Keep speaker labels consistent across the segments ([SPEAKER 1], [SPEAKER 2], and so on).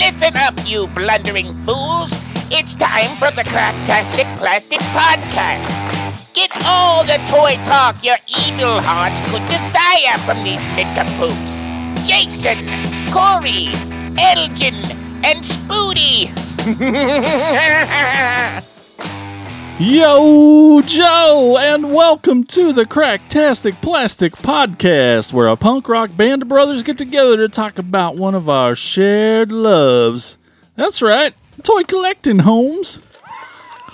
[SPEAKER 1] Listen up, you blundering fools! It's time for the Cracktastic Plastic Podcast. Get all the toy talk your evil hearts could desire from these poops. Jason, Corey, Elgin, and Spoody.
[SPEAKER 2] Yo, Joe, and welcome to the Cracktastic Plastic Podcast, where a punk rock band of brothers get together to talk about one of our shared loves. That's right, toy collecting, Holmes.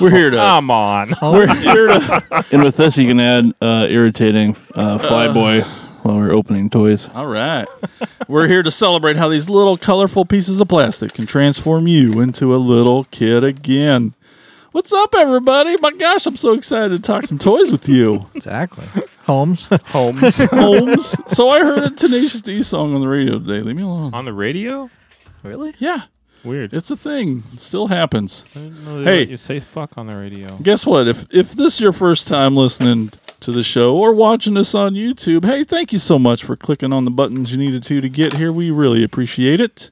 [SPEAKER 2] We're here to.
[SPEAKER 3] Come on.
[SPEAKER 2] we're here to.
[SPEAKER 4] Oh. And with this, you can add uh, irritating uh, Flyboy while we're opening toys.
[SPEAKER 2] All right. We're here to celebrate how these little colorful pieces of plastic can transform you into a little kid again. What's up, everybody? My gosh, I'm so excited to talk some toys with you.
[SPEAKER 3] Exactly.
[SPEAKER 5] Holmes.
[SPEAKER 3] Holmes
[SPEAKER 2] Holmes. so I heard a Tenacious D song on the radio today. Leave me alone.
[SPEAKER 3] on the radio?
[SPEAKER 5] really?
[SPEAKER 2] Yeah,
[SPEAKER 3] Weird.
[SPEAKER 2] it's a thing. It still happens.
[SPEAKER 3] I didn't know they
[SPEAKER 2] Hey.
[SPEAKER 3] let you say fuck on the radio.
[SPEAKER 2] Guess what? If if this is your first time listening to the show or watching us on YouTube, hey, thank you so much for clicking on the buttons you needed to to get here. We really appreciate it.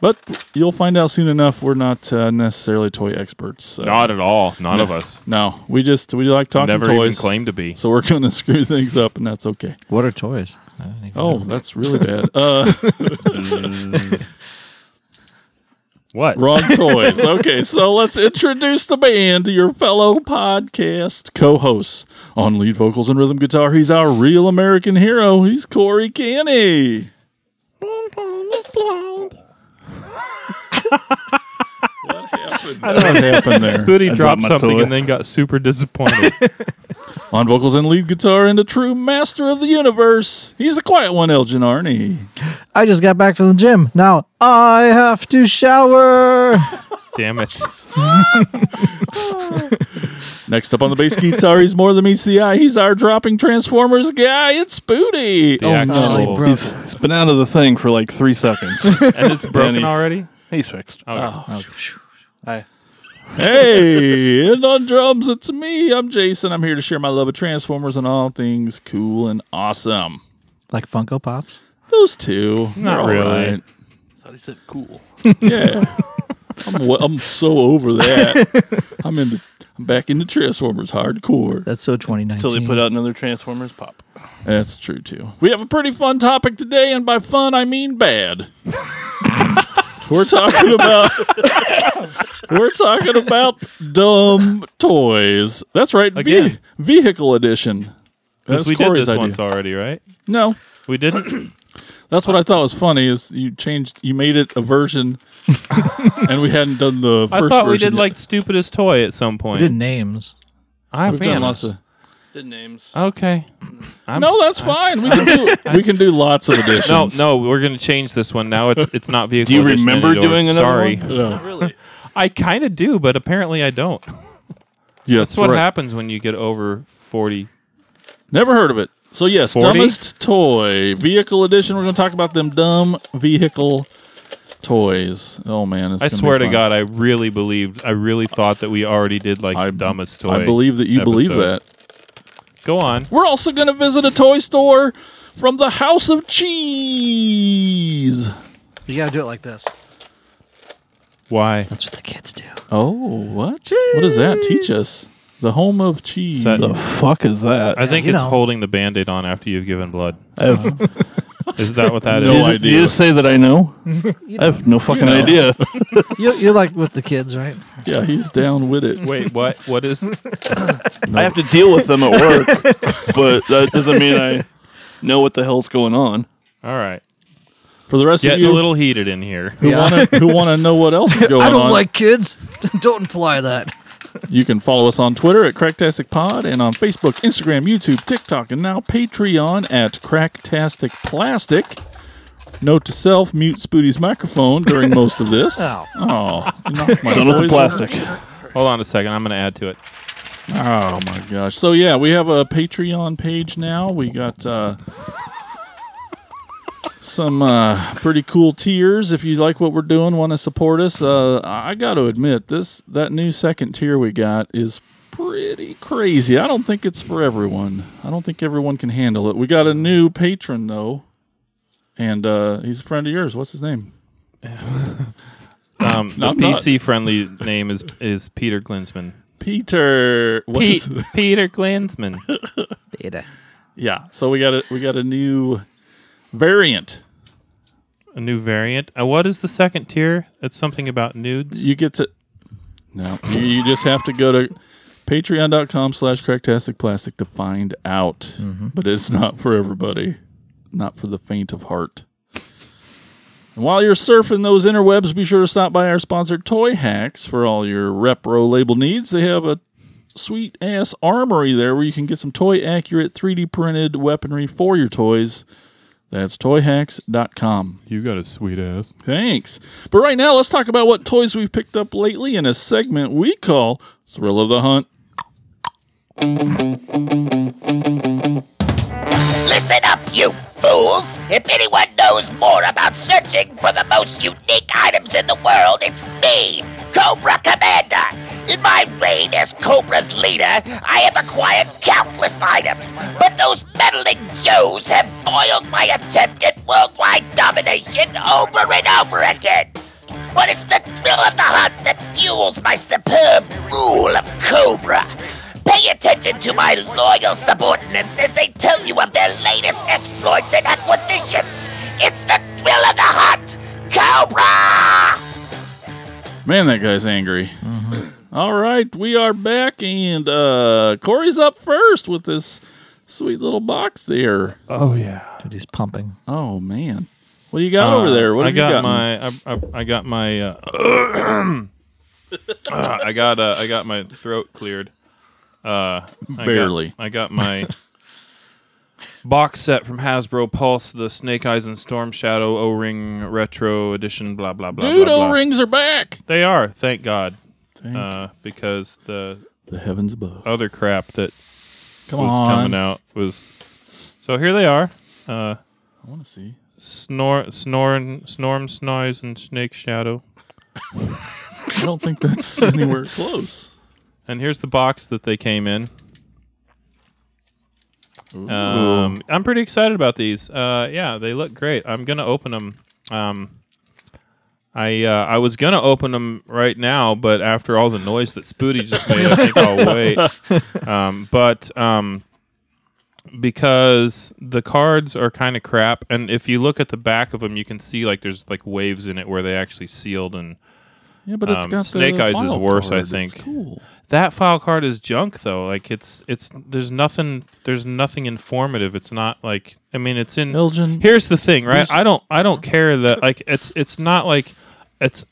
[SPEAKER 2] But you'll find out soon enough we're not uh, necessarily toy experts. So.
[SPEAKER 3] Not at all. None of us.
[SPEAKER 2] No, we just we like talking
[SPEAKER 3] Never even
[SPEAKER 2] toys.
[SPEAKER 3] claimed to be.
[SPEAKER 2] so we're going to screw things up and that's okay.
[SPEAKER 5] What are toys? I don't even
[SPEAKER 2] Oh, that's really bad. Uh
[SPEAKER 3] What?
[SPEAKER 2] Wrong toys. Okay, so let's introduce the band to your fellow podcast co-hosts. On lead vocals and rhythm guitar, he's our real American hero. He's Corey Canny. what happened? What happened there?
[SPEAKER 3] Booty
[SPEAKER 4] I dropped
[SPEAKER 3] dropped
[SPEAKER 4] my
[SPEAKER 3] something
[SPEAKER 4] toy.
[SPEAKER 3] and then got super disappointed.
[SPEAKER 2] On vocals and lead guitar, and a true master of the universe, he's the quiet one, Elgin Arnie.
[SPEAKER 5] I just got back from the gym. Now I have to shower.
[SPEAKER 3] Damn it.
[SPEAKER 2] Next up on the bass guitar, he's more than meets the eye. He's our dropping Transformers guy. It's Oh, Spooty.
[SPEAKER 3] The actual-
[SPEAKER 5] Holy bro-
[SPEAKER 4] He's, he's been out of the thing for like three seconds.
[SPEAKER 3] and it's broken
[SPEAKER 4] Danny.
[SPEAKER 3] already?
[SPEAKER 4] he's fixed.
[SPEAKER 3] Oh,
[SPEAKER 2] hey, and on drums, it's me. I'm Jason. I'm here to share my love of Transformers and all things cool and awesome.
[SPEAKER 5] Like Funko Pops.
[SPEAKER 2] Those two,
[SPEAKER 3] Not
[SPEAKER 2] they're all
[SPEAKER 3] really.
[SPEAKER 2] right.
[SPEAKER 4] I thought he said cool.
[SPEAKER 2] Yeah, I'm, wa- I'm so over that. I'm into. I'm back into Transformers hardcore.
[SPEAKER 5] That's so 2019.
[SPEAKER 4] Until they put out another Transformers pop.
[SPEAKER 2] That's true too. We have a pretty fun topic today, and by fun I mean bad. we're talking about we're talking about dumb toys. That's right, ve-
[SPEAKER 3] Again.
[SPEAKER 2] vehicle edition. That's
[SPEAKER 3] we
[SPEAKER 2] Corey's
[SPEAKER 3] did this
[SPEAKER 2] idea.
[SPEAKER 3] once already, right?
[SPEAKER 2] No,
[SPEAKER 3] We didn't.
[SPEAKER 2] that's what I thought was funny is you changed, you made it a version, and we hadn't done the
[SPEAKER 3] I
[SPEAKER 2] first
[SPEAKER 3] thought we
[SPEAKER 2] version
[SPEAKER 3] did
[SPEAKER 2] yet.
[SPEAKER 3] like stupidest toy at some point.
[SPEAKER 5] We did names.
[SPEAKER 3] I
[SPEAKER 2] We've done lots of.
[SPEAKER 4] Did names.
[SPEAKER 3] Okay. I'm
[SPEAKER 2] No,
[SPEAKER 3] s-
[SPEAKER 2] that's fine. We can do we can do lots of editions.
[SPEAKER 3] no, no, we're gonna change this one now. It's it's not vehicle.
[SPEAKER 4] you
[SPEAKER 3] edition
[SPEAKER 4] remember
[SPEAKER 3] anymore.
[SPEAKER 4] doing another
[SPEAKER 3] Sorry,
[SPEAKER 4] one?
[SPEAKER 2] No.
[SPEAKER 4] Really?
[SPEAKER 3] I kind of do, but apparently I don't.
[SPEAKER 2] Yeah,
[SPEAKER 3] That's what
[SPEAKER 2] right.
[SPEAKER 3] happens when you get over 40.
[SPEAKER 2] Never heard of it. So yes,
[SPEAKER 3] 40?
[SPEAKER 2] dumbest toy vehicle edition. We're going to talk about them dumb vehicle toys. Oh man, it's
[SPEAKER 3] I
[SPEAKER 2] gonna
[SPEAKER 3] swear
[SPEAKER 2] be
[SPEAKER 3] to
[SPEAKER 2] fun.
[SPEAKER 3] God, I really believed, I really thought that we already did like
[SPEAKER 2] I-
[SPEAKER 3] dumbest toy.
[SPEAKER 2] I believe that you believe
[SPEAKER 3] episode.
[SPEAKER 2] that.
[SPEAKER 3] Go on.
[SPEAKER 2] We're also going to visit a toy store from the House of Cheese.
[SPEAKER 5] You gotta do it like this.
[SPEAKER 3] Why?
[SPEAKER 5] That's what the kids do.
[SPEAKER 2] Oh, what? What does that teach us? The home of cheese.
[SPEAKER 3] Set-
[SPEAKER 4] The fuck is that?
[SPEAKER 3] I think
[SPEAKER 5] you
[SPEAKER 3] it's
[SPEAKER 5] know.
[SPEAKER 3] holding the band aid on after you've given blood.
[SPEAKER 4] I have no
[SPEAKER 3] Is that what that is?
[SPEAKER 2] No
[SPEAKER 4] idea.
[SPEAKER 2] idea.
[SPEAKER 4] You just say that I know. I have no fucking
[SPEAKER 2] know.
[SPEAKER 4] idea.
[SPEAKER 5] You, you're like with the kids, right?
[SPEAKER 2] Yeah, he's down with it.
[SPEAKER 3] Wait, what? What is?
[SPEAKER 4] I have to deal with them at work, but that doesn't mean I know what the hell's going on.
[SPEAKER 3] All right,
[SPEAKER 2] For the rest of
[SPEAKER 3] getting
[SPEAKER 2] you
[SPEAKER 3] a little heated in here.
[SPEAKER 2] who want to who want to know what else is going
[SPEAKER 5] I don't
[SPEAKER 2] on,
[SPEAKER 5] like kids. don't imply that.
[SPEAKER 2] You can follow us on Twitter at Cracktastic Pod and on Facebook, Instagram, YouTube, TikTok, and now Patreon at Cracktastic Plastic. Note to self: mute Spooty's microphone during most of this.
[SPEAKER 5] Ow.
[SPEAKER 2] Oh, you knocked my
[SPEAKER 4] Done with the
[SPEAKER 2] toys
[SPEAKER 4] plastic.
[SPEAKER 3] Hold on a second. I'm going to add to it.
[SPEAKER 2] over. Oh my gosh! So yeah, we have a Patreon page now. We got uh, some uh, pretty cool tiers. If you like what we're doing, want to support us, uh, I got to admit this that new second tier we got is pretty crazy. I don't think it's for everyone. I don't think everyone can handle it. We got a new patron though, and uh, he's a friend of yours. What's his name?
[SPEAKER 3] Um, the
[SPEAKER 2] I'm not.
[SPEAKER 3] PC friendly name is is Peter Glinsman.
[SPEAKER 2] Peter. What is?
[SPEAKER 3] Pete- Peter Glinsman.
[SPEAKER 5] Data.
[SPEAKER 2] Yeah. So we got a we got a new variant.
[SPEAKER 3] A new variant. Uh, what is the second tier? It's something about nudes.
[SPEAKER 2] You get to. No, you, you just have to go to patreon.com slash cracktastic plastic to find out. But it's not for everybody, not for the faint of heart. And while you're surfing those interwebs, be sure to stop by our sponsor, Toy Hacks, for all your Repro label needs. They have a sweet ass armory there where you can get some toy accurate 3D printed weaponry for your toys. That's toyhacks.com.
[SPEAKER 3] You got a sweet ass.
[SPEAKER 2] Thanks. But right now, let's talk about what toys we've picked up lately in a segment we call Thrill of the Hunt.
[SPEAKER 1] Listen up, you fools! If anyone knows more about searching for the most unique items in the world, it's me, Cobra Commander! In my reign as Cobra's leader, I have acquired countless items, but those meddling Joes have foiled my attempt at worldwide domination over and over again! But it's the thrill of the hunt that fuels my superb rule of Cobra. Pay attention to my loyal subordinates as they tell you of their latest exploits and acquisitions. It's the thrill of the hunt, Cobra!
[SPEAKER 2] Man, that guy's angry. All right, we are back, and uh, Corey's up first with this sweet little box there.
[SPEAKER 5] Oh yeah. Dude, he's pumping.
[SPEAKER 2] Oh, man. What do you got over there? What
[SPEAKER 3] I
[SPEAKER 2] have
[SPEAKER 3] got
[SPEAKER 2] you Uh, got?
[SPEAKER 3] my. I, I, I got my. Uh, uh, I got. Uh, I got my throat cleared. Uh, I got-
[SPEAKER 2] Barely.
[SPEAKER 3] I got my box set from Hasbro Pulse, the Snake Eyes and Storm Shadow O Ring Retro Edition. Blah blah blah.
[SPEAKER 2] Dude,
[SPEAKER 3] blah, blah.
[SPEAKER 2] O rings are back.
[SPEAKER 3] They are. Thank God.
[SPEAKER 2] Thank
[SPEAKER 3] Uh, because the
[SPEAKER 2] the heavens above.
[SPEAKER 3] other crap that
[SPEAKER 2] Come
[SPEAKER 3] was
[SPEAKER 2] on.
[SPEAKER 3] coming out was. So here they are. Uh,
[SPEAKER 2] I want to see.
[SPEAKER 3] snore, snoring, snorm, snoise, and snake shadow.
[SPEAKER 2] I don't think that's anywhere close.
[SPEAKER 3] And here's the box that they came in. Um, I'm pretty excited about these. Uh, yeah, they look great. I'm gonna open them. Um, I uh, I was gonna open them right now, but after all the noise that Spooty just made, I think I'll wait. Um, but um, because the cards are kind of crap, and if you look at the back of them, you can see like there's like waves in it where they actually sealed and
[SPEAKER 2] Yeah, but it's
[SPEAKER 3] um,
[SPEAKER 2] got
[SPEAKER 3] Snake
[SPEAKER 2] the
[SPEAKER 3] Eyes is
[SPEAKER 2] file
[SPEAKER 3] worse, I
[SPEAKER 2] card. It's
[SPEAKER 3] think.
[SPEAKER 2] cool.
[SPEAKER 3] that file card is junk though like it's it's there's nothing there's nothing informative it's not like i mean it's in
[SPEAKER 2] Elgin,
[SPEAKER 3] here's the thing right i don't i don't care that like it's it's not like it's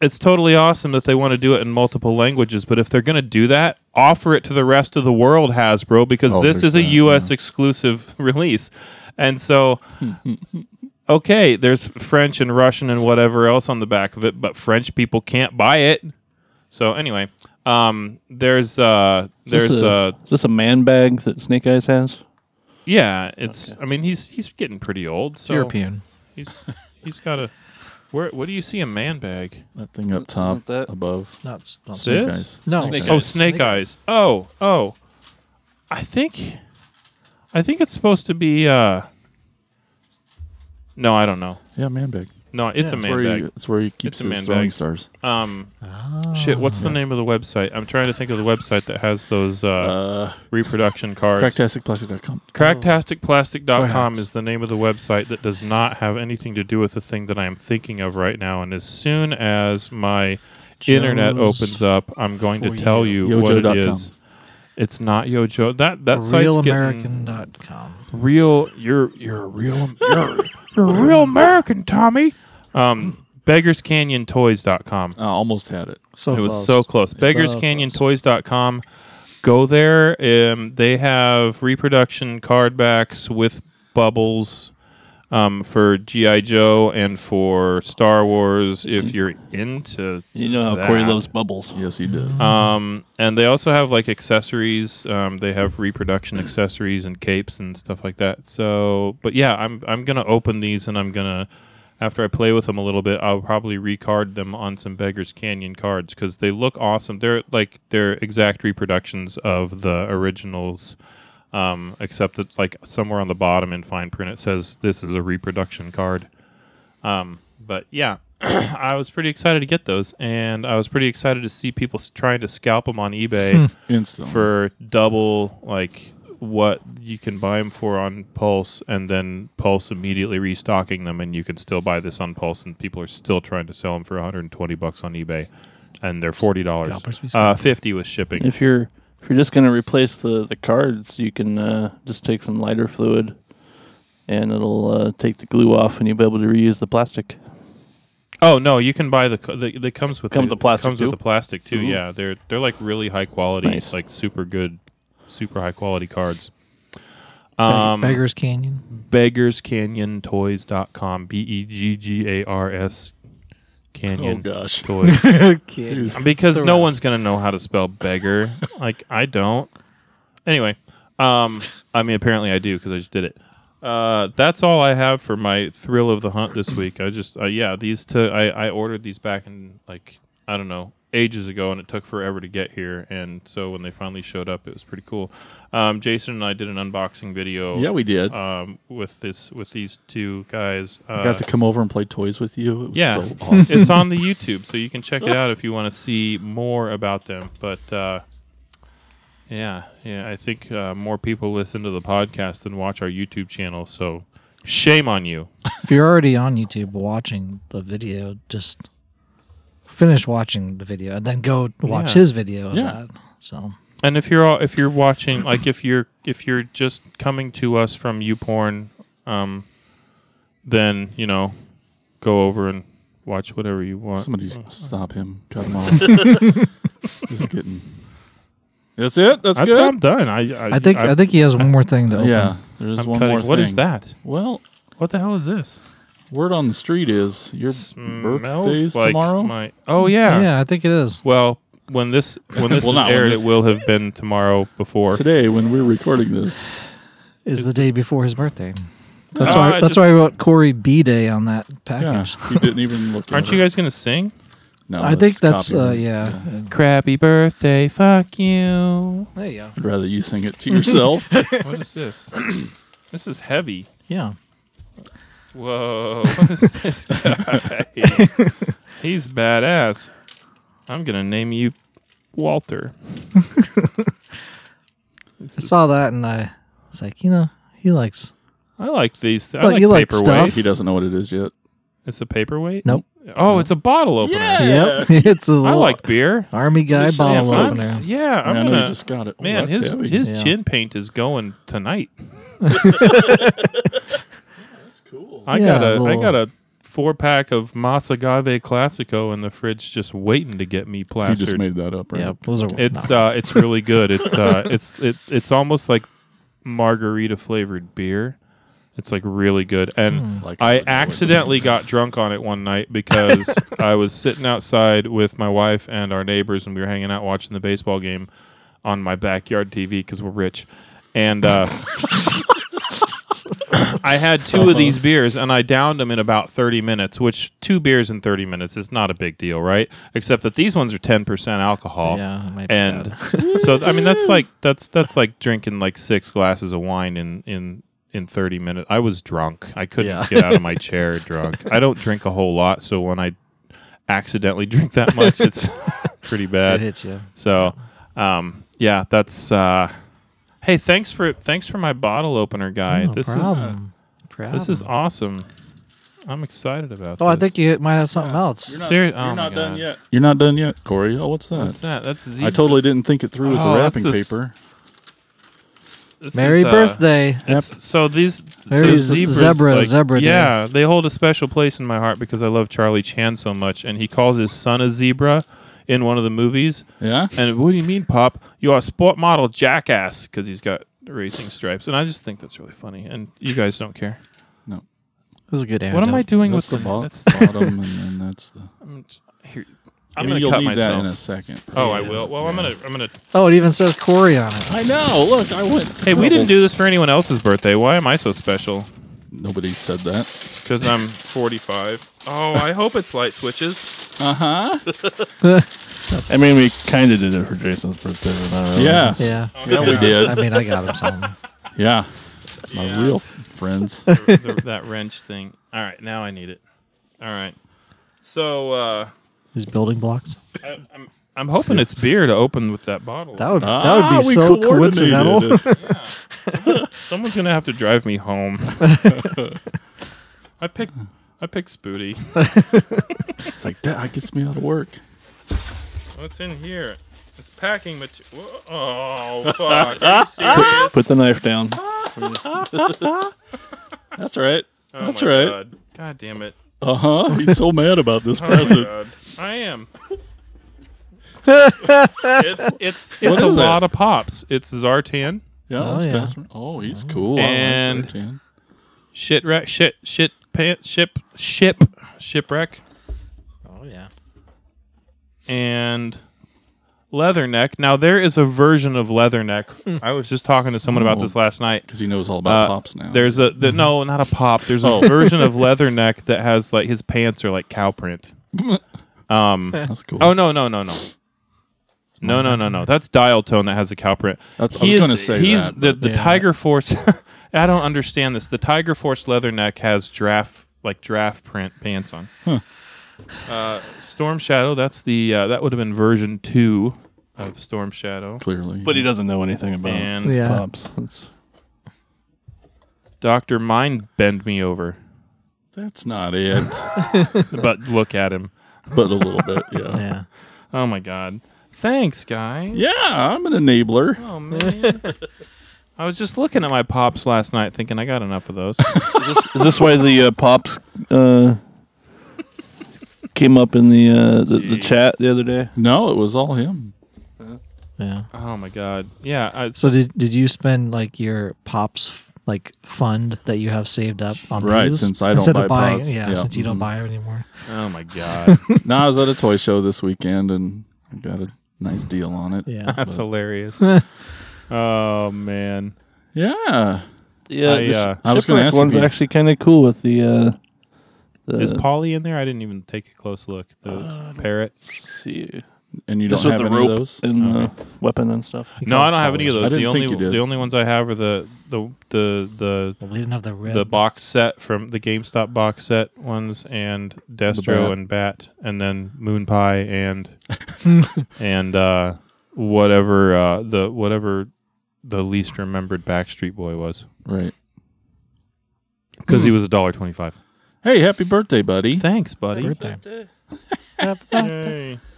[SPEAKER 3] it's totally awesome that they want to do it in multiple languages but if they're going to do that offer it to the rest of the world hasbro because this is a us exclusive release and so okay there's french and russian and whatever else on the back of it but french people can't buy it so anyway um there's uh
[SPEAKER 4] Is
[SPEAKER 3] there's
[SPEAKER 4] this a,
[SPEAKER 3] uh
[SPEAKER 4] is this a man bag that Snake Eyes has?
[SPEAKER 3] yeah it's i mean he's he's getting pretty old so
[SPEAKER 5] European.
[SPEAKER 3] He's he's got a. Where what do you see a man bag?
[SPEAKER 2] that thing up top,
[SPEAKER 4] that-
[SPEAKER 2] above.
[SPEAKER 5] Not, s- not
[SPEAKER 3] Sid?
[SPEAKER 2] Snake
[SPEAKER 3] This?
[SPEAKER 2] Eyes.
[SPEAKER 5] No.
[SPEAKER 2] Snake
[SPEAKER 5] Snake
[SPEAKER 3] Oh,
[SPEAKER 2] Eyes.
[SPEAKER 3] snake, eyes. Oh, oh. I think, I think it's supposed to be. uh No, I don't know.
[SPEAKER 2] Yeah, man bag.
[SPEAKER 3] No, it's a
[SPEAKER 2] It's
[SPEAKER 3] man
[SPEAKER 2] where,
[SPEAKER 3] bag.
[SPEAKER 2] He, it's where he keeps
[SPEAKER 3] a
[SPEAKER 2] his
[SPEAKER 3] man
[SPEAKER 2] throwing
[SPEAKER 3] bag.
[SPEAKER 2] stars.
[SPEAKER 3] Um, shit. What's
[SPEAKER 2] Ah.
[SPEAKER 3] the name of the website? I'm trying to think of the website that has those uh,
[SPEAKER 2] Uh,
[SPEAKER 3] reproduction cards.
[SPEAKER 2] Cracktasticplastic.com.
[SPEAKER 3] Cracktasticplastic.com
[SPEAKER 5] Perhaps.
[SPEAKER 3] is the name of the website that does not have anything to do with the thing that I am thinking of right now. And as soon as my internet
[SPEAKER 5] Joe's
[SPEAKER 3] opens up, I'm going to tell you, what it
[SPEAKER 2] Yojo.com.
[SPEAKER 3] is. It's not Yojo. That that site's getting
[SPEAKER 5] RealAmerican.com.
[SPEAKER 3] real. You're you're a real. You're, you're a real American, Tommy. Um, BeggarsCanyonToys.com.
[SPEAKER 2] I almost had it.
[SPEAKER 5] So
[SPEAKER 3] It was so close. BeggarsCanyonToys.com. Go there. Um, they have reproduction card backs with bubbles um, for G.I. Joe and for Star Wars if you're into
[SPEAKER 4] You know how
[SPEAKER 3] that.
[SPEAKER 4] Corey loves bubbles.
[SPEAKER 2] Yes, he does.
[SPEAKER 3] Um, and they also have like accessories. Um, they have reproduction accessories and capes and stuff like that. So, but yeah, I'm I'm gonna open these and I'm gonna after I play with them a little bit, I'll probably recard them on some Beggars Canyon cards because they look awesome. They're like they're exact reproductions of the originals. Um, except it's like somewhere on the bottom in fine print it says this is a reproduction card. Um, but yeah, I was pretty excited to get those, and I was pretty excited to see people s- trying to scalp them on
[SPEAKER 6] Hmm.
[SPEAKER 3] eBay
[SPEAKER 2] Instantly.
[SPEAKER 3] for double like what you can buy them for on Pulse, and then Pulse immediately restocking them, and you can still buy this on Pulse, and people are still trying to sell them for 120 bucks on eBay, and they're forty dollars,
[SPEAKER 6] Scalpers be
[SPEAKER 3] uh,
[SPEAKER 6] scalpers.
[SPEAKER 3] fifty with shipping.
[SPEAKER 4] If you're if you're just gonna replace the the cards, you can uh, just take some lighter fluid, and it'll uh, take the glue off, and you'll be able to reuse the plastic.
[SPEAKER 3] Oh no, you can buy the co- the that comes with
[SPEAKER 4] Comes the plastic
[SPEAKER 3] comes with
[SPEAKER 4] too?
[SPEAKER 3] the plastic too.
[SPEAKER 4] Ooh.
[SPEAKER 3] Yeah, they're they're like really high quality,
[SPEAKER 4] Nice.
[SPEAKER 3] like super good, super high quality cards.
[SPEAKER 5] Um,
[SPEAKER 3] Um,
[SPEAKER 5] Beggars Canyon.
[SPEAKER 3] beggarscanyontoys.com, b e g g a r s
[SPEAKER 2] Oh
[SPEAKER 3] Canyon
[SPEAKER 2] gosh.
[SPEAKER 3] Toys.
[SPEAKER 5] Okay.
[SPEAKER 3] because
[SPEAKER 6] The
[SPEAKER 3] no
[SPEAKER 6] rest.
[SPEAKER 3] one's gonna know how to spell beggar. like I don't. Anyway, um, I mean, apparently I do because I just did it. Uh, that's all I have for my thrill of the hunt this week. I just, uh, yeah, these took. I, I ordered these back in like I don't know ages ago, and it took forever to get here. And so when they finally showed up, it was pretty cool. Um, Jason and I did an unboxing video.
[SPEAKER 2] Yeah, we did.
[SPEAKER 3] Um, with this, with these two guys. Uh,
[SPEAKER 2] Got to come over and play toys with you. It was
[SPEAKER 3] yeah,
[SPEAKER 2] so awesome.
[SPEAKER 3] it's on the YouTube, so you can check it out if you want to see more about them. But uh, yeah, yeah, I think uh, more people listen to the podcast than watch our YouTube channel. So shame on you.
[SPEAKER 5] If you're already on YouTube watching the video, just finish watching the video and then go watch
[SPEAKER 3] Yeah.
[SPEAKER 5] his video of
[SPEAKER 2] Yeah.
[SPEAKER 5] that. So
[SPEAKER 3] And if you're all, if you're watching, like if you're if you're just coming to us from YouPorn, um, then you know, go over and watch whatever you want.
[SPEAKER 2] Somebody s- stop him. Cut him off. He's getting. That's it. That's,
[SPEAKER 3] That's
[SPEAKER 2] good.
[SPEAKER 3] I'm done. I I,
[SPEAKER 5] I think I,
[SPEAKER 3] I,
[SPEAKER 5] think he has one more thing to open.
[SPEAKER 2] Yeah. There's
[SPEAKER 3] am
[SPEAKER 2] one
[SPEAKER 3] cutting.
[SPEAKER 2] more.
[SPEAKER 3] What
[SPEAKER 2] thing.
[SPEAKER 3] is that?
[SPEAKER 2] Well,
[SPEAKER 3] What the hell is this?
[SPEAKER 2] word on the street is your
[SPEAKER 3] Smells
[SPEAKER 2] birthday's
[SPEAKER 3] like
[SPEAKER 2] tomorrow.
[SPEAKER 3] my- oh yeah.
[SPEAKER 5] Yeah, I think it is.
[SPEAKER 3] Well, when this when this
[SPEAKER 2] Well,
[SPEAKER 3] is
[SPEAKER 2] not when
[SPEAKER 3] aired,
[SPEAKER 2] this-
[SPEAKER 3] it will have been tomorrow before.
[SPEAKER 2] Today, when we're recording this,
[SPEAKER 5] Is the day before his birthday. That's
[SPEAKER 3] Ah,
[SPEAKER 5] why.
[SPEAKER 3] I
[SPEAKER 5] that's
[SPEAKER 3] just-
[SPEAKER 5] why I wrote Corey B Day on that
[SPEAKER 2] yeah,
[SPEAKER 5] package.
[SPEAKER 2] he didn't even look.
[SPEAKER 3] Aren't
[SPEAKER 2] at
[SPEAKER 3] you
[SPEAKER 2] it.
[SPEAKER 3] guys gonna sing?
[SPEAKER 2] No,
[SPEAKER 5] I think that's uh,
[SPEAKER 2] copyright.
[SPEAKER 5] yeah.
[SPEAKER 3] Crappy birthday, fuck you.
[SPEAKER 5] There you go.
[SPEAKER 2] I'd rather you sing it to yourself.
[SPEAKER 3] What is this? this is heavy.
[SPEAKER 5] Yeah.
[SPEAKER 3] Whoa! What is this guy? He's badass. I'm gonna name you Walter.
[SPEAKER 5] I saw that and I was like, you know, he likes.
[SPEAKER 3] I like these. Th-
[SPEAKER 5] Well,
[SPEAKER 3] I like
[SPEAKER 5] you like
[SPEAKER 3] paperweights.
[SPEAKER 5] stuff.
[SPEAKER 2] he doesn't know what it is yet.
[SPEAKER 3] It's a paperweight.
[SPEAKER 5] Nope.
[SPEAKER 3] Oh, it's a bottle opener.
[SPEAKER 5] Yep. it's a
[SPEAKER 3] I
[SPEAKER 5] little
[SPEAKER 3] like beer.
[SPEAKER 5] army guy
[SPEAKER 2] Pretty sure
[SPEAKER 5] bottle
[SPEAKER 2] I'm-
[SPEAKER 5] opener.
[SPEAKER 3] Yeah, I'm
[SPEAKER 2] Man, I know
[SPEAKER 3] gonna.
[SPEAKER 2] you just got it. Oh,
[SPEAKER 3] Man,
[SPEAKER 2] that's
[SPEAKER 3] his
[SPEAKER 2] heavy.
[SPEAKER 3] his
[SPEAKER 5] Yeah.
[SPEAKER 3] chin paint is going tonight. That's cool. I
[SPEAKER 5] Yeah,
[SPEAKER 3] got
[SPEAKER 5] a
[SPEAKER 3] a I
[SPEAKER 5] little-
[SPEAKER 3] got a four pack of Masagave Classico in the fridge, just waiting to get me
[SPEAKER 2] he
[SPEAKER 3] plastered.
[SPEAKER 2] just made that up, right?
[SPEAKER 5] Yeah, those are
[SPEAKER 3] it's uh, it's really good. It's uh, it's it, it's almost like margarita flavored beer. It's like really good, and
[SPEAKER 2] Like
[SPEAKER 3] I
[SPEAKER 2] Lord knows.
[SPEAKER 3] accidentally got drunk on it one night because I was sitting outside with my wife and our neighbors, and we were hanging out watching the baseball game on my backyard TV because we're rich. And uh, I had two of these beers, and I downed them in about 30 minutes, which two beers in 30 minutes is not a big deal, right? Except that these ones are 10% alcohol.
[SPEAKER 5] Yeah, it might be
[SPEAKER 3] uh, And so I mean that's like that's that's like drinking like six glasses of wine in in in 30 minutes. I was drunk. I couldn't
[SPEAKER 5] Yeah.
[SPEAKER 3] get out of my chair drunk. I don't drink a whole lot, so when I accidentally drink that much, it's pretty
[SPEAKER 5] it
[SPEAKER 3] bad.
[SPEAKER 5] hits you.
[SPEAKER 3] So, um, yeah, that's. Uh, hey, thanks for thanks for my bottle opener, guy.
[SPEAKER 5] No
[SPEAKER 3] this
[SPEAKER 5] problem.
[SPEAKER 3] is this is awesome. I'm excited about.
[SPEAKER 5] Oh, I
[SPEAKER 3] this.
[SPEAKER 5] think you might have something else.
[SPEAKER 2] You're not,
[SPEAKER 3] Seri-
[SPEAKER 2] you're
[SPEAKER 3] oh my
[SPEAKER 2] not done
[SPEAKER 3] God.
[SPEAKER 2] yet. You're not done yet, Corey. Oh, what's that?
[SPEAKER 3] What's that? That's Z-
[SPEAKER 2] I totally didn't think it through with
[SPEAKER 3] Oh,
[SPEAKER 2] the
[SPEAKER 3] that's
[SPEAKER 2] wrapping
[SPEAKER 3] this-
[SPEAKER 2] paper.
[SPEAKER 3] This
[SPEAKER 5] Merry
[SPEAKER 3] is, uh,
[SPEAKER 5] birthday.
[SPEAKER 3] it's- So these so
[SPEAKER 5] Merry z-
[SPEAKER 3] zebras,
[SPEAKER 5] zebra-
[SPEAKER 3] like-
[SPEAKER 5] zebra day.
[SPEAKER 3] Yeah, they hold a special place in my heart because I love Charlie Chan so much, and he calls his son a zebra in one of the movies.
[SPEAKER 2] Yeah.
[SPEAKER 3] And what do you mean, Pop? You are a sport model jackass because he's got racing stripes, and I just think that's really funny. And you guys don't care.
[SPEAKER 5] This is a good
[SPEAKER 3] What am I doing
[SPEAKER 2] That's
[SPEAKER 3] with
[SPEAKER 2] the,
[SPEAKER 3] the-
[SPEAKER 2] bo-
[SPEAKER 3] That's
[SPEAKER 2] bottom, and then that's the.
[SPEAKER 3] I'm, t- here,
[SPEAKER 2] I
[SPEAKER 3] I'm
[SPEAKER 2] mean,
[SPEAKER 3] gonna
[SPEAKER 2] you'll
[SPEAKER 3] cut
[SPEAKER 2] need
[SPEAKER 3] myself.
[SPEAKER 2] that in a second.
[SPEAKER 3] oh, I will. Well, I'm gonna. I'm gonna.
[SPEAKER 5] Oh, it even says Corey on it.
[SPEAKER 2] I know. Look, I went.
[SPEAKER 3] Hey, we didn't do this for anyone else's birthday. Why am I so special?
[SPEAKER 2] Nobody said that.
[SPEAKER 3] Because I'm 45. Oh, I hope it's light switches.
[SPEAKER 2] Uh huh.
[SPEAKER 4] I mean, we kind of did it for Jason's birthday, but not really.
[SPEAKER 2] Yeah.
[SPEAKER 5] Yeah.
[SPEAKER 2] Yeah, we
[SPEAKER 5] I
[SPEAKER 2] did.
[SPEAKER 5] mean, I got him something.
[SPEAKER 2] Yeah. My
[SPEAKER 3] Yeah.
[SPEAKER 2] real friends.
[SPEAKER 3] The- that wrench thing. All right, now I need it. All right. So uh,
[SPEAKER 5] These building blocks.
[SPEAKER 3] I'm hoping it's beer to open with that bottle.
[SPEAKER 5] That would that
[SPEAKER 3] Ah,
[SPEAKER 2] Ah,
[SPEAKER 5] would be so coincidental.
[SPEAKER 3] Someone's gonna have to drive me home. I pick I pick Spooty.
[SPEAKER 2] it's like that gets me out of work.
[SPEAKER 3] What's in here? It's packing material. Oh fuck! Are you serious?
[SPEAKER 4] Put the knife down.
[SPEAKER 2] That's right.
[SPEAKER 3] Oh
[SPEAKER 2] That's
[SPEAKER 3] my
[SPEAKER 2] right.
[SPEAKER 3] God. God damn it!
[SPEAKER 2] Uh huh. He's so mad about this
[SPEAKER 3] Oh my
[SPEAKER 2] present.
[SPEAKER 3] God. I am. it's it's it's a
[SPEAKER 2] is that?
[SPEAKER 3] lot of pops. It's Zartan,
[SPEAKER 2] Yeah,
[SPEAKER 5] Oh,
[SPEAKER 2] that's
[SPEAKER 5] yeah.
[SPEAKER 2] best. Oh, he's cool. I
[SPEAKER 3] And-
[SPEAKER 2] like Zartan.
[SPEAKER 3] shit wreck, shit shit pants, ship ship shipwreck,
[SPEAKER 5] Oh yeah. and
[SPEAKER 3] and leatherneck. Now there is a version of leatherneck. I was just talking to someone about this last night.
[SPEAKER 2] because he knows all about
[SPEAKER 3] Uh,
[SPEAKER 2] pops now.
[SPEAKER 3] There's a the, no, not a pop. There's a version of Leatherneck that has like his pants are like cow print. Um.
[SPEAKER 2] that's cool.
[SPEAKER 3] Oh no no no no. No no no no. That's dial tone that has a cow print.
[SPEAKER 2] That's- I
[SPEAKER 3] He
[SPEAKER 2] was gonna
[SPEAKER 3] is-
[SPEAKER 2] say
[SPEAKER 3] he's
[SPEAKER 2] that,
[SPEAKER 3] the
[SPEAKER 2] but-
[SPEAKER 3] the Tiger Force. I don't understand this. The Tiger Force Leatherneck has giraffe like giraffe print pants on. Uh, Storm Shadow. That's the uh, that would have been version two of Storm Shadow.
[SPEAKER 2] clearly,
[SPEAKER 4] But he doesn't know anything about
[SPEAKER 3] And
[SPEAKER 5] Yeah.
[SPEAKER 4] pops. That's,
[SPEAKER 3] Doctor Mind bend me over,
[SPEAKER 2] that's not it.
[SPEAKER 3] but look at him.
[SPEAKER 2] but a little bit, yeah.
[SPEAKER 5] Yeah.
[SPEAKER 3] Oh my god. Thanks, guys.
[SPEAKER 2] Yeah, I'm an enabler.
[SPEAKER 3] Oh man. I was just looking at my pops last night thinking I got enough of those.
[SPEAKER 4] is, this, is this why the uh, pops uh, came up in the, uh, the the
[SPEAKER 3] Jeez.
[SPEAKER 4] chat the other day?
[SPEAKER 2] No, it was all him.
[SPEAKER 5] Yeah.
[SPEAKER 3] oh my god. Yeah, I,
[SPEAKER 5] So did did you spend like your pops f- like fund that you have saved up on
[SPEAKER 2] Right,
[SPEAKER 5] these?
[SPEAKER 2] since I don't
[SPEAKER 5] Instead
[SPEAKER 2] buy
[SPEAKER 5] of buying,
[SPEAKER 2] pops.
[SPEAKER 5] Yeah,
[SPEAKER 2] Yeah,
[SPEAKER 5] since you don't
[SPEAKER 2] mhm.
[SPEAKER 5] buy them anymore.
[SPEAKER 3] oh my god.
[SPEAKER 2] no, I was at a toy show this weekend and I got a nice deal on it.
[SPEAKER 5] Yeah.
[SPEAKER 3] That's hilarious. oh man.
[SPEAKER 2] Yeah.
[SPEAKER 4] Yeah,
[SPEAKER 3] I,
[SPEAKER 4] the sh-
[SPEAKER 3] uh,
[SPEAKER 2] I was
[SPEAKER 4] shipwreck
[SPEAKER 2] gonna ask
[SPEAKER 4] one's
[SPEAKER 2] if you-
[SPEAKER 4] actually kind of cool with the. Uh, the
[SPEAKER 2] Uh,
[SPEAKER 4] uh,
[SPEAKER 3] Is Polly in there? I didn't even take a close look. The parrot.
[SPEAKER 4] let's see,
[SPEAKER 2] And you
[SPEAKER 4] just
[SPEAKER 2] don't
[SPEAKER 4] with
[SPEAKER 2] have
[SPEAKER 4] the
[SPEAKER 2] any
[SPEAKER 4] rope
[SPEAKER 2] of those?
[SPEAKER 4] and uh, weapon and stuff.
[SPEAKER 3] No, I don't have any of
[SPEAKER 2] I
[SPEAKER 3] those. The
[SPEAKER 2] didn't
[SPEAKER 3] only
[SPEAKER 2] think you did.
[SPEAKER 3] the only ones I have are the the the the
[SPEAKER 5] Well, they didn't have the red.
[SPEAKER 3] the box set from the GameStop box set ones and Destro
[SPEAKER 2] bat.
[SPEAKER 3] and Bat and then Moon Pie and and uh, whatever uh, the whatever the least remembered Backstreet Boy was
[SPEAKER 2] Right.
[SPEAKER 3] because
[SPEAKER 2] Hmm.
[SPEAKER 3] he was a dollar twenty five.
[SPEAKER 2] Hey, happy birthday, buddy.
[SPEAKER 3] Thanks, buddy.
[SPEAKER 5] birthday.
[SPEAKER 3] Yay.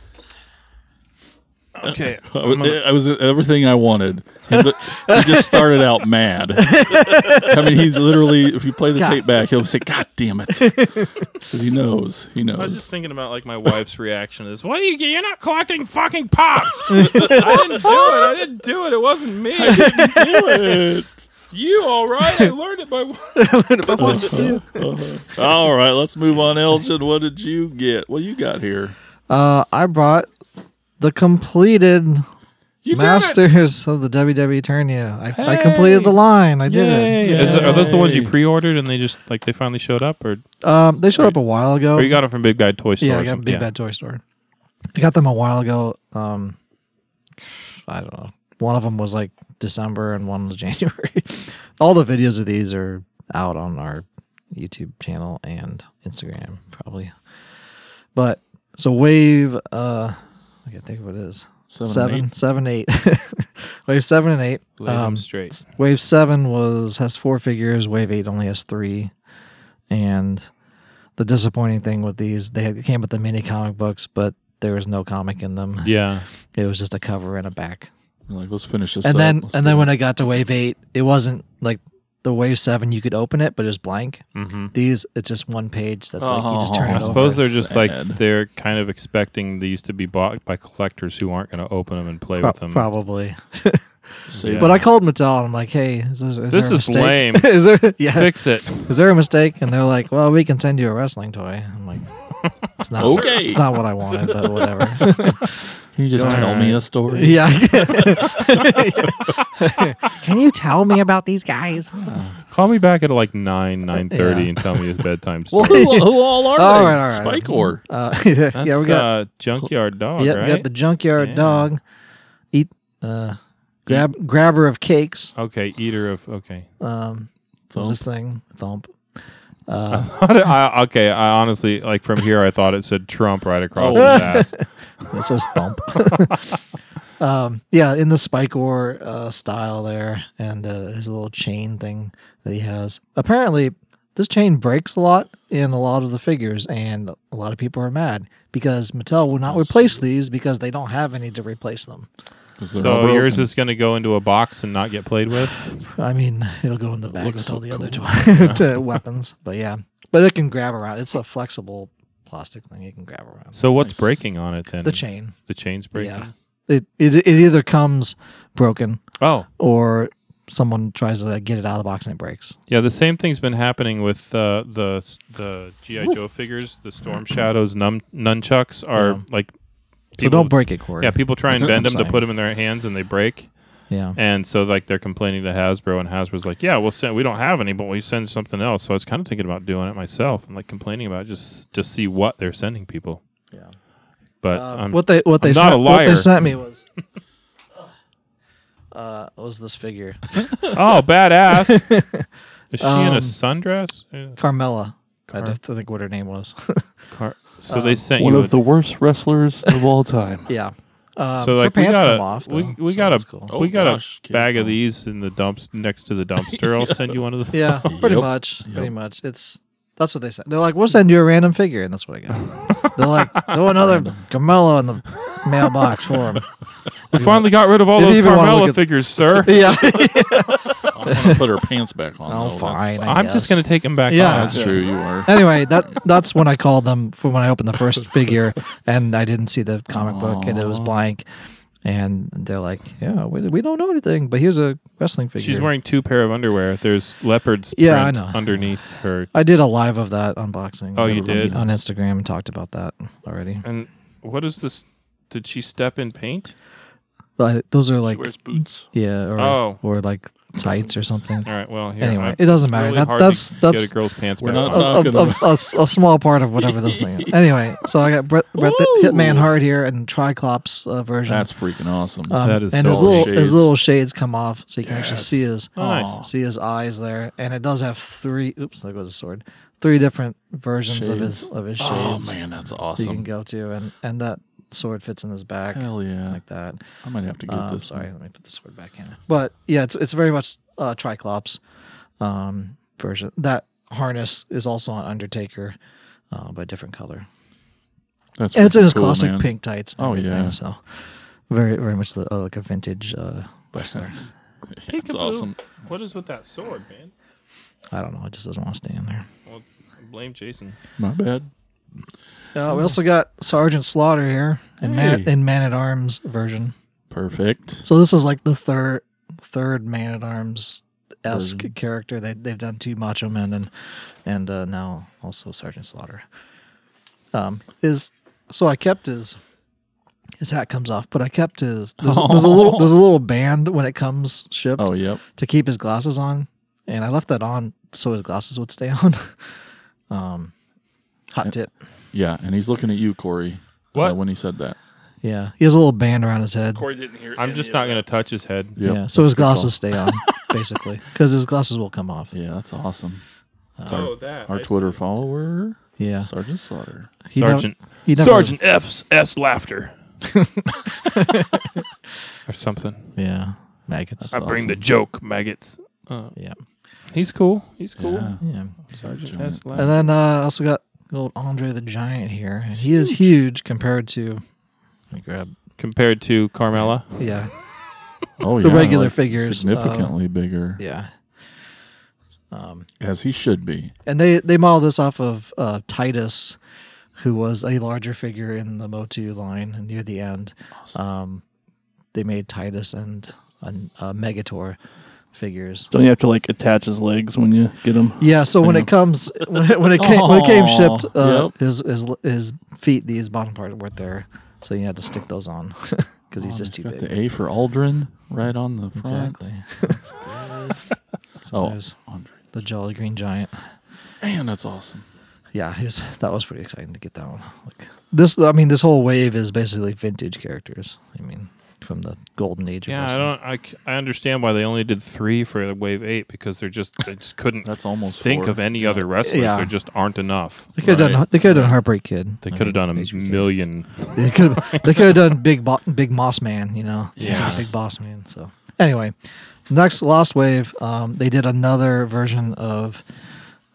[SPEAKER 3] Okay,
[SPEAKER 2] I was, I was everything I wanted. And the- he just started out mad. I mean, he literally, if you play the
[SPEAKER 5] God.
[SPEAKER 2] tape back, he'll say, God damn it. Because he knows. He
[SPEAKER 3] I
[SPEAKER 2] knows.
[SPEAKER 3] was just thinking about like my wife's reaction to this. What are you? You're not collecting fucking pops. I didn't do it. I didn't do it. It wasn't me. You all right? I learned it by.
[SPEAKER 2] All right, let's move on, Elgin. What did you get? What do you got here?
[SPEAKER 5] Uh, I brought the completed
[SPEAKER 3] You
[SPEAKER 5] Masters of the WWE Eternia. I, I completed the
[SPEAKER 3] Hey!
[SPEAKER 5] line. I did it.
[SPEAKER 3] Is it- are those the ones you
[SPEAKER 2] Yay.
[SPEAKER 3] pre-ordered and they just like they finally showed up, or
[SPEAKER 5] Um, they showed up a while ago.
[SPEAKER 3] or you got them from Big Bad Toy Store?
[SPEAKER 5] yeah,
[SPEAKER 3] or
[SPEAKER 5] I got
[SPEAKER 3] something?
[SPEAKER 5] Big Bad Toy Store. I got them a while ago. Um, I don't know. One of them was like December and one was January. All the videos of these are out on our YouTube channel and Instagram, probably. But so Wave, uh, I can't think of what it is. Seven, seven, eight. wave seven and eight.
[SPEAKER 3] Lay 'em
[SPEAKER 5] Um,
[SPEAKER 3] straight.
[SPEAKER 5] Wave seven was has four figures. Wave eight only has three. And the disappointing thing with these, they had, they came with the mini comic books, but there was no comic in them.
[SPEAKER 3] Yeah.
[SPEAKER 5] It was just a cover and a back.
[SPEAKER 2] You're like, let's finish this.
[SPEAKER 5] And
[SPEAKER 2] up.
[SPEAKER 5] then
[SPEAKER 2] Let's
[SPEAKER 5] and
[SPEAKER 2] do
[SPEAKER 5] then
[SPEAKER 2] it.
[SPEAKER 5] when I got to wave eight, it wasn't like the wave seven you could open it, but it was blank.
[SPEAKER 3] Mm-hmm.
[SPEAKER 5] These it's just one page that's like you just
[SPEAKER 2] Oh,
[SPEAKER 5] turn
[SPEAKER 2] I
[SPEAKER 5] it
[SPEAKER 3] I
[SPEAKER 5] over.
[SPEAKER 3] suppose they're just like
[SPEAKER 2] Sad.
[SPEAKER 3] they're kind of expecting these to be bought by collectors who aren't going to open them and play
[SPEAKER 5] Pro-
[SPEAKER 3] with them.
[SPEAKER 5] probably.
[SPEAKER 2] Save
[SPEAKER 5] But I called Mattel and I'm like, hey, is this, is
[SPEAKER 3] This
[SPEAKER 5] there a
[SPEAKER 3] is
[SPEAKER 5] mistake?
[SPEAKER 3] lame.
[SPEAKER 5] is there yeah,
[SPEAKER 3] Fix it.
[SPEAKER 5] is there a mistake? And they're like, well, we can send you a wrestling toy. I'm like, it's not
[SPEAKER 2] Okay.
[SPEAKER 5] It's not what I wanted, but whatever.
[SPEAKER 2] Can you just
[SPEAKER 3] All
[SPEAKER 2] tell
[SPEAKER 3] right.
[SPEAKER 2] me a story?
[SPEAKER 5] yeah. can you tell me about these guys?
[SPEAKER 3] Call me back at like nine nine thirty
[SPEAKER 5] Yeah.
[SPEAKER 3] and tell me his bedtime
[SPEAKER 2] Well,
[SPEAKER 3] story.
[SPEAKER 2] who, who all are
[SPEAKER 5] All
[SPEAKER 2] they?
[SPEAKER 5] right, all right.
[SPEAKER 2] Spike or
[SPEAKER 5] Uh, yeah,
[SPEAKER 3] That's,
[SPEAKER 5] we got
[SPEAKER 3] uh, junkyard dog,
[SPEAKER 5] yep, we
[SPEAKER 3] right?
[SPEAKER 5] got the junkyard
[SPEAKER 3] Yeah.
[SPEAKER 5] dog, eat, uh, grab grabber of cakes.
[SPEAKER 3] okay, eater of okay.
[SPEAKER 5] Um, what was this thing thump,
[SPEAKER 3] I, okay, I honestly like from here. I thought it said Trump right across
[SPEAKER 5] Oh.
[SPEAKER 3] his ass.
[SPEAKER 5] It says thump. um, yeah, in the Spike War uh, style there, and uh, his little chain thing that he has. Apparently, this chain breaks a lot in a lot of the figures, and a lot of people are mad because Mattel will not replace these because they don't have any to replace them.
[SPEAKER 3] So yours is going to go into a box and not get played with.
[SPEAKER 5] I mean, it'll go in the bag with all the other to- to weapons, but yeah, but it can grab around. It's a flexible plastic thing; you can grab around.
[SPEAKER 3] So what's breaking on it then?
[SPEAKER 5] the chain,
[SPEAKER 3] The chain's breaking.
[SPEAKER 5] yeah, it, it it either comes broken
[SPEAKER 3] Oh,
[SPEAKER 5] or someone tries to like, get it out of the box and it breaks.
[SPEAKER 3] yeah. The same thing's been happening with uh, the the GI Joe figures. The Storm Shadows num- nunchucks are
[SPEAKER 5] Yeah.
[SPEAKER 3] like.
[SPEAKER 5] So don't break it, Corey.
[SPEAKER 3] Yeah, people try and
[SPEAKER 5] That's what
[SPEAKER 3] bend
[SPEAKER 5] I'm
[SPEAKER 3] them to
[SPEAKER 5] saying.
[SPEAKER 3] put them in their hands and they break.
[SPEAKER 5] Yeah.
[SPEAKER 3] And so like they're complaining to Hasbro, and Hasbro's like, "Yeah, we'll send. We don't have any, but we send something else." So I was kind of thinking about doing it myself and like complaining about it, just just see what they're sending people. Yeah. But um,
[SPEAKER 5] Uh,
[SPEAKER 3] I'm,
[SPEAKER 5] what they what they
[SPEAKER 3] I'm not
[SPEAKER 5] sent,
[SPEAKER 3] a
[SPEAKER 5] what
[SPEAKER 3] liar.
[SPEAKER 5] they sent me was uh was this figure
[SPEAKER 3] oh, badass! Is she in
[SPEAKER 5] Um,
[SPEAKER 3] a sundress? Yeah.
[SPEAKER 5] Carmella.
[SPEAKER 3] Car-
[SPEAKER 5] I don't think what her name was.
[SPEAKER 3] Car- so
[SPEAKER 5] um,
[SPEAKER 3] they sent
[SPEAKER 4] One
[SPEAKER 3] you.
[SPEAKER 4] of the worst wrestlers of all time.
[SPEAKER 5] yeah. Um,
[SPEAKER 3] a, so like
[SPEAKER 5] her
[SPEAKER 3] we
[SPEAKER 5] pants
[SPEAKER 3] got
[SPEAKER 5] come
[SPEAKER 3] a
[SPEAKER 5] off. Though,
[SPEAKER 3] we, we
[SPEAKER 5] so
[SPEAKER 3] got
[SPEAKER 5] that's
[SPEAKER 3] a
[SPEAKER 5] cool.
[SPEAKER 2] cool.
[SPEAKER 3] we
[SPEAKER 2] Oh,
[SPEAKER 3] got
[SPEAKER 2] gosh,
[SPEAKER 3] a
[SPEAKER 2] kid.
[SPEAKER 3] bag of these in the dumps next to the dumpster. I'll send you one of those.
[SPEAKER 5] yeah, pretty
[SPEAKER 2] Yep.
[SPEAKER 5] much, pretty
[SPEAKER 2] Yep.
[SPEAKER 5] much. It's that's what they said. They're like, we'll send you a random figure, and that's what I got. They're like, throw another Carmella in the mailbox for him.
[SPEAKER 3] We finally got rid of all
[SPEAKER 5] Didn't
[SPEAKER 3] those
[SPEAKER 5] even wanna look
[SPEAKER 3] Carmella
[SPEAKER 5] at-
[SPEAKER 3] figures, sir.
[SPEAKER 5] Yeah.
[SPEAKER 2] I'm gonna put her pants back on.
[SPEAKER 5] Oh,
[SPEAKER 2] though.
[SPEAKER 5] fine.
[SPEAKER 2] That's,
[SPEAKER 5] I
[SPEAKER 3] I'm just
[SPEAKER 5] guess.
[SPEAKER 3] gonna take them back
[SPEAKER 5] Yeah.
[SPEAKER 3] on.
[SPEAKER 2] that's true. You are.
[SPEAKER 5] anyway, that that's when I called them for when I opened the first figure, and I didn't see the comic book, and it was blank. And they're like, "Yeah, we, we don't know anything, but here's a wrestling figure."
[SPEAKER 3] She's wearing two pair of underwear. There's leopards
[SPEAKER 5] Yeah, I
[SPEAKER 3] print
[SPEAKER 5] know.
[SPEAKER 3] underneath her.
[SPEAKER 5] I did a live of that unboxing.
[SPEAKER 3] Oh, you
[SPEAKER 5] on-
[SPEAKER 3] did?
[SPEAKER 5] on Instagram and talked about that already.
[SPEAKER 3] And what is this? Did she step in paint?
[SPEAKER 5] But those are like,
[SPEAKER 2] She wears boots.
[SPEAKER 5] yeah, or
[SPEAKER 3] Oh.
[SPEAKER 5] or like tights or something.
[SPEAKER 3] All right. Well, here,
[SPEAKER 5] Anyway,
[SPEAKER 3] I'm-
[SPEAKER 5] it doesn't
[SPEAKER 3] it's
[SPEAKER 5] matter.
[SPEAKER 3] really
[SPEAKER 5] that,
[SPEAKER 3] hard to
[SPEAKER 5] that's that's
[SPEAKER 3] get a girl's pants.
[SPEAKER 2] We're
[SPEAKER 3] back
[SPEAKER 2] not
[SPEAKER 3] on.
[SPEAKER 5] a, a-
[SPEAKER 2] Talking
[SPEAKER 5] a- a s- a small part of whatever this thing. Is. Anyway, so I got Brett, Brett the Hitman Hard here and Triclops uh, version.
[SPEAKER 2] That's freaking awesome.
[SPEAKER 5] Um,
[SPEAKER 3] That is
[SPEAKER 5] and
[SPEAKER 3] so
[SPEAKER 5] his little
[SPEAKER 2] shades.
[SPEAKER 5] his little shades come off, so you can actually see his
[SPEAKER 3] Oh, nice.
[SPEAKER 5] see his eyes there. And it does have three. Oops, there goes a sword. Three different versions of his
[SPEAKER 2] Shades.
[SPEAKER 5] of his shades
[SPEAKER 2] oh man, that's
[SPEAKER 5] that you can
[SPEAKER 2] awesome.
[SPEAKER 5] go to, and and that sword fits in his back
[SPEAKER 2] Hell yeah!
[SPEAKER 5] like that.
[SPEAKER 2] I might have to get
[SPEAKER 5] Um,
[SPEAKER 2] this.
[SPEAKER 5] sorry,
[SPEAKER 2] one.
[SPEAKER 5] let me put the sword back in. But yeah, it's it's very much uh, Triclops um, version. That harness is also on Undertaker, uh, but different color.
[SPEAKER 2] That's
[SPEAKER 5] And it's in
[SPEAKER 2] freaking
[SPEAKER 5] his
[SPEAKER 2] cool,
[SPEAKER 5] classic
[SPEAKER 2] man.
[SPEAKER 5] pink tights. and
[SPEAKER 2] Oh,
[SPEAKER 5] everything,
[SPEAKER 2] yeah.
[SPEAKER 5] so very very much the, uh, like a vintage. Uh,
[SPEAKER 2] That's, that's awesome.
[SPEAKER 3] What is with that sword, man?
[SPEAKER 5] I don't know. It just doesn't want to stay in there.
[SPEAKER 3] Well, blame Jason.
[SPEAKER 2] My bad.
[SPEAKER 5] Uh, we also got Sergeant Slaughter here in man
[SPEAKER 2] Hey.
[SPEAKER 5] in Man at Arms version.
[SPEAKER 2] Perfect.
[SPEAKER 5] So this is like the third third Man at Arms
[SPEAKER 2] Version.
[SPEAKER 5] esque character. They they've done two Macho Men and and uh, now also Sergeant Slaughter. Um, is so I kept his his hat comes off, but I kept his there's, there's a little there's a little band when it comes shipped
[SPEAKER 2] Oh yep.
[SPEAKER 5] to keep his glasses on, and I left that on so his glasses would stay on. um, hot tip.
[SPEAKER 2] Yeah, and he's looking at you, Corey.
[SPEAKER 3] What?
[SPEAKER 2] uh, when he said that?
[SPEAKER 5] Yeah, he has a little band around his head.
[SPEAKER 3] I'm just not gonna touch his head.
[SPEAKER 2] Yep.
[SPEAKER 5] yeah, so his glasses stay on, basically, because his glasses will come off.
[SPEAKER 2] Yeah, that's awesome. It's our,
[SPEAKER 3] Oh, that
[SPEAKER 2] our Twitter follower,
[SPEAKER 5] Yeah,
[SPEAKER 2] Sergeant Slaughter.
[SPEAKER 5] He never-
[SPEAKER 3] Sergeant
[SPEAKER 5] he never-
[SPEAKER 3] Sergeant F S laughter. or something.
[SPEAKER 5] Yeah, maggots.
[SPEAKER 3] I bring the joke, maggots. Uh,
[SPEAKER 5] Yeah,
[SPEAKER 3] he's cool. He's cool.
[SPEAKER 2] Yeah.
[SPEAKER 5] yeah.
[SPEAKER 3] Sergeant
[SPEAKER 2] Giant.
[SPEAKER 3] S. Laughter.
[SPEAKER 5] And then uh, I also got old Andre the Giant here, and he is huge compared to. Let me grab.
[SPEAKER 3] Compared to Carmella.
[SPEAKER 5] Yeah,
[SPEAKER 2] Oh yeah,
[SPEAKER 5] The regular figures, uh,
[SPEAKER 2] significantly bigger,
[SPEAKER 5] yeah. Um,
[SPEAKER 2] as he should be.
[SPEAKER 5] and they they model this off of uh, Titus, who was a larger figure in the Motu line near the end. Um, they made Titus and uh, uh, Megator figures.
[SPEAKER 4] Don't you have to like attach his legs when you get him?
[SPEAKER 5] Yeah, so when
[SPEAKER 4] Yeah.
[SPEAKER 5] it comes when it, when it came when it came shipped,
[SPEAKER 2] Aw,
[SPEAKER 5] uh, his his his feet, these bottom part weren't there, so you had to stick those on because he's
[SPEAKER 2] Oh,
[SPEAKER 5] just
[SPEAKER 2] he's
[SPEAKER 5] too
[SPEAKER 2] got
[SPEAKER 5] big.
[SPEAKER 2] the A for Aldrin right on the front.
[SPEAKER 5] exactly. so
[SPEAKER 2] Oh,
[SPEAKER 5] there's
[SPEAKER 2] Andre.
[SPEAKER 5] the Jolly Green Giant.
[SPEAKER 2] Man, that's awesome.
[SPEAKER 5] Yeah, his that was pretty exciting to get that one. Like this, I mean, this whole wave is basically vintage characters. I mean, from the golden age. of
[SPEAKER 3] Yeah, I
[SPEAKER 5] wrestling.
[SPEAKER 3] don't. I, c- I understand why they only did three for Wave Eight because they're just they just couldn't
[SPEAKER 2] That's almost
[SPEAKER 3] think
[SPEAKER 2] four.
[SPEAKER 3] of any other wrestlers.
[SPEAKER 5] Yeah.
[SPEAKER 3] There just aren't enough.
[SPEAKER 5] They could have
[SPEAKER 2] Right.
[SPEAKER 5] done. They could have done Heartbreak Kid.
[SPEAKER 3] They could have done a million.
[SPEAKER 5] They could. They could have done Big Bo- Big Boss Man. You know. It's not
[SPEAKER 3] Yes.
[SPEAKER 5] Big Boss Man. So anyway, next Lost Wave. Um, they did another version of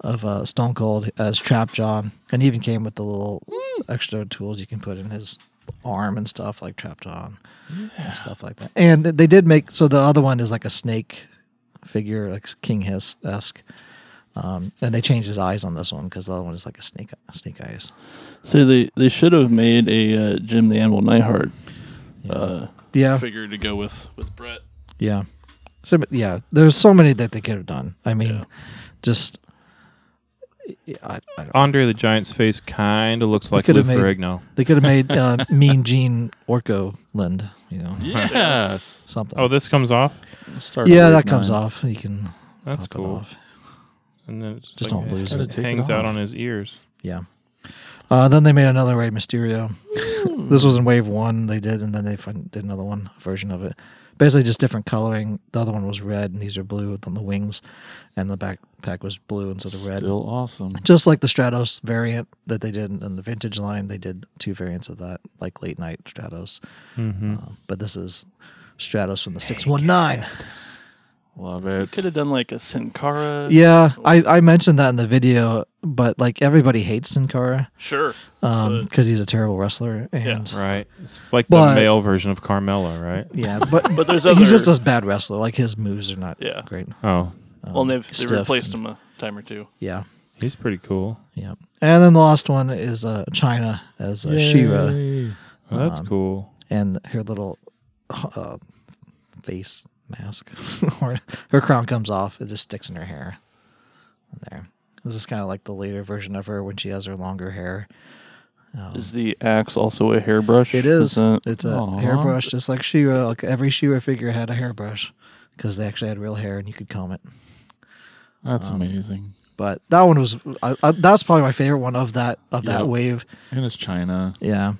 [SPEAKER 5] of uh, Stone Cold as Trapjaw, and even came with the little extra tools you can put in his arm and stuff like Trapjaw and, and stuff like that. And they did make so the other one is like a snake figure, like King Hiss esque. Um, and they changed his eyes on this one because the other one is like a snake, snake eyes.
[SPEAKER 4] So they, they should have made a uh, Jim the Animal Nightheart. Uh,
[SPEAKER 5] Yeah,
[SPEAKER 2] figure to go with with Brett.
[SPEAKER 5] Yeah. So but yeah, there's so many that they could have done. I mean, just yeah, I, I don't,
[SPEAKER 3] Andre the Giant's face kind of looks like Lou
[SPEAKER 5] could've made-
[SPEAKER 3] Ferrigno.
[SPEAKER 5] they could have made uh, Mean Gene Orko Lind. You know,
[SPEAKER 2] Yes.
[SPEAKER 5] something.
[SPEAKER 3] Oh, this comes off.
[SPEAKER 2] Start
[SPEAKER 5] yeah,
[SPEAKER 2] at
[SPEAKER 5] that
[SPEAKER 2] eight,
[SPEAKER 5] comes
[SPEAKER 2] nine.
[SPEAKER 5] off. You can
[SPEAKER 3] That's
[SPEAKER 5] pop it
[SPEAKER 3] cool.
[SPEAKER 5] off.
[SPEAKER 3] And then it's just,
[SPEAKER 5] Just
[SPEAKER 3] like,
[SPEAKER 5] don't
[SPEAKER 3] it's
[SPEAKER 5] lose
[SPEAKER 3] kinda
[SPEAKER 5] it.
[SPEAKER 2] Take it
[SPEAKER 3] hangs out
[SPEAKER 2] off.
[SPEAKER 3] on his ears.
[SPEAKER 5] Yeah. Uh, then they made another Rey Mysterio.
[SPEAKER 2] Hmm.
[SPEAKER 5] this was in Wave One. They did, and then they fin- did another one version of it. Basically, just different coloring. The other one was red, and these are blue. with on the wings, and the backpack was blue instead of red.
[SPEAKER 2] Still awesome.
[SPEAKER 5] just like the Stratos variant that they did in the vintage line, they did two variants of that, like late night Stratos.
[SPEAKER 4] Mm-hmm.
[SPEAKER 5] Um, but this is Stratos from the six one nine.
[SPEAKER 2] Love it.
[SPEAKER 4] could have done like a Sin Cara.
[SPEAKER 5] Yeah, I, I mentioned that in the video, but like everybody hates Sin Cara
[SPEAKER 2] Sure.
[SPEAKER 5] because he's a terrible wrestler. And yeah,
[SPEAKER 3] Right. It's like
[SPEAKER 5] But-
[SPEAKER 3] the male version of Carmella, right?
[SPEAKER 5] but
[SPEAKER 4] But there's
[SPEAKER 5] he's just
[SPEAKER 4] other-
[SPEAKER 5] a bad wrestler. Like his moves are not
[SPEAKER 4] Yeah.
[SPEAKER 5] great. Um,
[SPEAKER 3] Oh,
[SPEAKER 4] Well, and they've, they've
[SPEAKER 5] Stiff
[SPEAKER 4] replaced him a time or two.
[SPEAKER 5] Yeah,
[SPEAKER 3] he's pretty cool.
[SPEAKER 5] yeah. And then the last one is uh, China as uh, Shira
[SPEAKER 3] Well, that's cool.
[SPEAKER 5] and her little uh, face mask or her crown comes off it just sticks in her hair And there this is kind of like the later version of her when she has her longer hair Um,
[SPEAKER 4] Is the axe also a hairbrush?
[SPEAKER 5] it is
[SPEAKER 4] that-
[SPEAKER 5] it's a
[SPEAKER 2] Aw.
[SPEAKER 5] hairbrush just like shira like every shira figure had a hairbrush because they actually had real hair and you could comb it
[SPEAKER 2] That's
[SPEAKER 5] Oh.
[SPEAKER 2] amazing.
[SPEAKER 5] but that one was I, I, that's probably my favorite one of that of that
[SPEAKER 2] Yep.
[SPEAKER 5] wave
[SPEAKER 2] And it's China.
[SPEAKER 5] yeah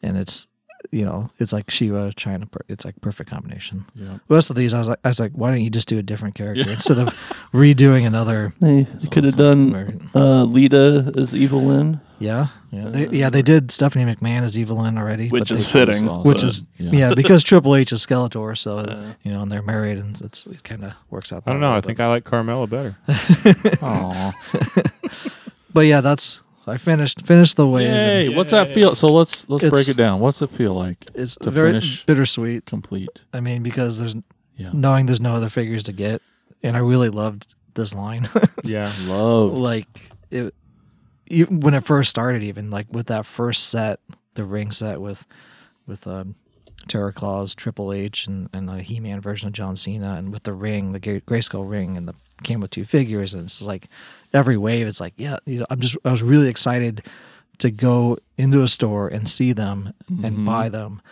[SPEAKER 5] and it's you know it's like shira china per- it's like perfect combination
[SPEAKER 2] Yeah.
[SPEAKER 5] Most of these, I was like, I was like, why don't you just do a different character instead of redoing another?
[SPEAKER 4] They could have done uh, Lita as Evil Lyn,
[SPEAKER 5] Yeah, yeah, they, yeah. They did Stephanie McMahon as Evelyn already,
[SPEAKER 4] which
[SPEAKER 5] but
[SPEAKER 4] is
[SPEAKER 5] they-
[SPEAKER 4] fitting.
[SPEAKER 2] awesome.
[SPEAKER 5] which is
[SPEAKER 2] Yeah.
[SPEAKER 5] yeah. because Triple H is Skeletor, so you know, and they're married, and it's it kind of works out.
[SPEAKER 3] I don't know. I think I like Carmella better.
[SPEAKER 2] Aw.
[SPEAKER 5] but yeah, that's I finished finished the wave. and
[SPEAKER 2] Yay! What's that feel? So let's let's break
[SPEAKER 5] It's-
[SPEAKER 2] it down. What's it feel like?
[SPEAKER 5] It's
[SPEAKER 2] to
[SPEAKER 5] very
[SPEAKER 2] finish
[SPEAKER 5] bittersweet.
[SPEAKER 2] complete.
[SPEAKER 5] I mean, because there's
[SPEAKER 2] Yeah.
[SPEAKER 5] knowing there's no other figures to get, and I really loved this line.
[SPEAKER 3] Yeah.
[SPEAKER 2] Love.
[SPEAKER 5] like it you, when it first started even like with that first set the ring set with with um Terror Claws, Triple H, and, and a He Man version of John Cena, and with the ring, the Gre- Grayskull ring, and the came with two figures, and it's like every wave, it's like yeah, you know, I'm just I was really excited to go into a store and see them
[SPEAKER 2] Mm-hmm.
[SPEAKER 5] and buy them,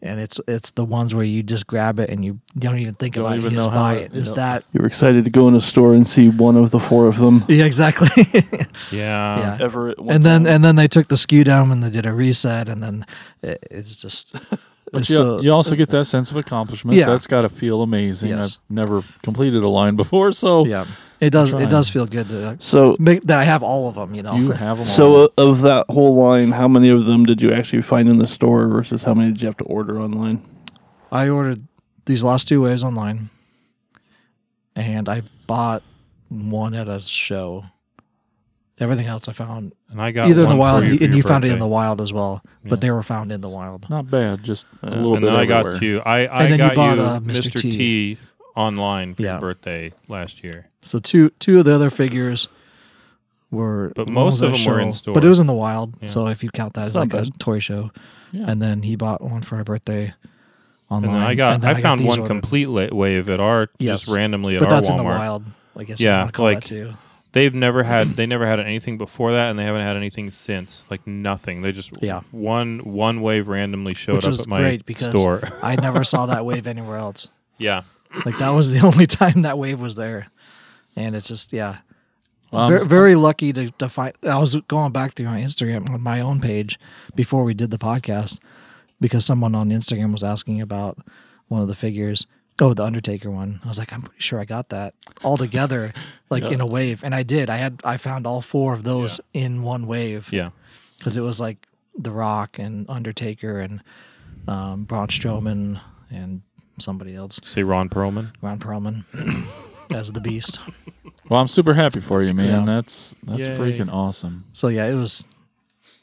[SPEAKER 5] and it's it's the ones where you just grab it and you don't even think
[SPEAKER 2] Don't
[SPEAKER 5] about
[SPEAKER 2] even
[SPEAKER 5] it, you just
[SPEAKER 2] know how
[SPEAKER 5] buy
[SPEAKER 2] it-
[SPEAKER 5] it. Is
[SPEAKER 2] yep.
[SPEAKER 5] that
[SPEAKER 4] You were excited to go in a store and see one of the four of them
[SPEAKER 5] yeah exactly?
[SPEAKER 2] Uh,
[SPEAKER 3] Yeah.
[SPEAKER 5] Yeah.
[SPEAKER 4] ever. At one
[SPEAKER 5] and
[SPEAKER 4] time.
[SPEAKER 5] then and then they took the skew down and they did a reset and then it, it's just
[SPEAKER 2] But
[SPEAKER 5] it's
[SPEAKER 2] you,
[SPEAKER 5] so-
[SPEAKER 2] you also get that sense of accomplishment.
[SPEAKER 5] Yeah.
[SPEAKER 2] That's got to feel amazing.
[SPEAKER 5] Yes.
[SPEAKER 2] I've never completed a line before, so
[SPEAKER 5] yeah it does
[SPEAKER 2] trying.
[SPEAKER 5] it does feel good to
[SPEAKER 4] so
[SPEAKER 5] make, that I have all of them you know
[SPEAKER 2] you have them.
[SPEAKER 4] so uh, of that whole line, how many of them did you actually find in the store versus how many did you have to order online?
[SPEAKER 5] I ordered these last two waves online and I bought one at a show everything else I found
[SPEAKER 3] And I got
[SPEAKER 5] either in
[SPEAKER 3] one
[SPEAKER 5] the wild
[SPEAKER 3] for you
[SPEAKER 5] and
[SPEAKER 3] for
[SPEAKER 5] you
[SPEAKER 3] your
[SPEAKER 5] found it in
[SPEAKER 3] birthday.
[SPEAKER 5] the wild as well but they were found in the wild
[SPEAKER 2] not bad. Just a little
[SPEAKER 3] and
[SPEAKER 2] bit.
[SPEAKER 3] then I
[SPEAKER 2] everywhere.
[SPEAKER 3] got you. I, I
[SPEAKER 5] And then you
[SPEAKER 3] got you,
[SPEAKER 5] bought, uh,
[SPEAKER 3] Mr.
[SPEAKER 5] Mr.
[SPEAKER 3] T. online for
[SPEAKER 5] Yeah.
[SPEAKER 3] your birthday last year.
[SPEAKER 5] so two two of the other figures were
[SPEAKER 3] But
[SPEAKER 5] the ones
[SPEAKER 3] most
[SPEAKER 5] at
[SPEAKER 3] of them were in
[SPEAKER 5] show, but it
[SPEAKER 3] store.
[SPEAKER 5] was in the wild so if you count that as
[SPEAKER 4] not
[SPEAKER 5] like a
[SPEAKER 4] bad.
[SPEAKER 5] toy show
[SPEAKER 2] Yeah.
[SPEAKER 5] and then he bought one for my birthday online
[SPEAKER 3] And then I got
[SPEAKER 5] and then
[SPEAKER 3] I, found
[SPEAKER 5] these
[SPEAKER 3] one
[SPEAKER 5] ordered.
[SPEAKER 3] complete la- wave at our
[SPEAKER 5] Yes.
[SPEAKER 3] just randomly at
[SPEAKER 5] but
[SPEAKER 3] our
[SPEAKER 5] that's in the
[SPEAKER 3] Walmart.
[SPEAKER 5] wild i guess
[SPEAKER 3] Yeah,
[SPEAKER 5] yeah
[SPEAKER 3] like-
[SPEAKER 5] that too
[SPEAKER 3] They've never had they never had anything before that and they haven't had anything since. Like nothing. They just
[SPEAKER 5] Yeah.
[SPEAKER 3] one one wave randomly showed
[SPEAKER 5] which
[SPEAKER 3] up
[SPEAKER 5] was
[SPEAKER 3] at my
[SPEAKER 5] great because
[SPEAKER 3] store.
[SPEAKER 5] i never saw that wave anywhere else
[SPEAKER 3] yeah.
[SPEAKER 5] like that was the only time that wave was there and it's just yeah
[SPEAKER 2] Well, I'm
[SPEAKER 5] Ver-
[SPEAKER 2] s-
[SPEAKER 5] very lucky to, to find. I was going back through my Instagram on my own page before we did the podcast, because someone on Instagram was asking about one of the figures. Oh, the Undertaker one. I was like, I'm pretty sure I got that all together, like in a wave, and I did. I had I found all four of those in one wave
[SPEAKER 3] Yeah.
[SPEAKER 5] because it was like The Rock and Undertaker and um, Braun Strowman and somebody else,
[SPEAKER 3] Say Ron Perlman.
[SPEAKER 5] Ron Perlman as the Beast.
[SPEAKER 2] Well, I'm super happy for you, man.
[SPEAKER 5] Yeah.
[SPEAKER 2] That's that's
[SPEAKER 3] Yay.
[SPEAKER 2] freaking awesome.
[SPEAKER 5] So yeah, it was.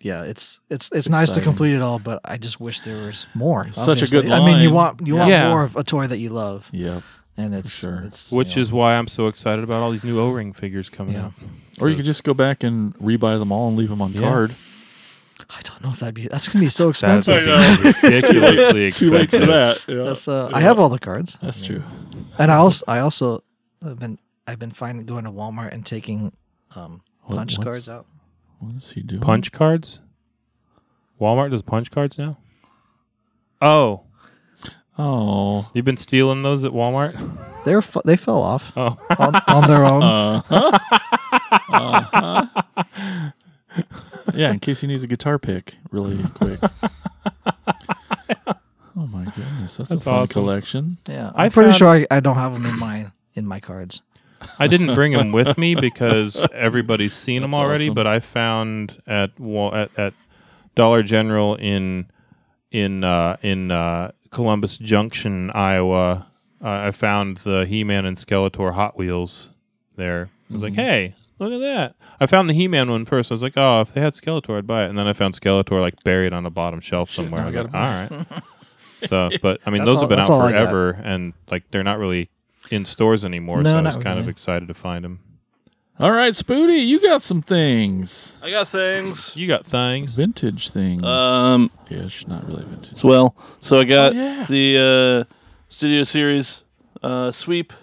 [SPEAKER 5] Yeah, it's it's it's nice to
[SPEAKER 2] Exciting.
[SPEAKER 5] complete it all, but I just wish there was more.
[SPEAKER 2] Such a
[SPEAKER 5] obviously.
[SPEAKER 2] good
[SPEAKER 5] I mean, you
[SPEAKER 2] line.
[SPEAKER 5] want you want
[SPEAKER 3] Yeah.
[SPEAKER 5] more of a toy that you love,
[SPEAKER 2] Yeah.
[SPEAKER 5] and it's
[SPEAKER 2] sure.
[SPEAKER 5] It's,
[SPEAKER 3] Which
[SPEAKER 5] yeah.
[SPEAKER 3] is why I'm so excited about all these new O-ring figures coming
[SPEAKER 5] Yeah.
[SPEAKER 3] out.
[SPEAKER 2] Or you could just go back and rebuy them all and leave them on card.
[SPEAKER 5] I don't know if that'd be that's gonna be so
[SPEAKER 3] That
[SPEAKER 5] expensive.
[SPEAKER 3] would be ridiculously
[SPEAKER 2] Too late for
[SPEAKER 3] expensive.
[SPEAKER 2] that. Yeah.
[SPEAKER 5] that's uh, I have all the cards,
[SPEAKER 2] That's true.
[SPEAKER 5] and I also I also have been I've been finding going to Walmart and taking um,
[SPEAKER 2] What-
[SPEAKER 5] punch
[SPEAKER 2] what's-
[SPEAKER 5] cards out.
[SPEAKER 2] What is he doing?
[SPEAKER 3] Punch cards? Walmart does punch cards now? Oh,
[SPEAKER 2] Oh.
[SPEAKER 3] you've been stealing those at Walmart?
[SPEAKER 5] They're fu- they fell off
[SPEAKER 3] Oh. Uh,
[SPEAKER 5] on, on their own.
[SPEAKER 2] Yeah, in case he needs a guitar pick really quick. oh my goodness. That's,
[SPEAKER 3] That's
[SPEAKER 2] a fun
[SPEAKER 3] awesome.
[SPEAKER 2] collection.
[SPEAKER 5] yeah, I'm
[SPEAKER 3] I
[SPEAKER 5] pretty
[SPEAKER 3] found-
[SPEAKER 5] sure I, I don't have them in my in my cards.
[SPEAKER 3] I didn't bring them with me because everybody's seen them
[SPEAKER 2] That's
[SPEAKER 3] already.
[SPEAKER 2] awesome.
[SPEAKER 3] But I found at Wal- at, at Dollar General in in uh, in uh, Columbus Junction, Iowa, uh, I found the He-Man and Skeletor Hot Wheels there. I was
[SPEAKER 5] Mm-hmm.
[SPEAKER 3] like, hey. Look at that! I found the He-Man one first. I was like, "Oh, if they had Skeletor, I'd buy it." And then I found Skeletor like buried on the bottom shelf somewhere. I was like, "All right." so, but I mean,
[SPEAKER 5] That's
[SPEAKER 3] those
[SPEAKER 5] all-
[SPEAKER 3] have been out
[SPEAKER 5] that's all I got.
[SPEAKER 3] forever, and like they're not really in stores anymore.
[SPEAKER 5] No,
[SPEAKER 3] so I was
[SPEAKER 5] not
[SPEAKER 3] kind of
[SPEAKER 5] really.
[SPEAKER 3] excited to find them.
[SPEAKER 2] All right, Spoody, you got some things.
[SPEAKER 4] I got things.
[SPEAKER 3] You got things.
[SPEAKER 2] Vintage things.
[SPEAKER 4] Um,
[SPEAKER 2] ish, not really vintage.
[SPEAKER 4] as well. So I got
[SPEAKER 2] Oh, yeah.
[SPEAKER 4] the uh, Studio Series uh, Sweep,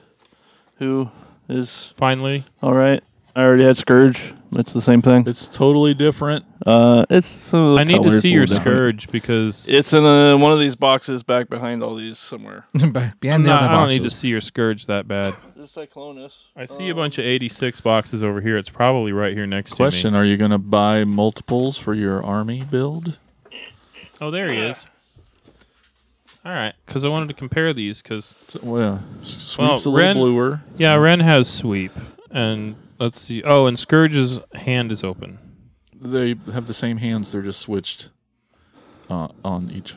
[SPEAKER 4] who is
[SPEAKER 3] Finally,
[SPEAKER 4] all right. I already had Scourge. That's the same thing.
[SPEAKER 2] It's totally different.
[SPEAKER 4] Uh, it's so
[SPEAKER 3] I need to see your scourge because
[SPEAKER 4] It's in uh one of these boxes back behind all these somewhere.
[SPEAKER 5] Behind
[SPEAKER 3] I'm
[SPEAKER 5] the
[SPEAKER 3] not-
[SPEAKER 5] other
[SPEAKER 3] I don't need to
[SPEAKER 5] boxes.
[SPEAKER 3] see your scourge that bad.
[SPEAKER 4] This Cyclonus.
[SPEAKER 3] I see a bunch of 86 boxes over here. It's probably right here next
[SPEAKER 2] Question
[SPEAKER 3] to
[SPEAKER 2] Are you going to buy multiples for your army build?
[SPEAKER 3] me. Oh, there he is. All right, because I wanted to compare these. Because
[SPEAKER 2] So, well, s- sweeps
[SPEAKER 3] Well,
[SPEAKER 2] a little
[SPEAKER 3] Ren-
[SPEAKER 2] bluer.
[SPEAKER 3] yeah, Ren has sweep, and let's see. Oh, and Scourge's hand is open.
[SPEAKER 2] They have the same hands, they're just switched uh, on each.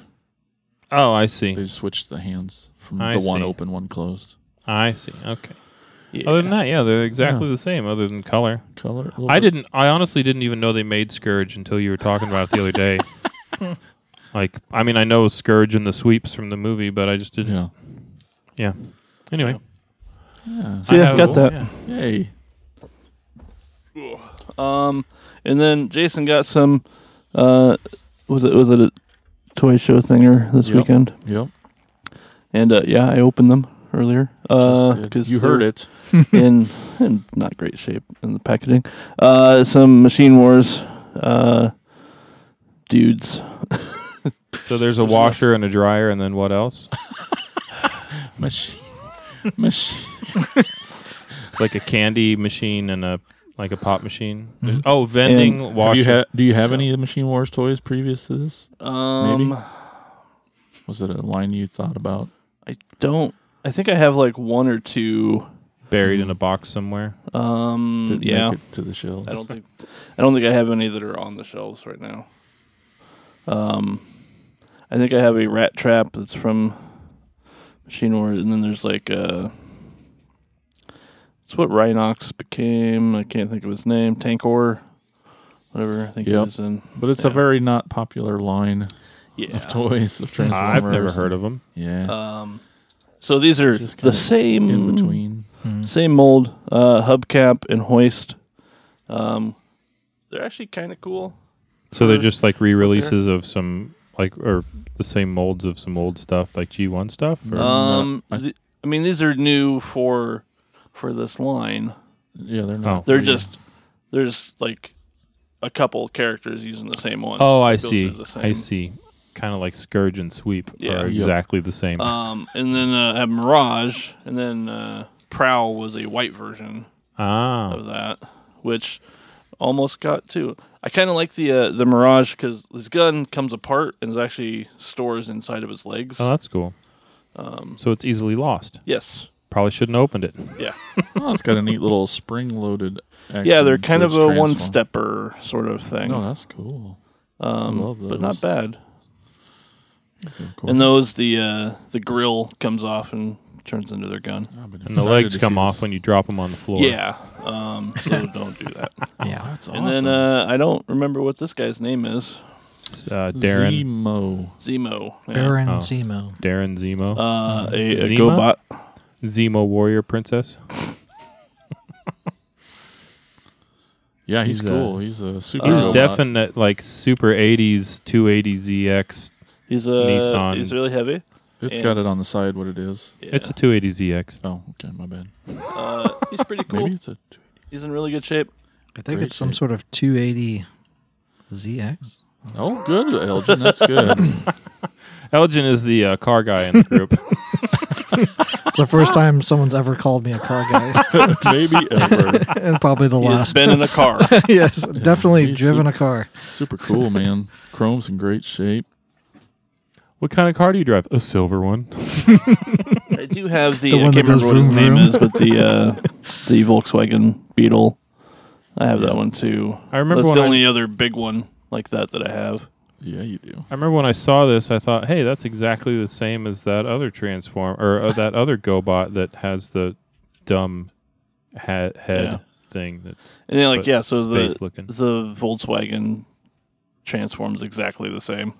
[SPEAKER 3] Oh, I
[SPEAKER 2] They
[SPEAKER 3] see.
[SPEAKER 2] just switched the hands from
[SPEAKER 3] I
[SPEAKER 2] the one
[SPEAKER 3] see.
[SPEAKER 2] open, one closed.
[SPEAKER 3] I see. Okay.
[SPEAKER 4] Yeah.
[SPEAKER 3] Other than that, yeah, they're exactly the same, other than color.
[SPEAKER 2] Color? a little
[SPEAKER 3] I
[SPEAKER 2] bit-
[SPEAKER 3] didn't. I honestly didn't even know they made Scourge until you were talking about it the other day. like, I mean, I know Scourge and the sweeps from the movie, but I just didn't.
[SPEAKER 2] Yeah.
[SPEAKER 3] Yeah. Anyway,
[SPEAKER 4] So
[SPEAKER 3] I
[SPEAKER 4] yeah,
[SPEAKER 3] have-
[SPEAKER 4] got that.
[SPEAKER 3] yeah.
[SPEAKER 2] Hey.
[SPEAKER 4] Um, and then Jason got some. Uh, was it was it a toy show thinger this
[SPEAKER 2] Yep.
[SPEAKER 4] weekend?
[SPEAKER 2] Yep.
[SPEAKER 4] And uh, yeah, I opened them earlier. Uh,
[SPEAKER 2] Just did.
[SPEAKER 4] 'cause
[SPEAKER 2] you
[SPEAKER 4] they
[SPEAKER 2] heard
[SPEAKER 4] were-
[SPEAKER 2] it.
[SPEAKER 4] in in not great shape in the packaging. Uh, some Machine Wars uh, dudes.
[SPEAKER 3] so there's a washer and a dryer, and then what else?
[SPEAKER 2] Machine. Machine.
[SPEAKER 3] It's like a candy machine and a like a pop machine. There's- Oh, vending
[SPEAKER 2] Do
[SPEAKER 3] washer.
[SPEAKER 2] you, ha- do you have any of the Machine Wars toys previous to this?
[SPEAKER 4] Um,
[SPEAKER 2] Maybe. Was it a line you thought about?
[SPEAKER 4] I don't. I think I have like one or two.
[SPEAKER 3] buried in a box somewhere.
[SPEAKER 4] Um,
[SPEAKER 2] Didn't
[SPEAKER 4] yeah,
[SPEAKER 2] Make it to the shelves.
[SPEAKER 4] I don't think. I don't think I have any that are on the shelves right now. Um, I think I have a Rat Trap that's from Machine Wars, and then there's like uh, it's what Rhinox became. I can't think of his name. Tankor, whatever. I think he
[SPEAKER 2] Yep.
[SPEAKER 4] was in.
[SPEAKER 2] But it's a
[SPEAKER 4] Yeah.
[SPEAKER 2] very not popular line
[SPEAKER 4] Yeah.
[SPEAKER 2] of toys of Transformers.
[SPEAKER 3] I've never heard of them.
[SPEAKER 2] Yeah.
[SPEAKER 4] Um, so these are
[SPEAKER 2] Just
[SPEAKER 4] the
[SPEAKER 2] kinda
[SPEAKER 4] same
[SPEAKER 2] in between.
[SPEAKER 4] same mold, uh, hubcap and hoist. Um, they're actually kind of cool.
[SPEAKER 3] So they're just like re-releases of some like or the same molds of some old stuff, like G1 stuff. Or?
[SPEAKER 4] Um,
[SPEAKER 2] I-
[SPEAKER 4] th- I, mean, these are new for for this line.
[SPEAKER 2] Yeah, they're not.
[SPEAKER 3] Oh.
[SPEAKER 4] They're
[SPEAKER 2] free.
[SPEAKER 4] just there's like a couple characters using the same ones.
[SPEAKER 3] Oh, I
[SPEAKER 4] Those are
[SPEAKER 3] see.
[SPEAKER 4] the same.
[SPEAKER 3] I see. Kind of like Scourge and Sweep
[SPEAKER 4] Yeah.
[SPEAKER 3] are
[SPEAKER 4] Yep.
[SPEAKER 3] exactly the same.
[SPEAKER 4] Um, and then uh, I have Mirage, and then uh, Prowl was a white version
[SPEAKER 3] ah,
[SPEAKER 4] of that, which almost got two. I kind of like the uh, the Mirage because his gun comes apart and is actually stores inside of his legs.
[SPEAKER 3] Oh, that's cool.
[SPEAKER 4] Um,
[SPEAKER 3] so it's easily lost.
[SPEAKER 4] yes.
[SPEAKER 3] Probably shouldn't have opened it.
[SPEAKER 4] Yeah.
[SPEAKER 2] Oh, it's got a neat little spring loaded.
[SPEAKER 4] Yeah, they're kind of a one stepper sort of thing.
[SPEAKER 3] Oh,
[SPEAKER 2] No, Oh, that's cool.
[SPEAKER 4] um,
[SPEAKER 2] love
[SPEAKER 4] but not
[SPEAKER 2] those.
[SPEAKER 4] bad.
[SPEAKER 2] cool.
[SPEAKER 4] And those the uh, the grill comes off and turns into their gun.
[SPEAKER 3] And the legs come off when you drop them on the floor.
[SPEAKER 4] Yeah. Um, so don't do that.
[SPEAKER 5] Yeah.
[SPEAKER 2] That's awesome.
[SPEAKER 4] And then uh, I don't remember what this guy's name is.
[SPEAKER 3] It's, uh, Darren.
[SPEAKER 2] Zemo.
[SPEAKER 4] Zemo. Yeah.
[SPEAKER 5] Baron
[SPEAKER 3] Oh.
[SPEAKER 5] Zemo.
[SPEAKER 3] Darren Zemo.
[SPEAKER 4] Uh, a, a
[SPEAKER 3] Zemo?
[SPEAKER 4] GoBot.
[SPEAKER 3] Zemo Warrior Princess.
[SPEAKER 2] Yeah, he's,
[SPEAKER 3] He's, uh,
[SPEAKER 2] cool. he's a super.
[SPEAKER 3] He's
[SPEAKER 2] robot.
[SPEAKER 3] definite like super 80s 280ZX.
[SPEAKER 4] He's a
[SPEAKER 3] Nissan.
[SPEAKER 4] He's really heavy.
[SPEAKER 2] It's
[SPEAKER 4] and-
[SPEAKER 2] got it on the side. What it is?
[SPEAKER 4] Yeah.
[SPEAKER 3] It's a 280ZX.
[SPEAKER 2] Oh, okay, my bad.
[SPEAKER 4] uh, he's pretty cool.
[SPEAKER 2] Maybe it's a.
[SPEAKER 4] He's in really good shape.
[SPEAKER 5] I think
[SPEAKER 2] Great
[SPEAKER 5] it's some
[SPEAKER 2] shape.
[SPEAKER 5] sort of 280 ZX.
[SPEAKER 2] Oh, good, Elgin. That's good.
[SPEAKER 3] Elgin is the uh, car guy in the group.
[SPEAKER 5] It's the first time someone's ever called me a car guy,
[SPEAKER 2] Maybe ever.
[SPEAKER 5] and probably the
[SPEAKER 4] He has
[SPEAKER 5] last.
[SPEAKER 4] been in a car.
[SPEAKER 5] yes, definitely
[SPEAKER 2] he's
[SPEAKER 5] driven a car.
[SPEAKER 2] Super cool, man. Chrome's in great shape.
[SPEAKER 3] what kind of car do you drive? A silver one.
[SPEAKER 4] I do have the,
[SPEAKER 5] The
[SPEAKER 4] I
[SPEAKER 5] one
[SPEAKER 4] can't
[SPEAKER 5] that goes
[SPEAKER 4] remember what his
[SPEAKER 5] vroom
[SPEAKER 4] name
[SPEAKER 5] vroom.
[SPEAKER 4] is, but the uh, the Volkswagen Beetle. I have that one too.
[SPEAKER 3] I remember
[SPEAKER 4] That's
[SPEAKER 3] when
[SPEAKER 4] the
[SPEAKER 3] I-
[SPEAKER 4] only other big one like that that I have.
[SPEAKER 2] Yeah, you do.
[SPEAKER 3] I remember when I saw this, I thought, "Hey, that's exactly the same as that other transform or uh, that other GoBot that has the dumb ha- head
[SPEAKER 4] Yeah.
[SPEAKER 3] thing." That
[SPEAKER 4] And then like
[SPEAKER 3] But
[SPEAKER 4] yeah, so the
[SPEAKER 3] space looking.
[SPEAKER 4] the Volkswagen transforms exactly the same,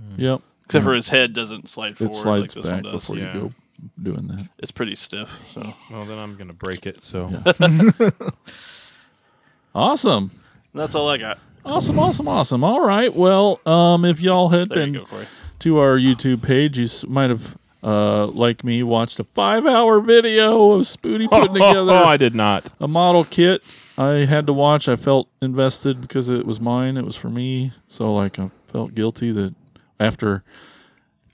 [SPEAKER 3] Mm.
[SPEAKER 2] Yep.
[SPEAKER 4] except for his head doesn't slide
[SPEAKER 2] It
[SPEAKER 4] forward.
[SPEAKER 2] slides
[SPEAKER 4] like this
[SPEAKER 2] back
[SPEAKER 4] one does.
[SPEAKER 2] before
[SPEAKER 3] yeah.
[SPEAKER 2] you go doing that.
[SPEAKER 4] It's pretty stiff. So
[SPEAKER 3] well, then I'm gonna break it. So
[SPEAKER 2] Awesome.
[SPEAKER 4] that's all I got.
[SPEAKER 2] Awesome, awesome, awesome. All right. Well, um, if y'all had
[SPEAKER 4] There
[SPEAKER 2] been
[SPEAKER 4] you go, Corey.
[SPEAKER 2] to our YouTube page, you s- might have, uh, like me, watched a five-hour video of Spooty putting together
[SPEAKER 3] oh, I did not.
[SPEAKER 2] a model kit. I had to watch. I felt invested because it was mine. It was for me. So like, I felt guilty that after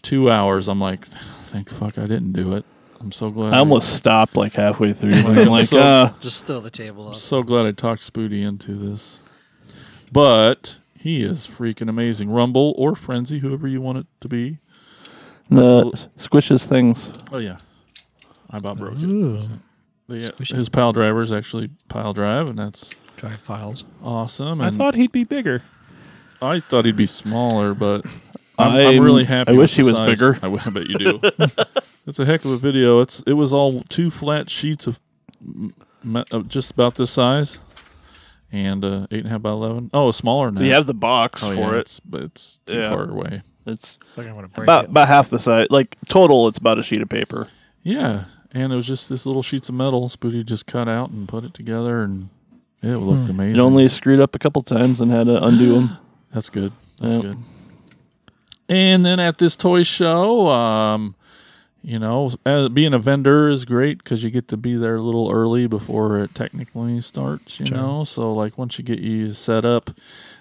[SPEAKER 2] two hours, I'm like, thank fuck I didn't do it. I'm so glad.
[SPEAKER 4] I almost stopped like halfway through.
[SPEAKER 2] I'm
[SPEAKER 4] I'm like,
[SPEAKER 2] Uh, so-
[SPEAKER 4] uh,
[SPEAKER 5] Just throw the table up.
[SPEAKER 2] I'm so glad I talked Spooty into this. But he is freaking amazing. Rumble or Frenzy, whoever you want it to be.
[SPEAKER 4] the squishes things.
[SPEAKER 2] Oh yeah, I about broke
[SPEAKER 5] Ooh.
[SPEAKER 2] it. The,
[SPEAKER 5] Squishy.
[SPEAKER 2] his pile driver is actually pile drive, and that's
[SPEAKER 5] Drive piles.
[SPEAKER 2] awesome.
[SPEAKER 3] I
[SPEAKER 2] And
[SPEAKER 3] thought he'd be bigger.
[SPEAKER 2] I thought he'd be smaller, but I'm, I'm
[SPEAKER 4] I'm-
[SPEAKER 2] really happy.
[SPEAKER 4] I
[SPEAKER 2] with
[SPEAKER 4] wish he
[SPEAKER 2] the
[SPEAKER 4] was
[SPEAKER 2] size.
[SPEAKER 4] bigger.
[SPEAKER 2] I, w- I bet you do. it's a heck of a video. It's it was all two flat sheets of, m- me- of just about this size, and uh, eight and a half by eleven. Oh, it's smaller now.
[SPEAKER 4] We have the box
[SPEAKER 2] oh,
[SPEAKER 4] for
[SPEAKER 2] yeah,
[SPEAKER 4] it.
[SPEAKER 2] it's, but it's too
[SPEAKER 4] Yeah.
[SPEAKER 2] far away.
[SPEAKER 4] It's
[SPEAKER 5] Fucking want to break
[SPEAKER 4] about
[SPEAKER 5] it.
[SPEAKER 4] about half the size. Like total, it's about a sheet of paper.
[SPEAKER 2] Yeah, and it was just this little sheets of metal. Spooty just cut out and put it together, and it looked amazing.
[SPEAKER 4] It only screwed up a couple times and had to undo them.
[SPEAKER 2] That's good. That's
[SPEAKER 4] Yep.
[SPEAKER 2] good. And then at this toy show, um, you know, uh being a vendor is great because you get to be there a little early before it technically starts. You
[SPEAKER 5] Sure.
[SPEAKER 2] know, so like once you get you set up,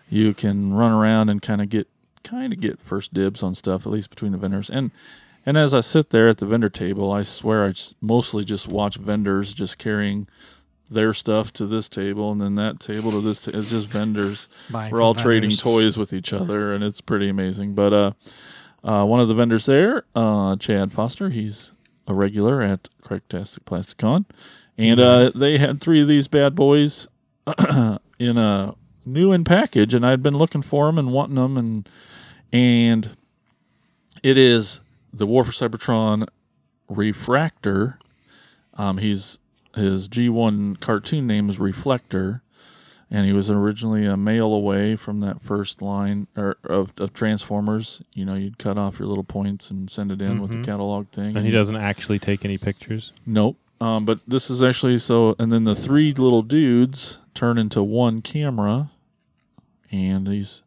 [SPEAKER 2] you can run around and kind of get kind of get first dibs on stuff at least between the vendors and. And as I sit there at the vendor table, I swear I just mostly just watch vendors just carrying their stuff to this table and then that table to this. Ta- it's just vendors
[SPEAKER 5] Buying
[SPEAKER 2] we're
[SPEAKER 5] from
[SPEAKER 2] all trading
[SPEAKER 5] vendors.
[SPEAKER 2] toys with each other and it's pretty amazing but uh, uh one of the vendors there uh chad foster he's a regular at cracktastic plastic con and
[SPEAKER 3] Nice.
[SPEAKER 2] uh they had three of these bad boys in a new in package and i'd been looking for them and wanting them and and it is the war for cybertron refractor um he's his g1 cartoon name is reflector and he was originally a male away from that first line or, of, of Transformers. You know, you'd cut off your little points and send it in with the catalog thing.
[SPEAKER 3] Mm-hmm.
[SPEAKER 4] Mm-hmm.
[SPEAKER 3] And he doesn't actually take any pictures.
[SPEAKER 2] Nope. Um, but this is actually so. And then the three little dudes turn into one camera, and these,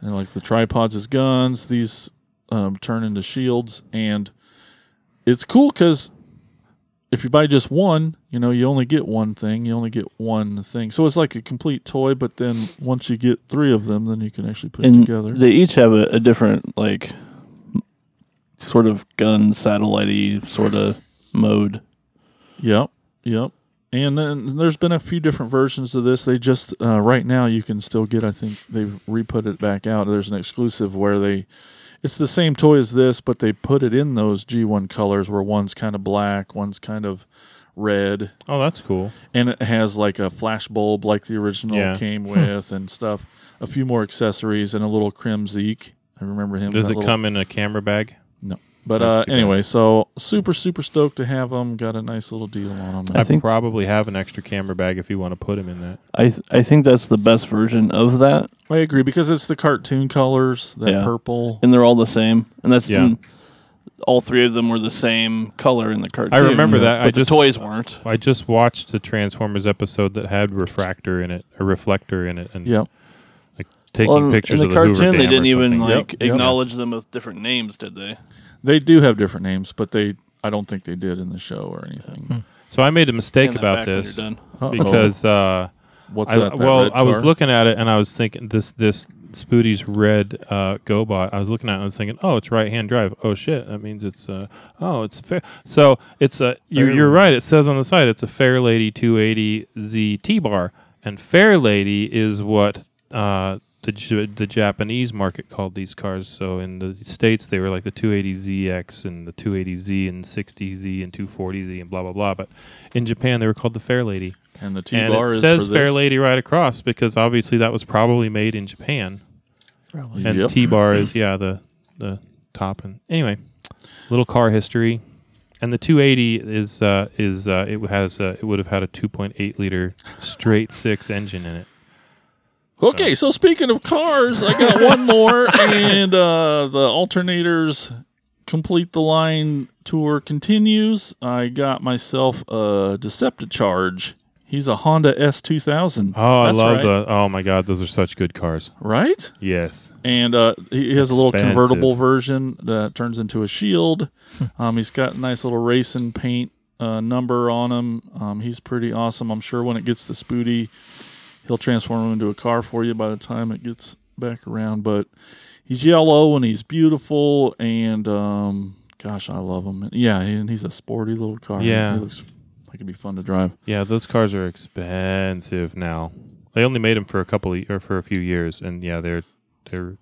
[SPEAKER 2] and like the tripods as guns. These um, turn into shields, and it's cool because if you buy just one, you know you only get one thing. You only get one thing, so it's like a complete toy. But then once you get three of them, then you can actually put it
[SPEAKER 4] And
[SPEAKER 2] together.
[SPEAKER 4] they each have a, a different like sort of gun satellite sort of mode.
[SPEAKER 2] Yep. Yep. And then there's been a few different versions of this. They just uh, right now you can still get. I think they've re-put it back out. There's an exclusive where they, it's the same toy as this, but they put it in those G1 colors where one's kind of black, one's kind of red,
[SPEAKER 3] Oh, that's cool.
[SPEAKER 2] and it has like a flash bulb like the original
[SPEAKER 3] Yeah.
[SPEAKER 2] came with and stuff. A few more accessories and a little Crimzeek. I remember him.
[SPEAKER 3] Does
[SPEAKER 2] that
[SPEAKER 3] it
[SPEAKER 2] little-
[SPEAKER 3] come in a camera bag?
[SPEAKER 2] No. But
[SPEAKER 3] That's
[SPEAKER 2] uh,
[SPEAKER 3] too bad.
[SPEAKER 2] anyway, so super super stoked to have them. Got a nice little deal on them.
[SPEAKER 3] I,
[SPEAKER 4] think-
[SPEAKER 3] probably have an extra camera bag if you want to put him in that.
[SPEAKER 4] I th- I think that's the best version of that,
[SPEAKER 2] I agree because it's the cartoon colors, that
[SPEAKER 4] Yeah.
[SPEAKER 2] purple.
[SPEAKER 4] and they're all the same. And that's
[SPEAKER 3] Yeah.
[SPEAKER 4] and all three of them were the same color in the cartoon.
[SPEAKER 3] I remember that.
[SPEAKER 4] But
[SPEAKER 3] I
[SPEAKER 4] the
[SPEAKER 3] just
[SPEAKER 4] toys weren't.
[SPEAKER 3] I just watched the Transformers episode that had refractor in it, a reflector in it, and
[SPEAKER 2] Yep.
[SPEAKER 3] like taking
[SPEAKER 4] Well, in-
[SPEAKER 3] pictures
[SPEAKER 4] in the
[SPEAKER 3] of the
[SPEAKER 4] cartoon,
[SPEAKER 3] Hoover
[SPEAKER 4] they
[SPEAKER 3] Dam or
[SPEAKER 4] didn't even
[SPEAKER 3] something.
[SPEAKER 4] like
[SPEAKER 2] Yep, yep.
[SPEAKER 4] acknowledge them with different names, did they?
[SPEAKER 2] They do have different names, but they I don't think they did in the show or anything.
[SPEAKER 3] So I made a mistake
[SPEAKER 4] Hand that
[SPEAKER 3] about
[SPEAKER 4] back when you're
[SPEAKER 3] this
[SPEAKER 4] done.
[SPEAKER 2] Uh-oh.
[SPEAKER 3] because uh,
[SPEAKER 2] what's
[SPEAKER 3] I,
[SPEAKER 2] that? that
[SPEAKER 3] well,
[SPEAKER 2] red
[SPEAKER 3] I was
[SPEAKER 2] car?
[SPEAKER 3] looking at it and I was thinking this this Spoody's red uh, GoBot. I was looking at it and I was thinking, oh, it's right hand drive. Oh shit, that means it's uh, oh, it's fair. So it's a you,
[SPEAKER 2] Fair
[SPEAKER 3] you're
[SPEAKER 2] Lady.
[SPEAKER 3] right. It says on the side it's a Fair Lady 280 ZT bar, and Fair Lady is what uh, the J- the Japanese market called these cars. So in the states they were like the 280ZX and the 280Z and 60Z and 240Z and blah blah blah. But in Japan they were called the Fair Lady
[SPEAKER 2] and the T
[SPEAKER 3] and
[SPEAKER 2] bar
[SPEAKER 3] it
[SPEAKER 2] is
[SPEAKER 3] says
[SPEAKER 2] for
[SPEAKER 3] Fair
[SPEAKER 2] this.
[SPEAKER 3] Lady right across because obviously that was probably made in Japan.
[SPEAKER 5] Probably.
[SPEAKER 3] And
[SPEAKER 2] Yep.
[SPEAKER 3] T bar is yeah the the top and anyway, little car history, and the 280 is uh, is uh, it has uh, it would have had a 2.8 liter straight six engine in it.
[SPEAKER 2] Okay, so speaking of cars, I got one more, and uh, the alternators complete the line tour continues. I got myself a Decepticharge. He's a Honda S2000.
[SPEAKER 3] Oh,
[SPEAKER 2] That's
[SPEAKER 3] I love
[SPEAKER 2] right.
[SPEAKER 3] the oh my god, those are such good cars.
[SPEAKER 2] Right?
[SPEAKER 3] Yes,
[SPEAKER 2] and uh, he he has a little
[SPEAKER 3] Expensive.
[SPEAKER 2] convertible version that turns into a shield. um, he's got a nice little racing paint uh, number on him. Um, he's pretty awesome. I'm sure when it gets to Spoody, he'll transform him into a car for you by the time it gets back around. But he's yellow and he's beautiful. And um, gosh, I love him. Yeah, and he's a sporty little car.
[SPEAKER 3] Yeah.
[SPEAKER 2] he looks like it'd be fun to drive.
[SPEAKER 3] yeah, those cars are expensive now. They only made them for a couple of, or for a few years, and yeah, they're they're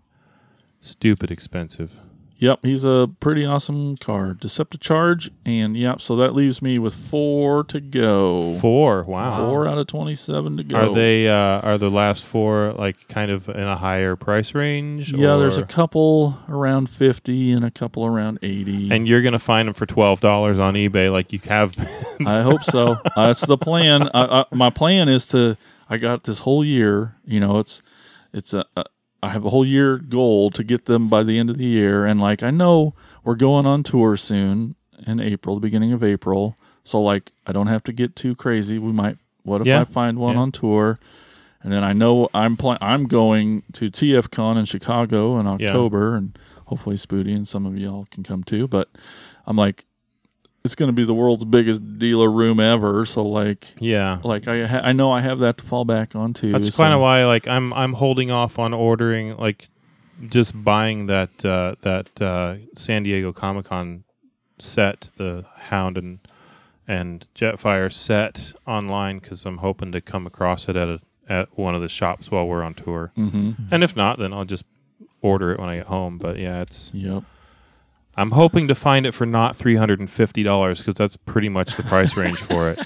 [SPEAKER 3] stupid expensive.
[SPEAKER 2] Yep, he's a pretty awesome car. Decepticharge, and yep, so that leaves me with four to go.
[SPEAKER 3] Four, wow,
[SPEAKER 2] Four out of twenty-seven to go.
[SPEAKER 3] Are they uh, are the last four like kind of in a higher price range?
[SPEAKER 2] Yeah, there's
[SPEAKER 3] or-
[SPEAKER 2] a couple around fifty and a couple around eighty.
[SPEAKER 3] and you're gonna find them for twelve dollars on eBay, like you have.
[SPEAKER 2] I hope so. Uh, That's the plan. I, I, my plan is to. I got this whole year. You know, it's it's a. a I have a whole year goal to get them by the end of the year, and like I know we're going on tour soon in April, the beginning of April. So like I don't have to get too crazy. We might. What if
[SPEAKER 3] Yeah.
[SPEAKER 2] I find one
[SPEAKER 3] Yeah.
[SPEAKER 2] on tour? And then I know I'm pl- I'm going to TFCon in Chicago in October, and hopefully Spoody and some of y'all can come too. But I'm like, it's going to be the world's biggest dealer room ever. So like,
[SPEAKER 3] yeah,
[SPEAKER 2] like I ha- I know I have that to fall back on too.
[SPEAKER 3] that's
[SPEAKER 2] so-
[SPEAKER 3] kind of why like I'm I'm holding off on ordering like just buying that uh, that uh, San Diego Comic Con set, the Hound and and Jetfire set online because I'm hoping to come across it at a, at one of the shops while we're on tour.
[SPEAKER 2] Mhm.
[SPEAKER 3] And if not, then I'll just order it when I get home. But yeah, it's
[SPEAKER 2] Yep.
[SPEAKER 3] I'm hoping to find it for not three hundred and fifty dollars because that's pretty much the price range for it.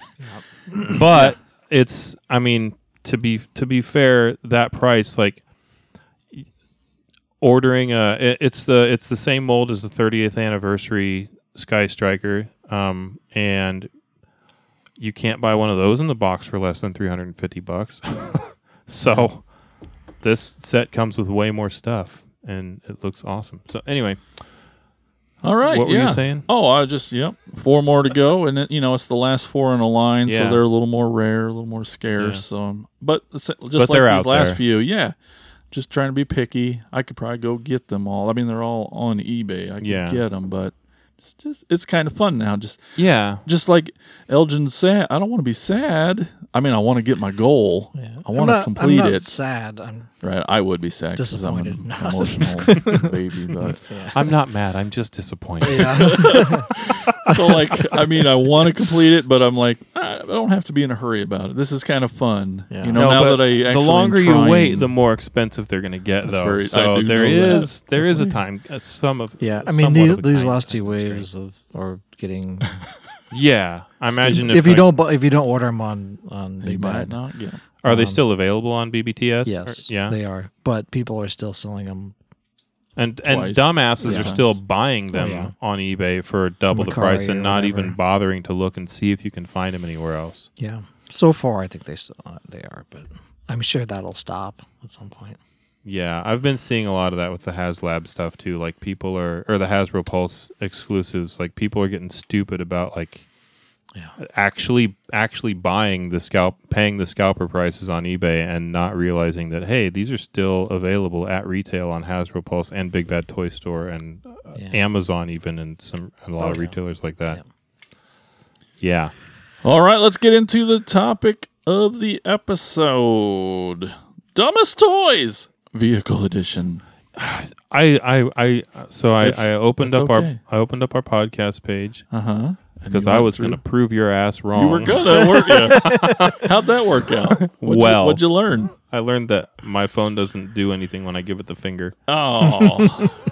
[SPEAKER 3] But it's I mean to be to be fair, that price like ordering a it- it's the it's the same mold as the 30th anniversary Sky Striker, um, and you can't buy one of those in the box for less than three hundred and fifty bucks. so this set comes with way more stuff, and it looks awesome. So anyway.
[SPEAKER 2] All right.
[SPEAKER 3] What were you
[SPEAKER 2] yeah.
[SPEAKER 3] saying?
[SPEAKER 2] Oh, I just yep. Four more to go, and it, you know it's the last four in a line, so
[SPEAKER 3] Yeah.
[SPEAKER 2] they're a little more rare, a little more scarce.
[SPEAKER 3] Yeah.
[SPEAKER 2] So, um, but it's- just
[SPEAKER 3] But
[SPEAKER 2] like
[SPEAKER 3] they're
[SPEAKER 2] these
[SPEAKER 3] out
[SPEAKER 2] last
[SPEAKER 3] there.
[SPEAKER 2] few, yeah. Just trying to be picky. I could probably go get them all. I mean, they're all on eBay. I could
[SPEAKER 3] Yeah.
[SPEAKER 2] get them, but it's just it's kind of fun now. Just
[SPEAKER 3] Yeah.
[SPEAKER 2] just like Elgin said, I don't want to be sad. I mean, I want to get my goal. I want to complete
[SPEAKER 5] I'm not
[SPEAKER 2] it.
[SPEAKER 5] Sad. I'm
[SPEAKER 2] Right, I would be sad because I'm
[SPEAKER 5] Disappointed.
[SPEAKER 2] an emotional baby. But
[SPEAKER 3] I'm not mad. I'm just disappointed.
[SPEAKER 5] yeah.
[SPEAKER 2] so, like, I mean, I want to complete it, but I'm like, I I I don't have to be in a hurry about it. This is kind of fun.
[SPEAKER 5] Yeah.
[SPEAKER 2] You know, now
[SPEAKER 3] but
[SPEAKER 2] that I actually
[SPEAKER 3] the longer
[SPEAKER 2] am
[SPEAKER 3] you wait,
[SPEAKER 2] trying-
[SPEAKER 3] the more expensive they're going to get,
[SPEAKER 2] That's
[SPEAKER 3] though.
[SPEAKER 2] very- I
[SPEAKER 3] so
[SPEAKER 2] do
[SPEAKER 3] there
[SPEAKER 2] know that.
[SPEAKER 3] is there is a time uh, some of
[SPEAKER 5] Yeah, I mean
[SPEAKER 3] somewhat
[SPEAKER 5] these
[SPEAKER 3] of a
[SPEAKER 5] these
[SPEAKER 3] time
[SPEAKER 5] last two
[SPEAKER 3] constraint.
[SPEAKER 5] waves of or getting.
[SPEAKER 3] Yeah, I imagine
[SPEAKER 5] if,
[SPEAKER 3] if,
[SPEAKER 5] you
[SPEAKER 3] I-
[SPEAKER 5] don't bu- if you don't order them on on
[SPEAKER 2] You
[SPEAKER 5] Big
[SPEAKER 2] might
[SPEAKER 5] Bad,
[SPEAKER 2] not get 'em.
[SPEAKER 3] are they
[SPEAKER 5] um,
[SPEAKER 3] still available on BBTS? Or-
[SPEAKER 5] yes,
[SPEAKER 3] yeah,
[SPEAKER 5] they are. But people are still selling them.
[SPEAKER 3] and
[SPEAKER 2] Twice.
[SPEAKER 3] and dumbasses
[SPEAKER 2] Yeah.
[SPEAKER 3] are still buying them
[SPEAKER 5] Oh, yeah.
[SPEAKER 3] on eBay for double the
[SPEAKER 5] Mercari
[SPEAKER 3] price
[SPEAKER 5] or
[SPEAKER 3] and not
[SPEAKER 5] whatever.
[SPEAKER 3] even bothering to look and see if you can find them anywhere else.
[SPEAKER 5] Yeah, so far I think they still uh, they are, but I'm sure that'll stop at some point.
[SPEAKER 3] Yeah, I've been seeing a lot of that with the HasLab stuff too. Like people are, or the Hasbro Pulse exclusives. Like people are getting stupid about like
[SPEAKER 5] Yeah.
[SPEAKER 3] Uh, actually actually buying the scalp, paying the scalper prices on eBay, and not realizing that hey, these are still available at retail on Hasbro Pulse and Big Bad Toy Store and uh,
[SPEAKER 5] Yeah.
[SPEAKER 3] Amazon even, and some and a lot of
[SPEAKER 5] yeah.
[SPEAKER 3] retailers like that.
[SPEAKER 5] Yeah.
[SPEAKER 3] Yeah.
[SPEAKER 2] All right, let's get into the topic of the episode: dumbest toys, vehicle edition.
[SPEAKER 3] I, I, I, so I,
[SPEAKER 2] It's-
[SPEAKER 3] I opened
[SPEAKER 2] it's
[SPEAKER 3] up
[SPEAKER 2] okay.
[SPEAKER 3] our, I opened up our podcast page
[SPEAKER 2] Uh huh.
[SPEAKER 3] because I was going to prove your ass wrong.
[SPEAKER 2] You were gonna, weren't you? How'd that work out? What'd
[SPEAKER 3] Well.
[SPEAKER 2] you, what'd you learn?
[SPEAKER 3] I learned that my phone doesn't do anything when I give it the finger.
[SPEAKER 2] Oh,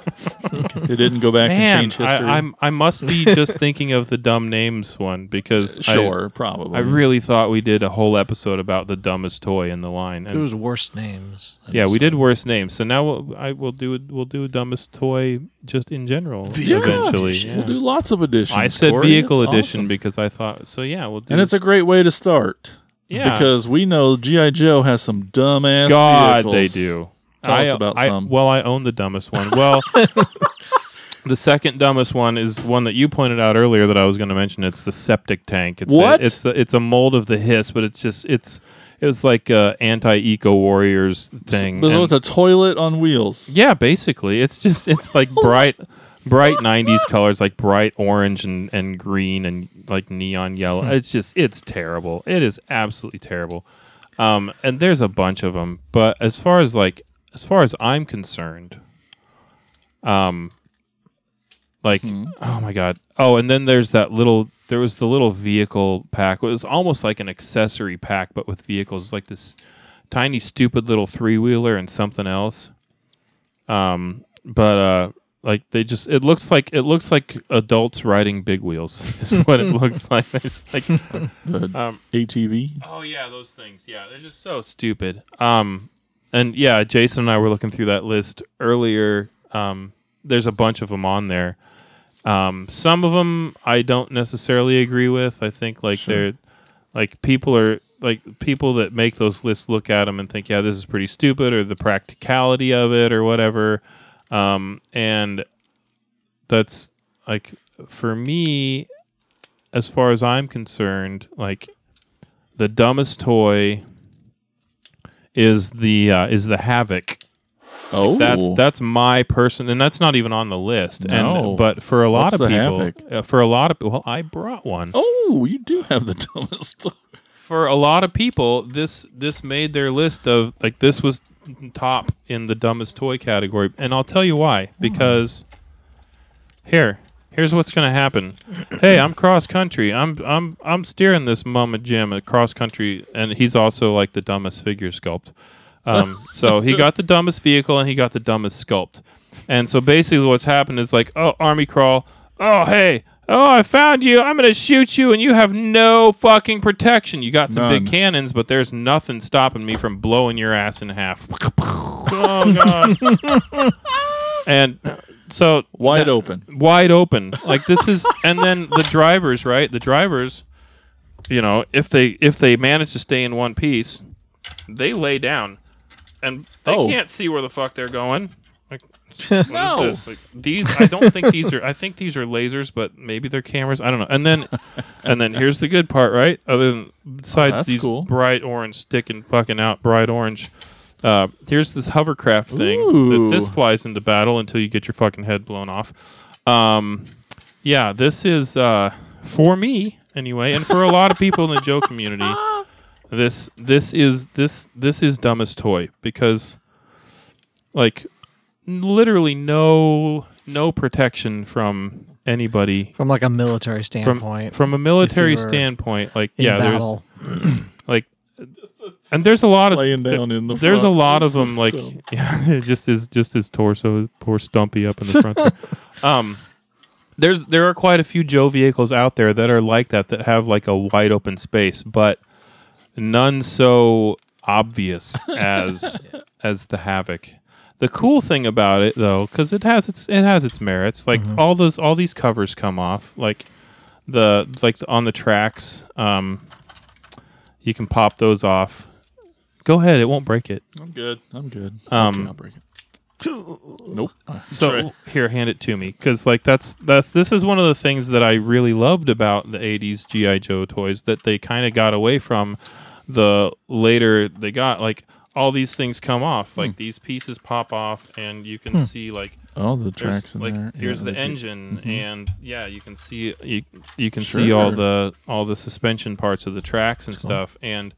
[SPEAKER 2] Okay, they didn't go back and change history.
[SPEAKER 3] I, I'm, I must be just thinking of the dumb names one because I-
[SPEAKER 2] sure, probably.
[SPEAKER 3] I, really thought we did a whole episode about the dumbest toy in the line.
[SPEAKER 5] It
[SPEAKER 3] And
[SPEAKER 5] was worst names.
[SPEAKER 3] yeah, we did worse names. So now we'll, I will do a- we'll do a dumbest toy just in general
[SPEAKER 2] Yeah.
[SPEAKER 3] eventually.
[SPEAKER 2] We'll do lots of editions.
[SPEAKER 3] I said
[SPEAKER 2] Corey.
[SPEAKER 3] vehicle
[SPEAKER 2] That's
[SPEAKER 3] edition
[SPEAKER 2] awesome.
[SPEAKER 3] because I thought so. Yeah, we'll do
[SPEAKER 2] and it's a great way to start.
[SPEAKER 3] Yeah.
[SPEAKER 2] because we know GI Joe has some dumbass.
[SPEAKER 3] God,
[SPEAKER 2] vehicles.
[SPEAKER 3] they do.
[SPEAKER 2] Tell
[SPEAKER 3] I,
[SPEAKER 2] us about
[SPEAKER 3] I-
[SPEAKER 2] some.
[SPEAKER 3] Well, I own the dumbest one. Well, the second dumbest one is one that you pointed out earlier that I was going to mention. It's the septic tank. It's
[SPEAKER 2] What?
[SPEAKER 3] A, it's a, it's a mold of the hiss, but it's just it's it was like uh, anti eco warriors thing.
[SPEAKER 2] So
[SPEAKER 3] And-
[SPEAKER 2] it's a toilet on wheels.
[SPEAKER 3] yeah, basically, it's just it's like bright, bright '90s colors, like bright orange and and green and like neon yellow. It's just it's terrible. It is absolutely terrible. Um, and there's a bunch of them, but as far as like as far as I'm concerned, um, like oh my god, oh, and then there's that little. There was the little vehicle pack. It was almost like an accessory pack, but with vehicles like this tiny, stupid little three wheeler and something else um but uh like they just it looks like it looks like adults riding big wheels is what it looks like They're just like
[SPEAKER 2] The
[SPEAKER 3] Um,
[SPEAKER 2] ATV.
[SPEAKER 3] oh yeah those things yeah they're just so stupid um and yeah jason and i were looking through that list earlier um there's a bunch of them on there um some of them i don't necessarily agree with i think like they're like people are like people that make those lists look at them and think yeah this is pretty stupid or the practicality of it or whatever um, and that's like for me as far as i'm concerned like the dumbest toy is the uh, is the havoc
[SPEAKER 2] Oh,
[SPEAKER 3] that's that's my person and that's not even on the list
[SPEAKER 2] No.
[SPEAKER 3] and but for a lot
[SPEAKER 2] What's
[SPEAKER 3] of
[SPEAKER 2] the
[SPEAKER 3] people
[SPEAKER 2] Havoc?
[SPEAKER 3] uh, for a lot of well i brought one
[SPEAKER 2] Oh, you do have the dumbest. toy.
[SPEAKER 3] for a lot of people, this this made their list of like this was top in the dumbest toy category, and I'll tell you why. Because here, here's what's gonna happen. hey, I'm cross country. I'm I'm I'm steering this mama jam cross country, and he's also like the dumbest figure sculpt. Um, so he got the dumbest vehicle and he got the dumbest sculpt. And so basically, what's happened is like, oh, army crawl. Oh, hey. Oh, I found you. I'm going to shoot you, and you have no fucking protection. You got some
[SPEAKER 2] None.
[SPEAKER 3] big cannons, but there's nothing stopping me from blowing your ass in half. oh, God. and so.
[SPEAKER 2] Wide
[SPEAKER 3] open
[SPEAKER 2] open.
[SPEAKER 3] wide open. Like this is, and then the drivers, right? The drivers, you know, if they if they manage to stay in one piece, they lay down, and they
[SPEAKER 2] Oh.
[SPEAKER 3] can't see where the fuck they're going. Like, what is this? Like, these, I don't think these are. I think these are lasers, but maybe they're cameras. I don't know. And then, and then here's the good part, right? Other than besides
[SPEAKER 2] Oh, that's
[SPEAKER 3] these
[SPEAKER 2] cool.
[SPEAKER 3] bright orange sticking fucking out, bright orange. Uh, here's this hovercraft thing
[SPEAKER 2] Ooh.
[SPEAKER 3] that this flies into battle until you get your fucking head blown off. Um, yeah, this is uh, for me anyway, and for a lot of people in the Joe community. This this is this this is dumbest toy because like literally no no protection from anybody
[SPEAKER 5] from like a military
[SPEAKER 3] from
[SPEAKER 5] standpoint.
[SPEAKER 3] from a military
[SPEAKER 5] were
[SPEAKER 3] standpoint. Like
[SPEAKER 5] in
[SPEAKER 3] yeah, there's
[SPEAKER 5] battle.
[SPEAKER 3] like and there's a lot of
[SPEAKER 2] laying down in the.
[SPEAKER 3] there's a
[SPEAKER 2] front.
[SPEAKER 3] lot of them like
[SPEAKER 2] So-
[SPEAKER 3] yeah, just his just his torso his poor stumpy up in the front there. um there's there are quite a few joe vehicles out there that are like that that have like a wide open space but none so obvious as as the havoc the cool thing about it though because it has its it has its merits like all those all these covers come off like the like on the tracks um you can pop those off go ahead it won't break it
[SPEAKER 2] I'm good. I'm good.
[SPEAKER 3] Um,
[SPEAKER 2] okay, I'll break it. Nope. Oh,
[SPEAKER 3] So
[SPEAKER 2] Sorry.
[SPEAKER 3] here, hand it to me, because like that's that's this is one of the things that I really loved about the '80s GI Joe toys that they kind of got away from. The later they got like all these things come off, like these pieces pop off, and you can see like
[SPEAKER 2] All the
[SPEAKER 3] there's,
[SPEAKER 2] tracks in
[SPEAKER 3] like
[SPEAKER 2] there. yeah,
[SPEAKER 3] here's the
[SPEAKER 2] they do.
[SPEAKER 3] engine, and yeah, you can see you, you can see all
[SPEAKER 2] Sure.
[SPEAKER 3] the all the suspension parts of the tracks and stuff, and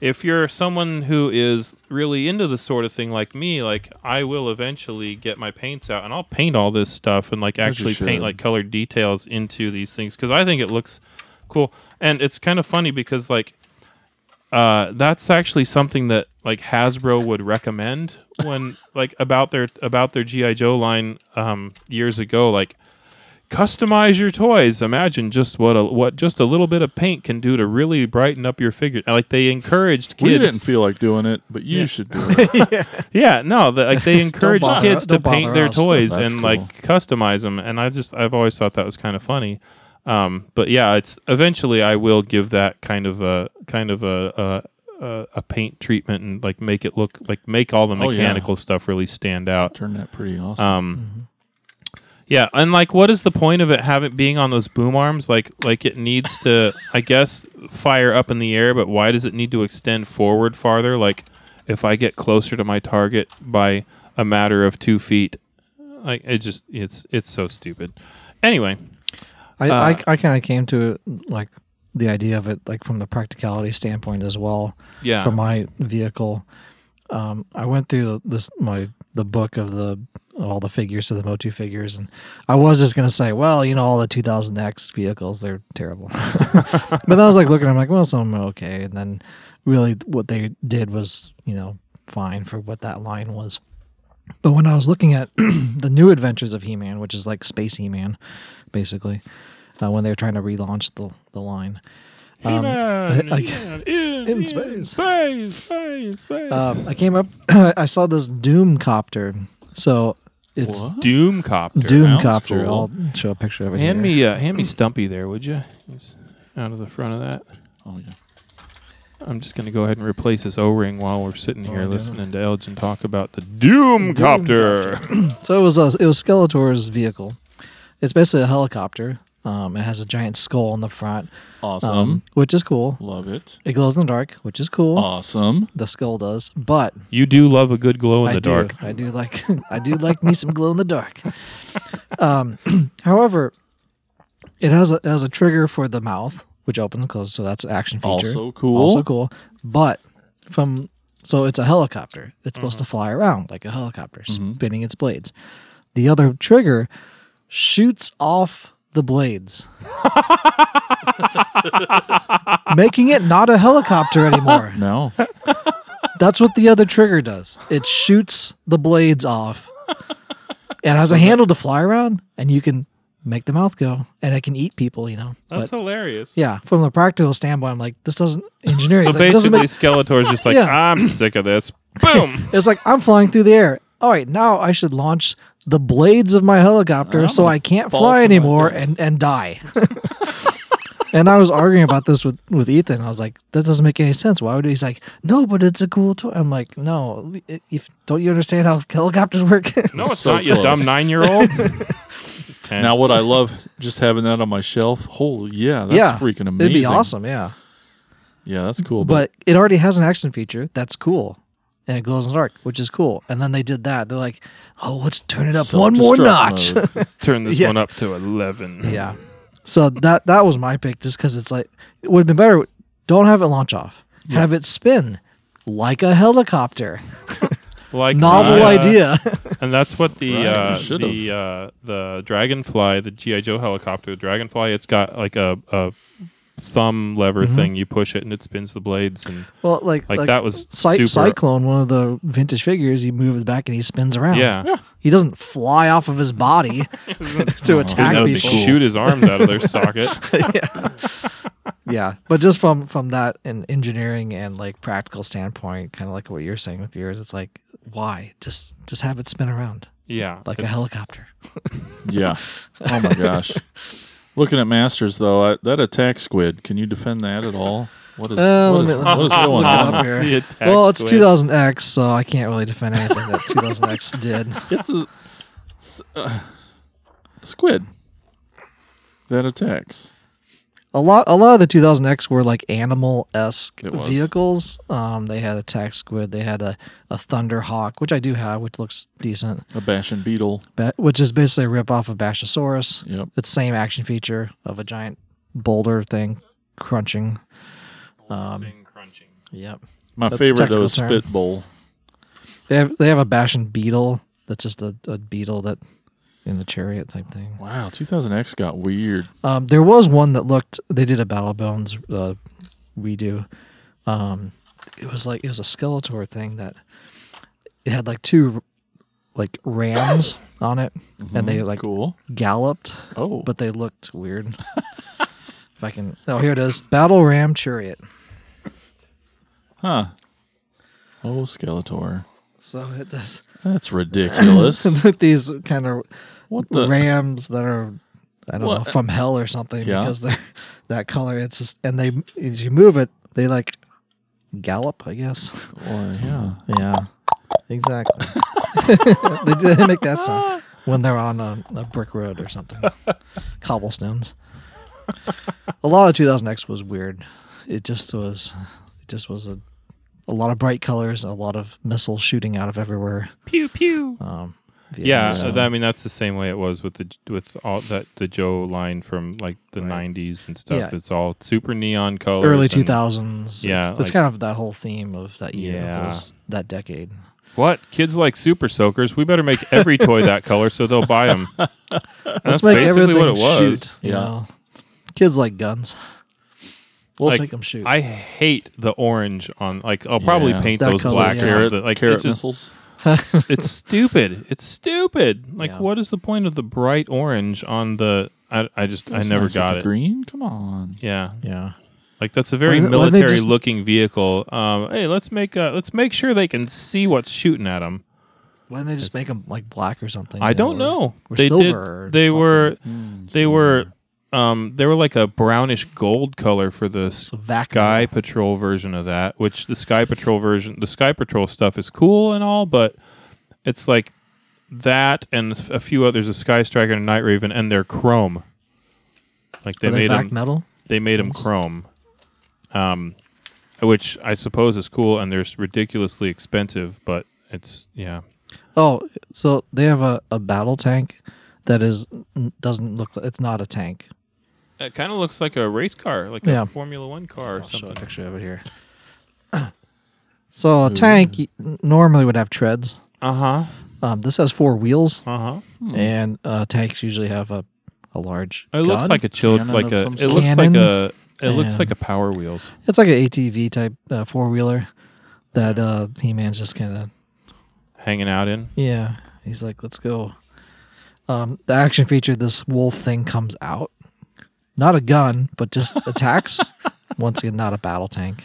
[SPEAKER 3] if you're someone who is really into this sort of thing like me, like I will eventually get my paints out and I'll paint all this stuff and like actually paint
[SPEAKER 2] should.
[SPEAKER 3] like colored details into these things because I think it looks cool. And it's kind of funny because like uh, that's actually something that like Hasbro would recommend when like about their about their GI Joe line um, years ago. Like customize your toys. Imagine just what a what just a little bit of paint can do to really brighten up your figure. Like they encouraged
[SPEAKER 2] We
[SPEAKER 3] kids.
[SPEAKER 2] didn't feel like doing it, but you should do it.
[SPEAKER 3] Yeah, no, the, like they encouraged
[SPEAKER 5] bother-
[SPEAKER 3] kids to
[SPEAKER 5] don't bother
[SPEAKER 3] paint their
[SPEAKER 5] us.
[SPEAKER 3] toys
[SPEAKER 2] That's
[SPEAKER 3] and like
[SPEAKER 2] cool.
[SPEAKER 3] customize them, and I just I've always thought that was kind of funny. Um, but yeah, it's eventually I will give that kind of a kind of a a, a, a paint treatment and like make it look like make all the
[SPEAKER 2] Oh, yeah.
[SPEAKER 3] mechanical stuff really stand out.
[SPEAKER 2] Turned that pretty awesome.
[SPEAKER 3] Um,
[SPEAKER 5] Mm-hmm.
[SPEAKER 3] yeah, and like, what is the point of it having being on those boom arms? Like, like it needs to, I guess, fire up in the air. But why does it need to extend forward farther? Like, if I get closer to my target by a matter of two feet, like it just it's it's so stupid. Anyway,
[SPEAKER 5] I,
[SPEAKER 3] uh,
[SPEAKER 5] I, I kind of came to it like the idea of it like from the practicality standpoint as well.
[SPEAKER 3] yeah,
[SPEAKER 5] for my vehicle. Um, I went through the, this my the book of the of all the figures to the Motu figures, and I was just gonna say, well, you know, all the 2000X vehicles they're terrible, but then I was like looking, I'm like, well, some are okay, and then really what they did was you know fine for what that line was. But when I was looking at the new adventures of He-Man, which is like Space He-Man, basically, uh, when they were trying to relaunch the the line, um, I- I-
[SPEAKER 3] in,
[SPEAKER 5] in space.
[SPEAKER 3] space, space, space.
[SPEAKER 5] um, I came up. I saw this Doom copter. So it's
[SPEAKER 3] Doom copter,
[SPEAKER 5] Doom
[SPEAKER 3] sounds
[SPEAKER 5] copter.
[SPEAKER 3] cool.
[SPEAKER 5] I'll show a picture of it.
[SPEAKER 3] Hand
[SPEAKER 5] here.
[SPEAKER 3] me, uh, hand me Stumpy there, would you? He's out of the front of that.
[SPEAKER 2] oh yeah.
[SPEAKER 3] I'm just going to go ahead and replace this O-ring while we're sitting here listening to Elgin talk about the Doom Copter.
[SPEAKER 5] So it was a, it was Skeletor's vehicle. It's basically a helicopter. Um, it has a giant skull on the front,
[SPEAKER 2] Awesome.
[SPEAKER 5] um, which is cool.
[SPEAKER 2] Love it.
[SPEAKER 5] It glows in the dark, which is cool.
[SPEAKER 2] Awesome.
[SPEAKER 5] the skull does, but
[SPEAKER 3] You do love a good glow in
[SPEAKER 5] I
[SPEAKER 3] the
[SPEAKER 5] do.
[SPEAKER 3] dark.
[SPEAKER 5] I do like I do like me some glow in the dark. Um, however, it has a it has a trigger for the mouth, which opens and closes, so that's an action feature.
[SPEAKER 2] Also cool.
[SPEAKER 5] Also cool. But from so it's a helicopter. It's supposed
[SPEAKER 3] Mm-hmm.
[SPEAKER 5] to fly around like a helicopter, spinning its blades. The other trigger shoots off the blades. Making it not a helicopter anymore.
[SPEAKER 2] No.
[SPEAKER 5] That's what the other trigger does. It shoots the blades off. It has a handle to fly around, and you can make the mouth go, and it can eat people. You know, but
[SPEAKER 3] hilarious.
[SPEAKER 5] yeah, from a practical standpoint, I'm like, this doesn't engineering.
[SPEAKER 3] So
[SPEAKER 5] it's, like, it doesn't
[SPEAKER 3] basically,
[SPEAKER 5] make-
[SPEAKER 3] Skeletor's just like,
[SPEAKER 5] Yeah.
[SPEAKER 3] I'm sick of this. Boom.
[SPEAKER 5] it's like I'm flying through the air. All right, now I should launch the blades of my helicopter
[SPEAKER 2] Oh, I'm
[SPEAKER 5] so
[SPEAKER 2] gonna
[SPEAKER 5] I can't
[SPEAKER 2] fall
[SPEAKER 5] fly
[SPEAKER 2] to my
[SPEAKER 5] anymore
[SPEAKER 2] death.
[SPEAKER 5] and and die. and I was arguing about this with with Ethan. I was like, that doesn't make any sense. Why would he's like, no, but it's a cool toy. I'm like, no, i- if don't you understand how helicopters work?
[SPEAKER 3] No, it's
[SPEAKER 2] So
[SPEAKER 3] not, you
[SPEAKER 2] close.
[SPEAKER 3] dumb nine-year-old. Ten.
[SPEAKER 2] now what I love just having that on my shelf. Holy yeah, that's
[SPEAKER 5] yeah,
[SPEAKER 2] freaking amazing.
[SPEAKER 5] It'd be awesome. Yeah.
[SPEAKER 2] Yeah, that's cool. But,
[SPEAKER 5] but it already has an action feature that's cool and it glows in the dark which is cool and then they did that they're like oh let's turn it up one more
[SPEAKER 2] self-destruct
[SPEAKER 5] notch
[SPEAKER 2] mode.
[SPEAKER 3] Let's turn this
[SPEAKER 5] Yeah.
[SPEAKER 3] one up to 11.
[SPEAKER 5] yeah so that that was my pick just because it's like it would have been better don't have it launch off have it spin like a helicopter
[SPEAKER 3] like
[SPEAKER 5] Novel
[SPEAKER 3] the, uh,
[SPEAKER 5] idea.
[SPEAKER 3] And that's what the
[SPEAKER 2] Right,
[SPEAKER 3] uh,
[SPEAKER 2] you should've.
[SPEAKER 3] the uh, the Dragonfly, the GI Joe helicopter, the Dragonfly. It's got like a, a thumb lever thing. You push it and it spins the blades. And
[SPEAKER 5] well, like,
[SPEAKER 3] like, that was
[SPEAKER 5] Cy-
[SPEAKER 3] super.
[SPEAKER 5] Cyclone, one of the vintage figures, you move it back and he spins around.
[SPEAKER 3] Yeah,
[SPEAKER 5] He doesn't fly off of his body to attack
[SPEAKER 4] That would be
[SPEAKER 5] people.
[SPEAKER 4] cool.
[SPEAKER 3] shoot his arms out of their socket.
[SPEAKER 5] Yeah, but just from from that an engineering and like practical standpoint, kind of like what you're saying with yours, it's like why just just have it spin around
[SPEAKER 3] Yeah,
[SPEAKER 5] like a
[SPEAKER 3] it's-
[SPEAKER 5] helicopter.
[SPEAKER 2] Yeah. Oh my gosh. Looking at Masters though, I, that attack squid. Can you defend that at all? What is,
[SPEAKER 5] Uh,
[SPEAKER 2] what is,
[SPEAKER 5] let me-
[SPEAKER 2] what is
[SPEAKER 5] let me
[SPEAKER 2] going
[SPEAKER 5] look it
[SPEAKER 2] on?
[SPEAKER 5] up here.
[SPEAKER 3] The attack
[SPEAKER 5] Well, it's
[SPEAKER 3] squid.
[SPEAKER 5] 2000X, so I can't really defend anything that 2000X did.
[SPEAKER 2] Get the s- uh, squid that attacks.
[SPEAKER 5] A lot, a lot of the 2000X were like animal esque
[SPEAKER 2] It was.
[SPEAKER 5] vehicles. Um, they had a tax squid, they had a a thunderhawk, which I do have, which looks decent,
[SPEAKER 2] A bashin beetle.
[SPEAKER 5] but which is basically a rip off of Bashosaurus.
[SPEAKER 2] Yep.
[SPEAKER 5] It's same action feature of a giant boulder thing crunching. Um,
[SPEAKER 3] Thing crunching.
[SPEAKER 5] Yep.
[SPEAKER 2] My
[SPEAKER 5] That's a
[SPEAKER 2] favorite though
[SPEAKER 5] technical
[SPEAKER 2] is
[SPEAKER 5] term.
[SPEAKER 2] spit bowl.
[SPEAKER 5] They have they have a Bashan beetle that's just a, a beetle that in the chariot type thing.
[SPEAKER 2] Wow, 2000X got weird.
[SPEAKER 5] Um, there was one that looked. They did a Battle Bones. Uh, we do. Um, it was like it was a Skeletor thing that it had like two like rams on it, and they like
[SPEAKER 2] Mm-hmm. Cool.
[SPEAKER 5] galloped,
[SPEAKER 2] Oh,
[SPEAKER 5] but they looked weird. if I can. Oh, here it is. Battle Ram Chariot.
[SPEAKER 2] huh. Oh, Skeletor.
[SPEAKER 5] So it does
[SPEAKER 2] That's ridiculous.
[SPEAKER 5] with these kind of
[SPEAKER 2] what the?
[SPEAKER 5] rams that are I don't
[SPEAKER 2] What?
[SPEAKER 5] know from hell or something
[SPEAKER 2] Yeah.
[SPEAKER 5] because they're that color. It's just and they as you move it, they like gallop. I guess.
[SPEAKER 2] Well, yeah.
[SPEAKER 5] Yeah, exactly. they did make that sound when they're on a, a brick road or something, cobblestones. A lot of 2000X was weird. It just was, it just was a, a lot of bright colors, a lot of missiles shooting out of everywhere. Pew pew. Um,
[SPEAKER 3] Yeah,
[SPEAKER 5] so-
[SPEAKER 3] uh, that- I mean that's the same way it was with the with all that the Joe line from like the '90s and stuff.
[SPEAKER 5] Yeah.
[SPEAKER 3] It's all super neon colors.
[SPEAKER 5] early
[SPEAKER 3] and-
[SPEAKER 5] 2000s.
[SPEAKER 3] Yeah,
[SPEAKER 5] it's, it's
[SPEAKER 3] like-
[SPEAKER 5] kind of that whole theme of that year,
[SPEAKER 3] Yeah.
[SPEAKER 5] those, that decade.
[SPEAKER 3] What kids like super soakers? We better make every toy that color so they'll buy them. That's
[SPEAKER 5] Let's make
[SPEAKER 3] basically
[SPEAKER 5] everything
[SPEAKER 3] what it was.
[SPEAKER 5] shoot. You
[SPEAKER 2] Yeah.
[SPEAKER 5] know? kids like guns.
[SPEAKER 2] Well,
[SPEAKER 5] Let's
[SPEAKER 3] like,
[SPEAKER 5] make them shoot.
[SPEAKER 3] I hate the orange on. Like I'll probably
[SPEAKER 2] Yeah.
[SPEAKER 3] paint
[SPEAKER 5] That
[SPEAKER 3] those
[SPEAKER 5] color,
[SPEAKER 3] black.
[SPEAKER 5] yeah.
[SPEAKER 3] or
[SPEAKER 2] carrot,
[SPEAKER 3] the- like
[SPEAKER 2] carrot
[SPEAKER 3] it's, just-
[SPEAKER 2] missiles.
[SPEAKER 3] it's stupid. It's stupid. Like
[SPEAKER 5] Yeah.
[SPEAKER 3] what is the point of the bright orange on the? I, I just I
[SPEAKER 2] That's
[SPEAKER 3] never
[SPEAKER 2] nice with
[SPEAKER 3] got
[SPEAKER 2] the
[SPEAKER 3] it.
[SPEAKER 2] Green. Come on.
[SPEAKER 3] Yeah,
[SPEAKER 5] yeah.
[SPEAKER 3] Like that's a very
[SPEAKER 5] Why don't- why don't they
[SPEAKER 3] military
[SPEAKER 5] just-
[SPEAKER 3] looking vehicle. Um, hey, let's make uh, let's make sure they can see what's shooting at them.
[SPEAKER 5] Why didn't they just make them like black or something?
[SPEAKER 3] I
[SPEAKER 5] you
[SPEAKER 3] don't
[SPEAKER 5] or-
[SPEAKER 3] know.
[SPEAKER 5] or
[SPEAKER 3] they
[SPEAKER 5] silver
[SPEAKER 3] did.
[SPEAKER 5] or
[SPEAKER 3] they
[SPEAKER 5] something. Hmm,
[SPEAKER 3] were they were um they were like a brownish gold color for the
[SPEAKER 5] It's a vacuum.
[SPEAKER 3] Sky Patrol version of that. Which the Sky Patrol version, the Sky Patrol stuff is cool and all, but it's like that and a few others, a Sky Striker and a Night Raven, and they're chrome. Like they
[SPEAKER 5] Are they
[SPEAKER 3] made
[SPEAKER 5] black
[SPEAKER 3] them
[SPEAKER 5] metal.
[SPEAKER 3] they made him chrome, um, which I suppose is cool, and they're ridiculously expensive, but it's yeah,
[SPEAKER 5] Oh, so they have a, a battle tank that is n- doesn't look. li- It's not a tank.
[SPEAKER 3] it kind of looks like a race car, like
[SPEAKER 5] Yeah.
[SPEAKER 3] a Formula One car or
[SPEAKER 5] I'll show a
[SPEAKER 3] something.
[SPEAKER 5] picture of it here. So a tank y- normally would have treads.
[SPEAKER 3] Uh huh.
[SPEAKER 5] Um, this has four wheels,
[SPEAKER 3] Uh huh.
[SPEAKER 5] and uh, tanks usually have a, a large.
[SPEAKER 3] It looks
[SPEAKER 5] gun.
[SPEAKER 3] like a chilled,
[SPEAKER 2] Cannon
[SPEAKER 3] like
[SPEAKER 2] of
[SPEAKER 3] a.
[SPEAKER 2] some
[SPEAKER 3] It looks like
[SPEAKER 5] Cannon
[SPEAKER 3] a. It looks like
[SPEAKER 5] and-
[SPEAKER 3] a Power Wheels.
[SPEAKER 5] It's like an ATV type uh, four wheeler that uh, He Man's just kind of
[SPEAKER 3] Hanging out in.
[SPEAKER 5] yeah. He's like, let's go. Um, the action feature: this wolf thing comes out, not a gun, but just attacks. Once again, not a battle tank.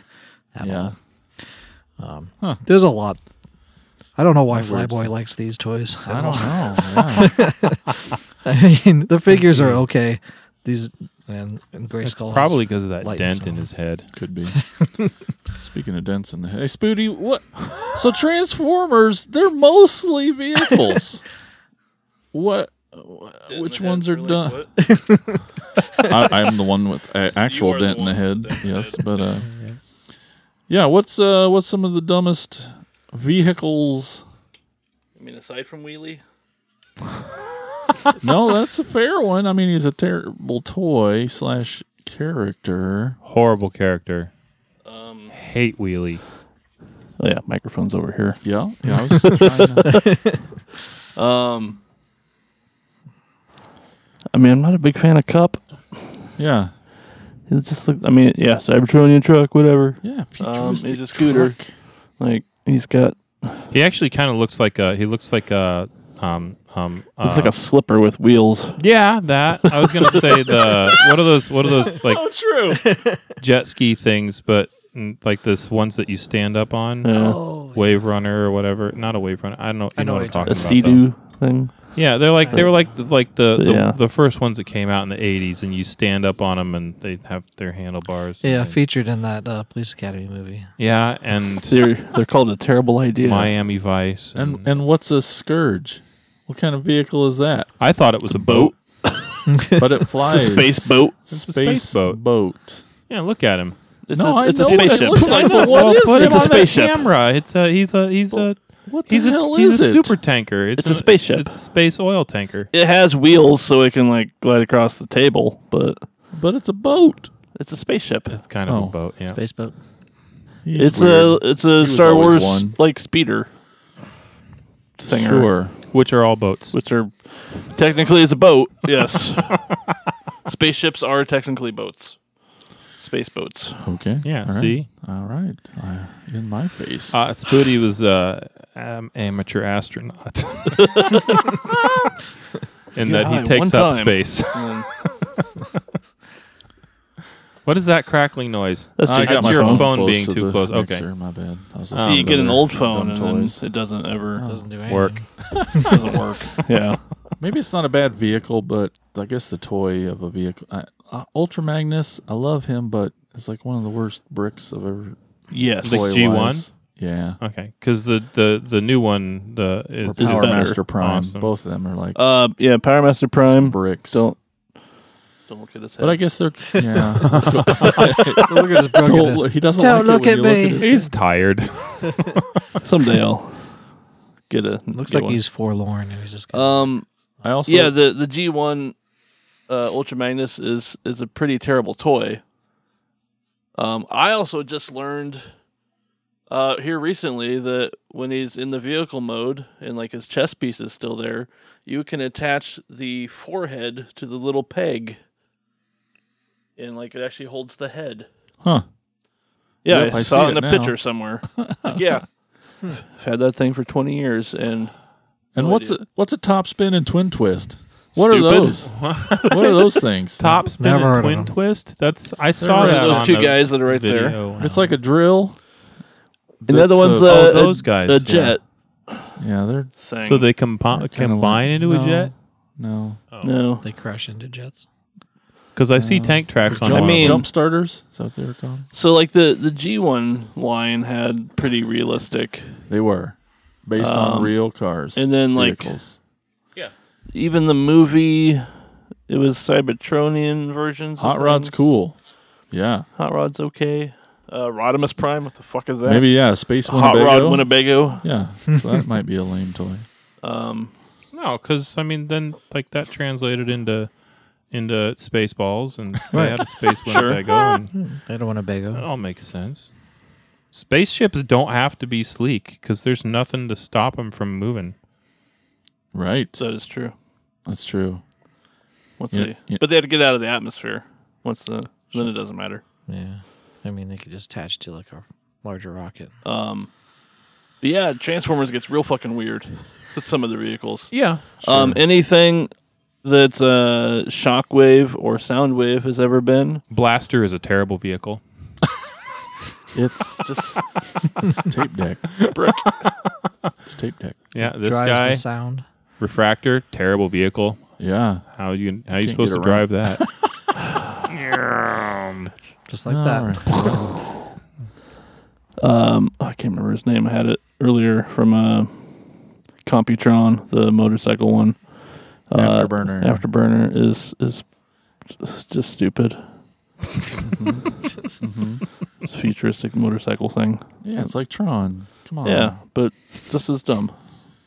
[SPEAKER 5] At
[SPEAKER 2] Yeah.
[SPEAKER 5] all. There's a lot. I don't know why Flyboy likes these toys.
[SPEAKER 2] I
[SPEAKER 5] at all.
[SPEAKER 2] don't know. Yeah.
[SPEAKER 5] I mean, the figures are okay. These and, and Gray
[SPEAKER 3] It's
[SPEAKER 5] Skull has-
[SPEAKER 3] probably because of that
[SPEAKER 5] lighten
[SPEAKER 3] dent in
[SPEAKER 5] someone.
[SPEAKER 3] his head.
[SPEAKER 2] Could be. Speaking of dents in the hey Spoody, what? So Transformers, they're mostly vehicles. what? Which ones are done? I, I'm the one with a, actual
[SPEAKER 6] are the
[SPEAKER 2] dent in the
[SPEAKER 6] one
[SPEAKER 2] head. Yes, but uh, yeah. What's uh, what's some of the dumbest vehicles?
[SPEAKER 4] I mean, aside from Wheelie,
[SPEAKER 2] No, that's a fair one. I mean, he's a terrible toy slash character.
[SPEAKER 3] Horrible character.
[SPEAKER 4] um,
[SPEAKER 3] Hate wheelie.
[SPEAKER 4] Oh yeah, microphone's over here.
[SPEAKER 2] Yeah, yeah. I was trying to,
[SPEAKER 4] Um, I mean, I'm not a big fan of Cup.
[SPEAKER 2] yeah,
[SPEAKER 4] It just look. I mean, yeah, Cybertronian truck, whatever.
[SPEAKER 2] yeah.
[SPEAKER 4] Um, he's
[SPEAKER 2] futuristic
[SPEAKER 4] a scooter.
[SPEAKER 2] truck.
[SPEAKER 4] Like he's got
[SPEAKER 3] He actually kind of looks like a. He looks like a. Um. Um. Uh,
[SPEAKER 4] looks like a slipper with wheels.
[SPEAKER 3] yeah, that I was gonna say the what are those what are those like
[SPEAKER 2] Oh, true.
[SPEAKER 3] jet ski things, but mm, like this ones that you stand up on,
[SPEAKER 4] Yeah.
[SPEAKER 3] wave runner or whatever. Not a wave runner. Oh, I don't know. You
[SPEAKER 5] I
[SPEAKER 3] know,
[SPEAKER 5] know
[SPEAKER 3] what I'm
[SPEAKER 5] what
[SPEAKER 4] a
[SPEAKER 3] talking
[SPEAKER 4] sea
[SPEAKER 3] about. though.
[SPEAKER 4] doo thing.
[SPEAKER 3] Yeah, they're like they were like the, like the the,
[SPEAKER 4] Yeah.
[SPEAKER 3] the first ones that came out in the '80s, and you stand up on them, and they have their handlebars. and
[SPEAKER 5] Yeah,
[SPEAKER 3] things.
[SPEAKER 5] featured in that uh, Police Academy movie.
[SPEAKER 3] yeah, and
[SPEAKER 4] They're they're called a terrible idea.
[SPEAKER 3] Miami Vice, and,
[SPEAKER 4] Mm.
[SPEAKER 2] And and what's a scourge? What kind of vehicle is that?
[SPEAKER 3] I thought it was a boat.
[SPEAKER 2] But it flies.
[SPEAKER 4] it's a space boat.
[SPEAKER 2] Space,
[SPEAKER 3] a space
[SPEAKER 2] boat.
[SPEAKER 3] boat. Yeah, look at him.
[SPEAKER 4] It's
[SPEAKER 2] No,
[SPEAKER 4] a,
[SPEAKER 2] I
[SPEAKER 4] it's
[SPEAKER 2] know
[SPEAKER 4] a
[SPEAKER 2] what it
[SPEAKER 4] spaceship.
[SPEAKER 2] looks like, but
[SPEAKER 3] well,
[SPEAKER 2] what is
[SPEAKER 3] put
[SPEAKER 2] it?
[SPEAKER 3] him
[SPEAKER 4] It's a
[SPEAKER 3] on that
[SPEAKER 4] spaceship.
[SPEAKER 3] Camera. It's a he's a he's a
[SPEAKER 2] What the
[SPEAKER 3] he's
[SPEAKER 2] hell
[SPEAKER 3] a he's
[SPEAKER 2] is
[SPEAKER 3] a
[SPEAKER 2] it?
[SPEAKER 3] super tanker. It's,
[SPEAKER 4] It's a spaceship.
[SPEAKER 3] It's a space oil tanker.
[SPEAKER 4] It has wheels, so it can like glide across the table. But
[SPEAKER 2] But it's a boat.
[SPEAKER 4] it's a spaceship.
[SPEAKER 3] It's kind of
[SPEAKER 2] Oh.
[SPEAKER 3] a boat. Yeah.
[SPEAKER 5] Space boat.
[SPEAKER 2] He's
[SPEAKER 4] It's
[SPEAKER 2] weird.
[SPEAKER 4] a it's a
[SPEAKER 2] was
[SPEAKER 4] Star
[SPEAKER 2] always
[SPEAKER 4] Wars
[SPEAKER 2] one.
[SPEAKER 4] like speeder thing.
[SPEAKER 2] sure.
[SPEAKER 3] Which are all boats.
[SPEAKER 4] which are technically is a boat. Yes, spaceships are technically boats. Space boats.
[SPEAKER 2] Okay.
[SPEAKER 3] Yeah,
[SPEAKER 2] All right.
[SPEAKER 3] see?
[SPEAKER 2] All right. I- in my face.
[SPEAKER 3] Uh, Spoody was uh, um, amateur astronaut. In that
[SPEAKER 4] Yeah,
[SPEAKER 3] he
[SPEAKER 4] one
[SPEAKER 3] takes up
[SPEAKER 4] time.
[SPEAKER 3] space.
[SPEAKER 4] Um,
[SPEAKER 3] what is that crackling noise?
[SPEAKER 4] That's
[SPEAKER 3] I
[SPEAKER 4] just
[SPEAKER 3] got
[SPEAKER 4] my
[SPEAKER 3] your
[SPEAKER 4] phone
[SPEAKER 3] phone,
[SPEAKER 2] close
[SPEAKER 3] being
[SPEAKER 2] to
[SPEAKER 3] too
[SPEAKER 2] the
[SPEAKER 3] close.
[SPEAKER 2] mixer,
[SPEAKER 3] Okay.
[SPEAKER 2] My bad. I was
[SPEAKER 4] so
[SPEAKER 2] listening
[SPEAKER 4] you
[SPEAKER 2] to
[SPEAKER 4] get an
[SPEAKER 2] other
[SPEAKER 4] old
[SPEAKER 2] dumb
[SPEAKER 4] phone and then
[SPEAKER 2] toys. Oh.
[SPEAKER 4] it doesn't ever
[SPEAKER 5] Doesn't do anything.
[SPEAKER 3] Work.
[SPEAKER 4] doesn't work. Yeah,
[SPEAKER 2] Maybe it's not a bad vehicle, but I guess the toy of a vehicle. I, uh, Ultra Magnus, I love him, but it's like one of the worst bricks of ever.
[SPEAKER 4] yes,
[SPEAKER 3] Like
[SPEAKER 2] toy-wise.
[SPEAKER 3] G1?
[SPEAKER 2] Yeah.
[SPEAKER 4] Uh,
[SPEAKER 3] Okay. Because the, the, the new one, the it's
[SPEAKER 4] Is
[SPEAKER 2] Power
[SPEAKER 4] better.
[SPEAKER 2] Master Prime.
[SPEAKER 3] Awesome.
[SPEAKER 2] Both of them are like
[SPEAKER 4] uh, yeah, Power Master Prime.
[SPEAKER 2] bricks.
[SPEAKER 4] Don't don't get us.
[SPEAKER 2] but I guess they're yeah.
[SPEAKER 5] Look at his broken
[SPEAKER 2] Don't
[SPEAKER 5] head.
[SPEAKER 2] look- he doesn't
[SPEAKER 5] Don't
[SPEAKER 2] like it when
[SPEAKER 5] look at
[SPEAKER 2] you
[SPEAKER 5] me.
[SPEAKER 2] look at his-
[SPEAKER 3] he's tired.
[SPEAKER 4] someday I'll get a.
[SPEAKER 5] Looks
[SPEAKER 4] get
[SPEAKER 5] like
[SPEAKER 4] one.
[SPEAKER 5] he's forlorn. and He's just kinda-
[SPEAKER 4] um.
[SPEAKER 2] I also
[SPEAKER 4] yeah, the the G one uh, Ultra Magnus is is a pretty terrible toy. Um, I also just learned uh, here recently that when he's in the vehicle mode and like his chest piece is still there, you can attach the forehead to the little peg, and like it actually holds the head.
[SPEAKER 2] huh.
[SPEAKER 4] Yeah,
[SPEAKER 2] Yep,
[SPEAKER 4] I,
[SPEAKER 2] I
[SPEAKER 4] saw
[SPEAKER 2] see
[SPEAKER 4] it in
[SPEAKER 2] it
[SPEAKER 4] a
[SPEAKER 2] now.
[SPEAKER 4] picture somewhere. Like, yeah, I've had that thing for twenty years, and
[SPEAKER 2] And
[SPEAKER 4] No
[SPEAKER 2] what's
[SPEAKER 4] idea.
[SPEAKER 2] a what's a top spin and twin twist? What are
[SPEAKER 4] Stupid.
[SPEAKER 2] those? what are those things?
[SPEAKER 3] Top spin
[SPEAKER 5] Never heard
[SPEAKER 3] and
[SPEAKER 5] of
[SPEAKER 3] twin
[SPEAKER 5] him.
[SPEAKER 3] twist. That's I saw
[SPEAKER 4] those
[SPEAKER 3] that.
[SPEAKER 4] are those
[SPEAKER 3] on
[SPEAKER 4] two
[SPEAKER 3] the
[SPEAKER 4] guys that are right
[SPEAKER 3] video.
[SPEAKER 4] there.
[SPEAKER 2] It's like a drill.
[SPEAKER 4] Another
[SPEAKER 2] That's,
[SPEAKER 4] one's
[SPEAKER 2] uh,
[SPEAKER 4] a,
[SPEAKER 3] oh,
[SPEAKER 4] a-
[SPEAKER 3] those guys,
[SPEAKER 4] a
[SPEAKER 3] yeah.
[SPEAKER 4] jet
[SPEAKER 2] Yeah, they're
[SPEAKER 4] thing.
[SPEAKER 3] so they combi- combine into
[SPEAKER 2] No.
[SPEAKER 3] a jet.
[SPEAKER 2] no
[SPEAKER 4] no.
[SPEAKER 5] they crash into jets.
[SPEAKER 3] Because I see tank tracks on.
[SPEAKER 4] I
[SPEAKER 3] one of
[SPEAKER 4] mean-
[SPEAKER 3] them.
[SPEAKER 2] jump starters. Is that what they were called?
[SPEAKER 4] So like the the G one line had pretty realistic.
[SPEAKER 2] They were based on
[SPEAKER 4] Um,
[SPEAKER 2] real cars
[SPEAKER 4] and then, like-
[SPEAKER 2] vehicles.
[SPEAKER 4] Even the movie, it was Cybertronian versions. of
[SPEAKER 2] hot rod's
[SPEAKER 4] things.
[SPEAKER 2] cool. Yeah,
[SPEAKER 4] Hot rod's okay. Uh, Rodimus Prime, what the fuck is that?
[SPEAKER 2] maybe yeah. Space
[SPEAKER 4] Hot
[SPEAKER 2] Winnebago.
[SPEAKER 4] Rod Winnebago.
[SPEAKER 2] Yeah, so that might be a lame toy.
[SPEAKER 4] Um,
[SPEAKER 3] No, because I mean, then like that translated into into Spaceballs, and
[SPEAKER 5] Right.
[SPEAKER 3] they had a space Winnebago,
[SPEAKER 2] Ah.
[SPEAKER 3] and
[SPEAKER 5] They don't want to
[SPEAKER 3] that
[SPEAKER 5] bago.
[SPEAKER 3] all makes sense. Spaceships don't have to be sleek because there's nothing to stop them from moving.
[SPEAKER 2] Right,
[SPEAKER 4] that is true.
[SPEAKER 2] that's true.
[SPEAKER 4] Once
[SPEAKER 2] Yeah,
[SPEAKER 4] they,
[SPEAKER 2] yeah.
[SPEAKER 4] but they had to get out of the atmosphere. Once the then it doesn't matter.
[SPEAKER 5] Yeah, I mean they could just attach to like a larger rocket.
[SPEAKER 4] Um, but yeah, Transformers gets real fucking weird with some of the vehicles.
[SPEAKER 3] Yeah,
[SPEAKER 4] Um, anything that uh, Shockwave or Soundwave has ever been,
[SPEAKER 3] Blaster is a terrible vehicle.
[SPEAKER 2] It's
[SPEAKER 4] just
[SPEAKER 2] tape deck.
[SPEAKER 4] brick.
[SPEAKER 2] It's tape deck.
[SPEAKER 3] Yeah, this
[SPEAKER 5] Drives
[SPEAKER 3] guy
[SPEAKER 5] the sound.
[SPEAKER 3] refractor, terrible vehicle.
[SPEAKER 2] Yeah,
[SPEAKER 3] How you how you
[SPEAKER 2] Can't
[SPEAKER 3] supposed to
[SPEAKER 2] get
[SPEAKER 3] drive that?
[SPEAKER 5] Just like
[SPEAKER 2] All
[SPEAKER 5] that.
[SPEAKER 2] right.
[SPEAKER 4] Um, I can't remember his name. I had it earlier from uh, Computron, the motorcycle one. Uh,
[SPEAKER 2] Afterburner.
[SPEAKER 4] Afterburner is is just stupid. It's a futuristic motorcycle thing.
[SPEAKER 2] Yeah, it's like Tron. Come on.
[SPEAKER 4] Yeah, but just as dumb.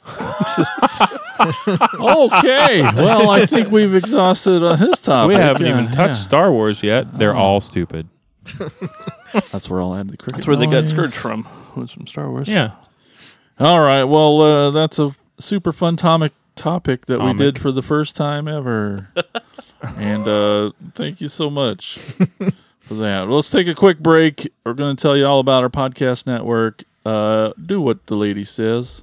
[SPEAKER 2] Okay. Well, I think we've exhausted uh, his topic.
[SPEAKER 3] we haven't
[SPEAKER 2] Yeah, Ah.
[SPEAKER 3] even touched
[SPEAKER 2] yeah.
[SPEAKER 3] Star Wars yet. They're all stupid.
[SPEAKER 2] That's where I'll add the cricket.
[SPEAKER 4] That's where they got
[SPEAKER 2] noise.
[SPEAKER 4] scourged from. Was from Star Wars.
[SPEAKER 3] Yeah.
[SPEAKER 2] All right. Well, uh, that's a super fun tomic topic that
[SPEAKER 3] Tomic.
[SPEAKER 2] we did for the first time ever. and uh, thank you so much for that. Well, let's take a quick break. We're going to tell you all about our podcast network. Uh, do what the lady says.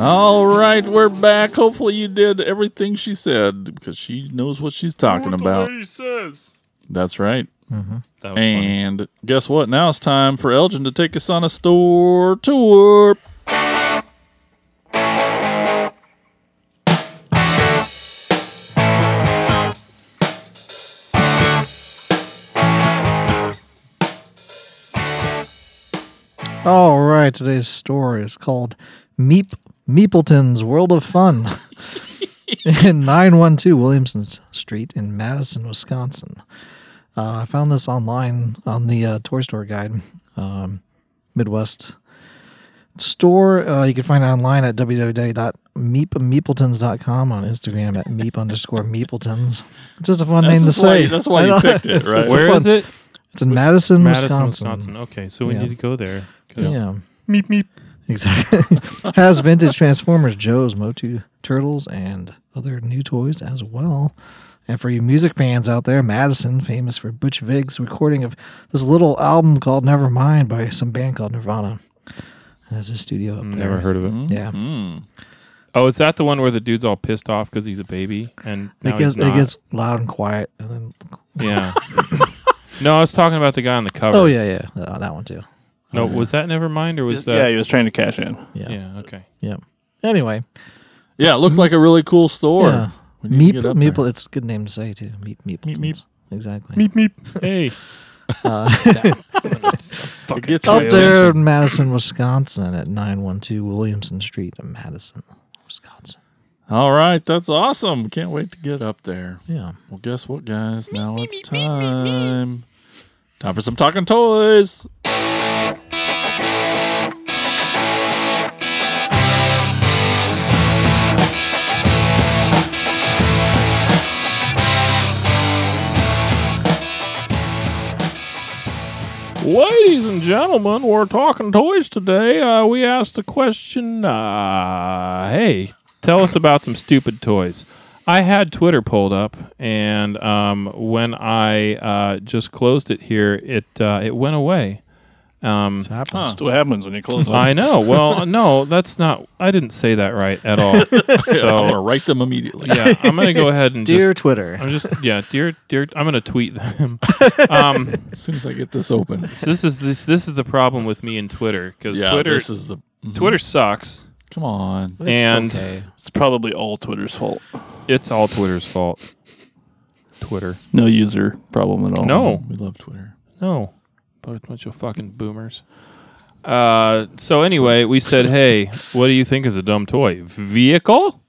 [SPEAKER 2] All right, we're back. Hopefully, you did everything she said because she knows what she's talking about. That's right.
[SPEAKER 3] That was funny.
[SPEAKER 2] And guess what? Now it's time for Elgin to take us on a store tour.
[SPEAKER 5] All right, today's story is called Meep Meepleton's World of Fun in 912 Williamson Street in Madison, Wisconsin. Uh, I found this online on the uh, tour store guide, um, Midwest store. Uh, you can find it online at www.meepmeepletons.com on Instagram at meep underscore meepletons. It's just a fun
[SPEAKER 2] That's
[SPEAKER 5] name to
[SPEAKER 2] just why-
[SPEAKER 5] say.
[SPEAKER 2] that's why
[SPEAKER 5] I
[SPEAKER 2] you
[SPEAKER 5] know,
[SPEAKER 2] picked it,
[SPEAKER 5] it's-
[SPEAKER 2] right?
[SPEAKER 5] It's, a
[SPEAKER 3] Where
[SPEAKER 5] fun-
[SPEAKER 3] is it?
[SPEAKER 5] It's in Madison,
[SPEAKER 3] Madison,
[SPEAKER 5] Wisconsin.
[SPEAKER 3] Wisconsin. Okay, so we
[SPEAKER 5] Yeah.
[SPEAKER 3] need to go there. 'cause-
[SPEAKER 5] Yeah.
[SPEAKER 3] Meep meep.
[SPEAKER 5] Exactly. Has vintage Transformers, Joe's, Motu Turtles, and other new toys as well. And for you music fans out there, Madison, famous for Butch Vig's recording of this little album called Nevermind by some band called Nirvana. Has a studio up there.
[SPEAKER 3] Never heard of it.
[SPEAKER 5] Yeah.
[SPEAKER 3] Hmm. Oh, is that the one where the dude's all pissed off because he's a baby and now
[SPEAKER 5] It gets
[SPEAKER 3] he's not?
[SPEAKER 5] it gets loud and quiet and then
[SPEAKER 3] yeah. no, I was talking about the guy on the cover.
[SPEAKER 5] Oh yeah, yeah. Uh, that one too.
[SPEAKER 3] No, was that never mind or was
[SPEAKER 4] yeah,
[SPEAKER 3] that?
[SPEAKER 4] he was trying to cash in.
[SPEAKER 5] Yeah. Yeah.
[SPEAKER 3] yeah. Okay.
[SPEAKER 5] Anyway.
[SPEAKER 2] Yeah, it looked like a really cool store.
[SPEAKER 5] yeah.
[SPEAKER 2] We need to
[SPEAKER 5] Meep
[SPEAKER 2] get up
[SPEAKER 5] Meeple
[SPEAKER 2] there.
[SPEAKER 5] it's a good name to say too. Meep Meepletons.
[SPEAKER 3] meep.
[SPEAKER 5] Exactly.
[SPEAKER 3] Meep meep. Hey.
[SPEAKER 2] It gets
[SPEAKER 5] up
[SPEAKER 2] your
[SPEAKER 5] there
[SPEAKER 2] attention.
[SPEAKER 5] in Madison, Wisconsin at 912 Williamson Street in Madison, Wisconsin.
[SPEAKER 2] All right, that's awesome. Can't wait to get up there.
[SPEAKER 5] Yeah.
[SPEAKER 2] Well, guess what, guys? now it's time. Time for some talking toys.
[SPEAKER 3] Ladies and gentlemen, we're talking toys today. Uh, we asked the question uh, hey, tell us about some stupid toys. I had Twitter pulled up, and um, when I uh, just closed it here, it uh, it went away. Um,
[SPEAKER 5] happens.
[SPEAKER 4] That's what happens when you close on.
[SPEAKER 3] I know. Well, no, that's not. I didn't say that right at all.
[SPEAKER 2] I'm going to
[SPEAKER 3] So
[SPEAKER 2] write them immediately.
[SPEAKER 3] yeah, I'm gonna go ahead and
[SPEAKER 5] Dear
[SPEAKER 3] just.
[SPEAKER 5] Twitter.
[SPEAKER 3] I'm just yeah, dear dear. I'm gonna tweet them. Um,
[SPEAKER 2] As soon as I get this open.
[SPEAKER 3] so this is this this is the problem with me and Twitter because
[SPEAKER 2] Yeah,
[SPEAKER 3] Twitter
[SPEAKER 2] this is the. mhm.
[SPEAKER 3] Twitter sucks,
[SPEAKER 2] Come on.
[SPEAKER 3] and
[SPEAKER 4] It's probably all Twitter's fault.
[SPEAKER 3] it's all Twitter's fault. Twitter.
[SPEAKER 4] No user problem at all.
[SPEAKER 3] No,
[SPEAKER 2] We love Twitter.
[SPEAKER 3] no, bunch bunch of fucking boomers. Uh, so anyway, we said, hey, what do you think is a dumb toy? Vehicle?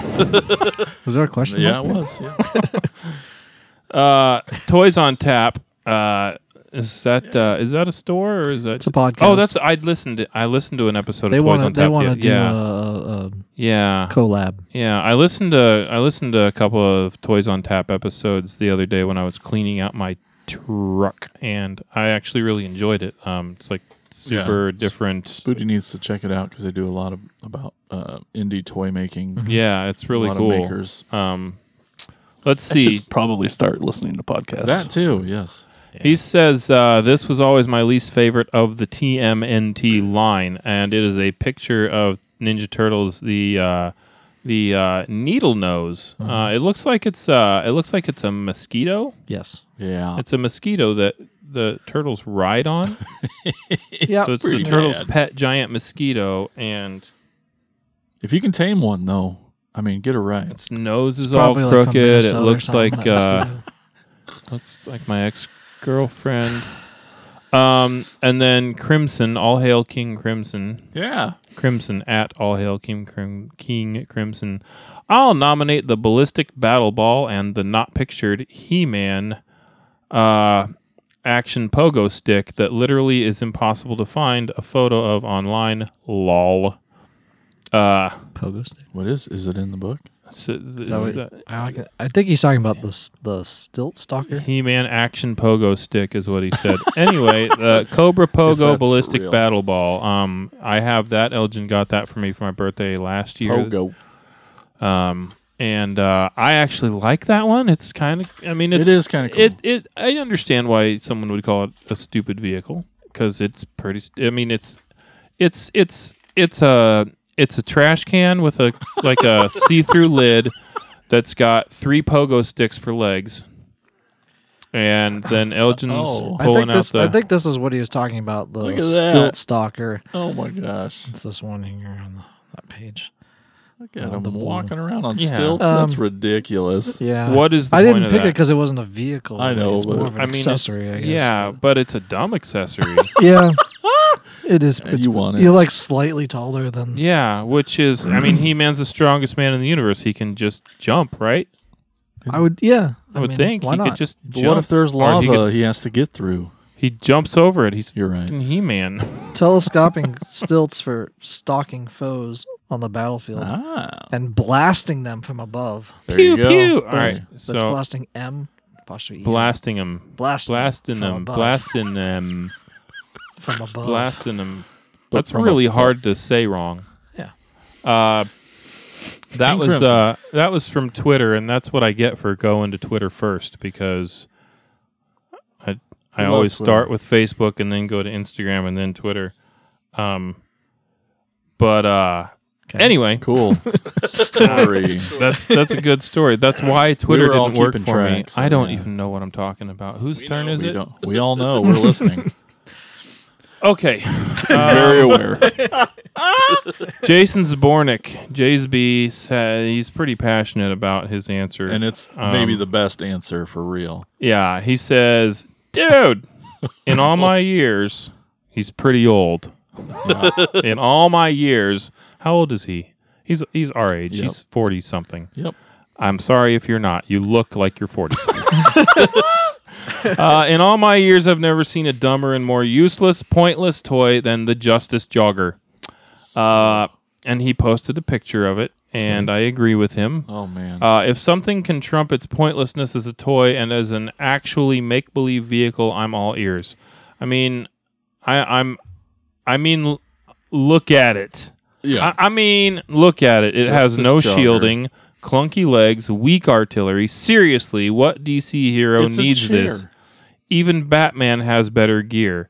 [SPEAKER 5] Was there a question?
[SPEAKER 2] Yeah, it
[SPEAKER 5] mark?
[SPEAKER 2] was. Yeah.
[SPEAKER 3] Uh, toys on tap. Uh, is that uh, is that a store or is that
[SPEAKER 5] It's a podcast.
[SPEAKER 3] Oh, that's I listened. To, I listened to an episode
[SPEAKER 5] They
[SPEAKER 3] of
[SPEAKER 5] want
[SPEAKER 3] Toys
[SPEAKER 5] to
[SPEAKER 3] on
[SPEAKER 5] they
[SPEAKER 3] Tap.
[SPEAKER 5] want to
[SPEAKER 3] the-
[SPEAKER 5] do uh,
[SPEAKER 3] yeah,
[SPEAKER 5] a, a
[SPEAKER 3] yeah.
[SPEAKER 5] collab.
[SPEAKER 3] Yeah, I listened to I listened to a couple of Toys on Tap episodes the other day when I was cleaning out my truck, and I actually really enjoyed it. Um, it's like super
[SPEAKER 2] Yeah.
[SPEAKER 3] different.
[SPEAKER 2] Booty needs to check it out because they do a lot of about uh, indie toy making.
[SPEAKER 3] Yeah, it's
[SPEAKER 2] A
[SPEAKER 3] really
[SPEAKER 2] lot
[SPEAKER 3] cool.
[SPEAKER 2] of makers.
[SPEAKER 3] Um, let's
[SPEAKER 4] I should
[SPEAKER 3] see.
[SPEAKER 4] probably start listening to podcasts.
[SPEAKER 2] That too, yes.
[SPEAKER 3] He says uh, this was always my least favorite of the TMNT line, and it is a picture of Ninja Turtles the uh, the uh, needle nose.
[SPEAKER 2] Mm-hmm.
[SPEAKER 3] Uh, it looks like it's uh, it looks like it's a mosquito.
[SPEAKER 5] Yes.
[SPEAKER 2] Yeah.
[SPEAKER 3] It's a mosquito that the turtles ride on.
[SPEAKER 5] Yeah.
[SPEAKER 3] so it's
[SPEAKER 2] pretty
[SPEAKER 3] the turtle's
[SPEAKER 2] bad.
[SPEAKER 3] pet giant mosquito, and
[SPEAKER 2] If you can tame one, though, I mean, get it right.
[SPEAKER 3] its nose is all
[SPEAKER 5] probably, like, from
[SPEAKER 3] crooked. it
[SPEAKER 5] Minnesota or
[SPEAKER 3] looks
[SPEAKER 5] something,
[SPEAKER 3] like
[SPEAKER 5] that
[SPEAKER 3] uh, looks like my ex girlfriend. Um, and then Crimson, all hail King Crimson.
[SPEAKER 2] Yeah.
[SPEAKER 3] Crimson at All Hail King, Crim- King Crimson. I'll nominate the Ballistic Battle Ball and the not pictured He Man uh, action pogo stick that literally is impossible to find a photo of online. Lol. Uh,
[SPEAKER 5] Pogo stick.
[SPEAKER 2] What is? Is it in the book?
[SPEAKER 3] so th-
[SPEAKER 5] Is that
[SPEAKER 3] is
[SPEAKER 5] what, I, like it. I think he's talking about the s- the stilt stalker.
[SPEAKER 3] He-Man action pogo stick is what he said. anyway, the Cobra Pogo
[SPEAKER 2] that's
[SPEAKER 3] Ballistic
[SPEAKER 2] real.
[SPEAKER 3] Battle Ball. Um, I have that. Elgin got that for me for my birthday last year.
[SPEAKER 2] Pogo.
[SPEAKER 3] Um, and uh, I actually like that one. It's kind of, I mean,
[SPEAKER 2] It
[SPEAKER 3] it's,
[SPEAKER 2] is kinda cool.
[SPEAKER 3] It, it, I understand why someone would call it a stupid vehicle because it's pretty. St- I mean, it's, it's, it's, it's a, it's a trash can with a like a see-through lid that's got three pogo sticks for legs, and then Elgin's
[SPEAKER 2] Oh.
[SPEAKER 5] I think
[SPEAKER 3] pulling out
[SPEAKER 5] this.
[SPEAKER 3] the.
[SPEAKER 5] I think this is what he was talking about. The
[SPEAKER 2] Look at that.
[SPEAKER 5] stilt stalker.
[SPEAKER 2] Oh my gosh!
[SPEAKER 5] It's this one here on the, that page.
[SPEAKER 2] Look at
[SPEAKER 5] Oh,
[SPEAKER 2] him
[SPEAKER 5] the blue.
[SPEAKER 2] walking around on
[SPEAKER 3] Yeah.
[SPEAKER 2] stilts. That's
[SPEAKER 5] Um,
[SPEAKER 2] ridiculous.
[SPEAKER 5] Yeah.
[SPEAKER 3] what is the
[SPEAKER 5] I
[SPEAKER 3] point
[SPEAKER 5] didn't
[SPEAKER 3] of
[SPEAKER 5] pick it
[SPEAKER 3] that?
[SPEAKER 5] because it wasn't a vehicle.
[SPEAKER 2] I
[SPEAKER 5] really.
[SPEAKER 2] know,
[SPEAKER 5] it's
[SPEAKER 2] but-
[SPEAKER 5] more of an
[SPEAKER 3] I mean, it's-
[SPEAKER 5] accessory. I guess.
[SPEAKER 3] Yeah, but it's a dumb accessory.
[SPEAKER 5] Yeah. it is. It's,
[SPEAKER 2] you want it?
[SPEAKER 5] You're like slightly taller than.
[SPEAKER 3] Yeah, which is, I mean, He Man's the strongest man in the universe. He can just jump, right?
[SPEAKER 5] I would. Yeah.
[SPEAKER 3] I, would
[SPEAKER 5] mean,
[SPEAKER 3] think
[SPEAKER 5] Why
[SPEAKER 3] he
[SPEAKER 5] not?
[SPEAKER 3] could just
[SPEAKER 2] But
[SPEAKER 3] jump.
[SPEAKER 2] what if there's
[SPEAKER 3] or
[SPEAKER 2] lava?
[SPEAKER 3] He,
[SPEAKER 2] He,
[SPEAKER 3] could-
[SPEAKER 2] has to get through.
[SPEAKER 3] he jumps over it. He's
[SPEAKER 2] You're right.
[SPEAKER 3] He Man.
[SPEAKER 5] telescoping stilts for stalking foes on the battlefield
[SPEAKER 3] Uh-huh.
[SPEAKER 2] Ah,
[SPEAKER 5] and blasting them from above.
[SPEAKER 2] there
[SPEAKER 3] Pew
[SPEAKER 2] you go.
[SPEAKER 3] pew. All
[SPEAKER 5] But it's-
[SPEAKER 3] right,
[SPEAKER 5] but it's
[SPEAKER 3] so
[SPEAKER 5] blasting M. Apostrophe E,
[SPEAKER 3] blasting him,
[SPEAKER 5] Blasting,
[SPEAKER 3] blasting
[SPEAKER 5] from
[SPEAKER 3] him,
[SPEAKER 5] above,
[SPEAKER 3] blasting him,
[SPEAKER 5] from above.
[SPEAKER 3] blasting him.
[SPEAKER 2] But
[SPEAKER 3] That's
[SPEAKER 2] from
[SPEAKER 3] really
[SPEAKER 2] above.
[SPEAKER 3] hard to say wrong.
[SPEAKER 5] Yeah.
[SPEAKER 3] Uh, that
[SPEAKER 2] King
[SPEAKER 3] was
[SPEAKER 2] Crimson.
[SPEAKER 3] uh, that was from Twitter, and that's what I get for going to Twitter first because I I
[SPEAKER 2] love
[SPEAKER 3] always
[SPEAKER 2] Twitter.
[SPEAKER 3] start with Facebook and then go to Instagram and then Twitter. Um, but uh, anyway,
[SPEAKER 2] Cool. Sorry.
[SPEAKER 3] that's that's a good story. That's why Twitter
[SPEAKER 2] were all
[SPEAKER 3] didn't work
[SPEAKER 2] keeping
[SPEAKER 3] for me.
[SPEAKER 2] track, so
[SPEAKER 3] I don't
[SPEAKER 2] yeah.
[SPEAKER 3] even know what I'm talking about. Whose turn is
[SPEAKER 2] we
[SPEAKER 3] it?
[SPEAKER 2] don't. We all know. We're listening.
[SPEAKER 3] Okay,
[SPEAKER 2] Very aware.
[SPEAKER 3] Jason Zbornik, Jay's B, said he's pretty passionate about his answer,
[SPEAKER 2] And it's maybe
[SPEAKER 3] Um,
[SPEAKER 2] the best answer for real.
[SPEAKER 3] Yeah, he says, dude, in all my years, he's pretty old. in all my years, how old is he? He's he's our age.
[SPEAKER 2] Yep.
[SPEAKER 3] He's forty something.
[SPEAKER 2] Yep.
[SPEAKER 3] I'm sorry if you're not. You look like you're 40 uh, in all my years, I've never seen a dumber and more useless, pointless toy than the Justice Jogger. Uh, and he posted a picture of it, and I agree with him.
[SPEAKER 2] Oh man.
[SPEAKER 3] Uh, if something can trump its pointlessness as a toy and as an actually make believe vehicle, I'm all ears. I mean, I, I'm, I mean, l- look at it.
[SPEAKER 2] yeah.
[SPEAKER 3] I, I mean, look at it. It has
[SPEAKER 2] Justice
[SPEAKER 3] no
[SPEAKER 2] Jogger.
[SPEAKER 3] shielding, clunky legs, weak artillery. Seriously, what DC hero
[SPEAKER 2] It's a
[SPEAKER 3] needs
[SPEAKER 2] chair.
[SPEAKER 3] this? Even Batman has better gear.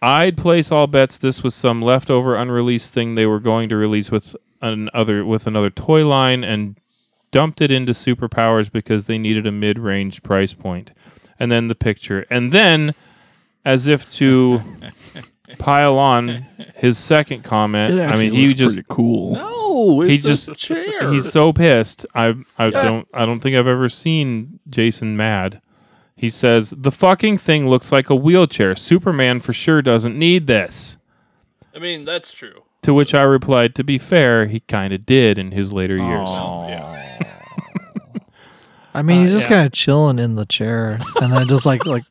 [SPEAKER 3] I'd place all bets this was some leftover unreleased thing they were going to release with another with another toy line and dumped it into superpowers because they needed a mid-range price point. And then the picture. And then as if to pile on his second comment.
[SPEAKER 5] It
[SPEAKER 3] I mean,
[SPEAKER 5] actually
[SPEAKER 3] he
[SPEAKER 5] looks
[SPEAKER 3] just
[SPEAKER 2] cool. No, it's
[SPEAKER 3] he
[SPEAKER 2] a
[SPEAKER 3] just
[SPEAKER 2] chair.
[SPEAKER 3] he's so pissed. I I don't I don't think I've ever seen Jason mad. He says the fucking thing looks like a wheelchair. Superman for sure doesn't need this.
[SPEAKER 4] I mean, that's true.
[SPEAKER 3] To which I replied, to be fair, he kind of did in his later years.
[SPEAKER 5] I mean,
[SPEAKER 3] uh,
[SPEAKER 5] he's just kind of chilling in the chair, and then just like like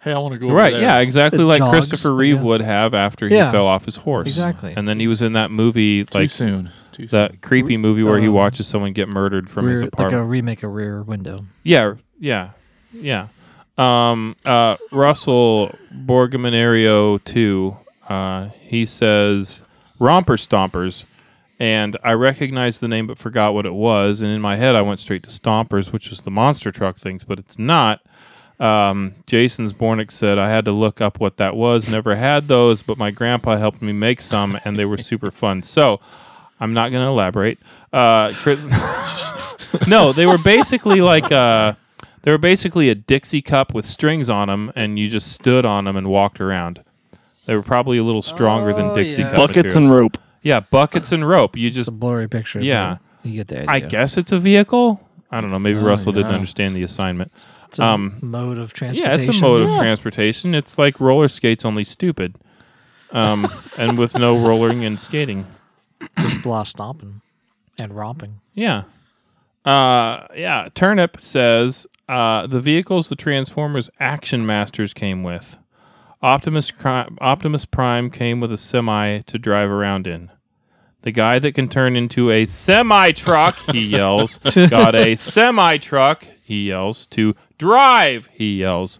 [SPEAKER 2] Hey, I want to go. over
[SPEAKER 3] Right,
[SPEAKER 2] there.
[SPEAKER 3] yeah, exactly
[SPEAKER 5] It
[SPEAKER 3] like
[SPEAKER 5] jogs,
[SPEAKER 3] Christopher
[SPEAKER 5] I
[SPEAKER 3] Reeve
[SPEAKER 5] guess.
[SPEAKER 3] would have after
[SPEAKER 5] Yeah.
[SPEAKER 3] he fell off his horse.
[SPEAKER 5] Exactly.
[SPEAKER 3] And then he was in that movie,
[SPEAKER 2] Too
[SPEAKER 3] like
[SPEAKER 2] soon. Too soon.
[SPEAKER 3] that creepy movie where he
[SPEAKER 5] Um,
[SPEAKER 3] watches someone get murdered from his
[SPEAKER 5] rear, like
[SPEAKER 3] apartment.
[SPEAKER 5] a remake of Rear Window.
[SPEAKER 3] Yeah, yeah, yeah. Um, uh, Russell Borgominario too. Uh, he says romper stompers, and I recognized the name but forgot what it was. And in my head, I went straight to stompers, which was the monster truck things, but it's not. Um, Jason's Bornick said I had to look up what that was. Never had those, but my grandpa helped me make some, and they were super fun. So I'm not going to elaborate. Uh, Chris, no, they were basically like uh, they were basically a Dixie cup with strings on them, and you just stood on them and walked around. They were probably a little stronger than
[SPEAKER 5] Oh,
[SPEAKER 3] Dixie
[SPEAKER 5] yeah.
[SPEAKER 3] Cup
[SPEAKER 7] Buckets and
[SPEAKER 3] materials.
[SPEAKER 7] rope.
[SPEAKER 3] yeah, buckets and rope. You
[SPEAKER 5] It's
[SPEAKER 3] just
[SPEAKER 5] a blurry picture.
[SPEAKER 3] Yeah.
[SPEAKER 5] but you get the idea.
[SPEAKER 3] I guess it's a vehicle. I don't know. Maybe
[SPEAKER 5] Oh,
[SPEAKER 3] Russell didn't
[SPEAKER 5] yeah.
[SPEAKER 3] understand the assignment.
[SPEAKER 5] It's a
[SPEAKER 3] um,
[SPEAKER 5] mode of
[SPEAKER 3] Yeah,
[SPEAKER 5] transportation.
[SPEAKER 3] it's a mode of transportation. It's like roller skates, only stupid, um, and with no rolling and skating.
[SPEAKER 5] Just a lot of stomping and romping.
[SPEAKER 3] Yeah. Uh, yeah. Turnip says uh, the vehicles the Transformers Action Masters came with. Optimus, Cri- Optimus Prime came with a semi to drive around in. The guy that can turn into a semi truck, he yells, got a semi truck, he yells, to drive, he yells.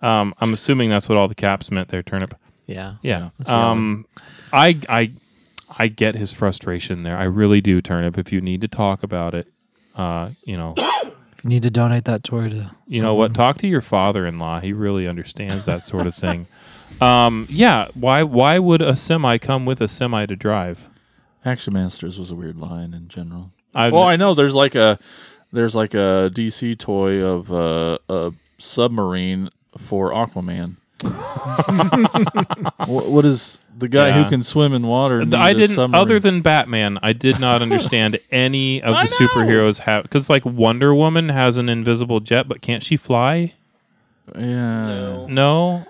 [SPEAKER 3] Um, I'm assuming that's what all the caps meant there, Turnip.
[SPEAKER 5] Yeah.
[SPEAKER 3] Yeah.
[SPEAKER 5] that's the other
[SPEAKER 3] Um, I I I get his frustration there. I really do, Turnip. If you need to talk about it, uh, you know,
[SPEAKER 5] If you need to donate that toy to
[SPEAKER 3] you know what? Talk to your father-in-law. He really understands that sort of thing. Um, yeah. Why Why would a semi come with a semi to drive?
[SPEAKER 2] Action Masters was a weird line in general.
[SPEAKER 3] I've
[SPEAKER 2] well,
[SPEAKER 3] ne-
[SPEAKER 2] I know there's like a there's like a DC toy of uh, a submarine for Aquaman. Wh- what is the guy
[SPEAKER 3] Yeah.
[SPEAKER 2] who can swim in water?
[SPEAKER 3] Th-
[SPEAKER 2] need
[SPEAKER 3] I
[SPEAKER 2] a
[SPEAKER 3] didn't.
[SPEAKER 2] submarine?
[SPEAKER 3] Other than Batman, I did not understand any of
[SPEAKER 2] I
[SPEAKER 3] the superheroes have because like Wonder Woman has an invisible jet, but can't she fly?
[SPEAKER 2] yeah,
[SPEAKER 3] No,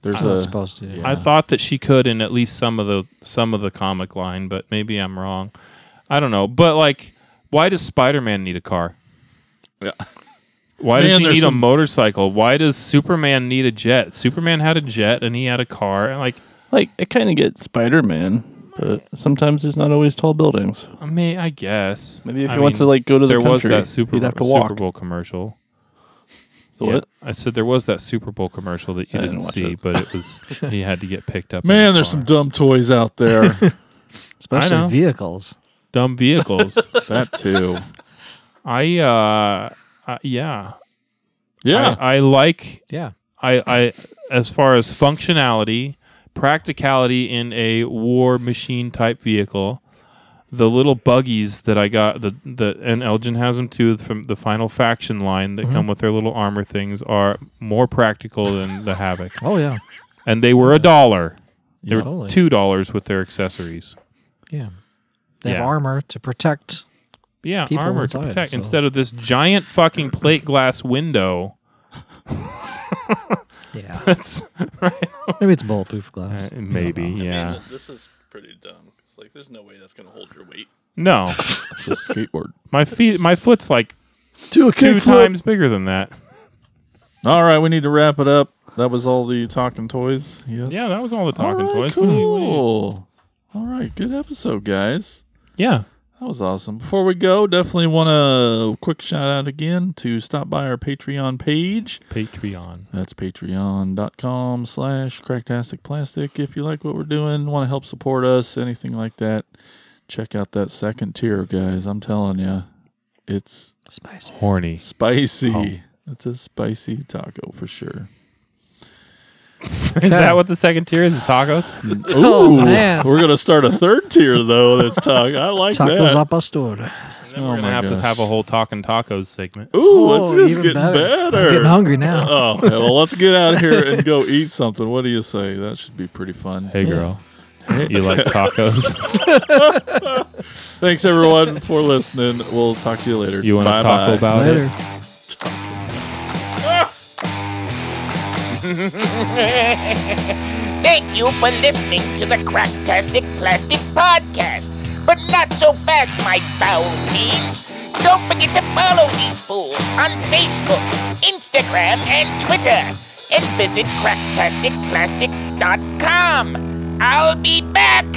[SPEAKER 2] there's
[SPEAKER 5] not
[SPEAKER 2] a
[SPEAKER 5] supposed to.
[SPEAKER 2] yeah.
[SPEAKER 3] I thought that she could in at least some of the some of the comic line, but maybe I'm wrong. I don't know. But like, why does Spider-Man need a car?
[SPEAKER 2] Yeah.
[SPEAKER 3] Why
[SPEAKER 2] Man,
[SPEAKER 3] does he
[SPEAKER 2] there's
[SPEAKER 3] need a
[SPEAKER 2] some-
[SPEAKER 3] motorcycle? Why does Superman need a jet? Superman had a jet and he had a car. And like,
[SPEAKER 4] Like I kind of get Spider Man, but sometimes there's not always tall buildings.
[SPEAKER 3] I mean, I guess
[SPEAKER 4] Maybe if
[SPEAKER 3] I
[SPEAKER 4] he wants to
[SPEAKER 3] mean,
[SPEAKER 4] like go to the
[SPEAKER 3] there was
[SPEAKER 4] country,
[SPEAKER 3] that Super,
[SPEAKER 4] he'd have to
[SPEAKER 3] Super
[SPEAKER 4] walk.
[SPEAKER 3] Bowl commercial.
[SPEAKER 4] The what?
[SPEAKER 3] I said there was that Super Bowl commercial that you
[SPEAKER 4] I
[SPEAKER 3] didn't,
[SPEAKER 4] didn't watch
[SPEAKER 3] see,
[SPEAKER 4] it.
[SPEAKER 3] but it was he had to get picked up. in a
[SPEAKER 2] man, there's some
[SPEAKER 3] car.
[SPEAKER 2] dumb toys out there.
[SPEAKER 5] Especially
[SPEAKER 3] know.
[SPEAKER 5] vehicles.
[SPEAKER 3] dumb vehicles.
[SPEAKER 2] that too.
[SPEAKER 3] I uh, uh yeah.
[SPEAKER 2] Yeah,
[SPEAKER 3] I, I like
[SPEAKER 5] Yeah.
[SPEAKER 3] I, I as far as functionality, practicality in a war machine type vehicle, the little buggies that I got the the and Elgin has them too from the final faction line
[SPEAKER 5] Mm-hmm.
[SPEAKER 3] that come with their little armor things are more practical than the Havoc,
[SPEAKER 5] Oh yeah.
[SPEAKER 3] and they were a dollar. They
[SPEAKER 5] Yeah.
[SPEAKER 3] were
[SPEAKER 5] Totally.
[SPEAKER 3] two dollars with their accessories.
[SPEAKER 5] Yeah. They
[SPEAKER 3] Yeah.
[SPEAKER 5] have armor to protect.
[SPEAKER 3] Yeah,
[SPEAKER 5] People
[SPEAKER 3] armor to
[SPEAKER 5] inside,
[SPEAKER 3] protect
[SPEAKER 5] so-
[SPEAKER 3] instead of this giant fucking plate glass window.
[SPEAKER 5] Yeah. Maybe it's bulletproof glass.
[SPEAKER 3] Maybe, yeah.
[SPEAKER 4] This is pretty dumb. Like, there's no way that's gonna hold your weight.
[SPEAKER 3] No,
[SPEAKER 2] it's a skateboard.
[SPEAKER 3] my feet, my foot's like
[SPEAKER 5] Do a
[SPEAKER 3] two times bigger than that.
[SPEAKER 2] All right, we need to wrap it up. That was all the talking toys. Yes.
[SPEAKER 3] Yeah, that was all the
[SPEAKER 2] All
[SPEAKER 3] talking
[SPEAKER 2] right,
[SPEAKER 3] toys. Hmm, What do you- what do you-
[SPEAKER 2] Cool. All right, good episode, guys.
[SPEAKER 3] Yeah.
[SPEAKER 2] That was awesome. Before we go, definitely want to quick shout out again to stop by our Patreon page.
[SPEAKER 3] Patreon.
[SPEAKER 2] That's patreon.com slash cracktastic plastic. If you like what we're doing, want to help support us, anything like that, check out that second tier, guys. I'm telling you, it's
[SPEAKER 5] Spicy.
[SPEAKER 3] Horny.
[SPEAKER 2] spicy.
[SPEAKER 3] Oh.
[SPEAKER 2] It's a spicy taco for sure.
[SPEAKER 3] Is that what the second tier is? Is tacos?
[SPEAKER 2] Ooh,
[SPEAKER 3] Oh,
[SPEAKER 5] man.
[SPEAKER 2] we're gonna start a third tier though. That's taco. I like
[SPEAKER 5] Tacos
[SPEAKER 2] that.
[SPEAKER 5] al pastor.
[SPEAKER 3] And then
[SPEAKER 2] Oh
[SPEAKER 3] we're gonna
[SPEAKER 2] my
[SPEAKER 3] have to
[SPEAKER 2] gosh.
[SPEAKER 3] have a whole talking tacos segment.
[SPEAKER 2] Ooh, it's
[SPEAKER 5] Oh,
[SPEAKER 2] just
[SPEAKER 5] even
[SPEAKER 2] getting better.
[SPEAKER 5] better. I'm getting hungry now.
[SPEAKER 2] Oh, yeah, well, let's get out of here and go eat something. What do you say? That should be pretty fun.
[SPEAKER 3] Hey girl, you like tacos?
[SPEAKER 2] Thanks, everyone, for listening. We'll talk to you later.
[SPEAKER 3] You want to
[SPEAKER 2] Bye-bye.
[SPEAKER 3] talk about it?
[SPEAKER 5] Later.
[SPEAKER 1] Thank you for listening to the Cracktastic Plastic Podcast. But not so fast, my foul fiends. Don't forget to follow these fools on Facebook, Instagram, and Twitter. And visit cracktasticplastic.com. I'll be back.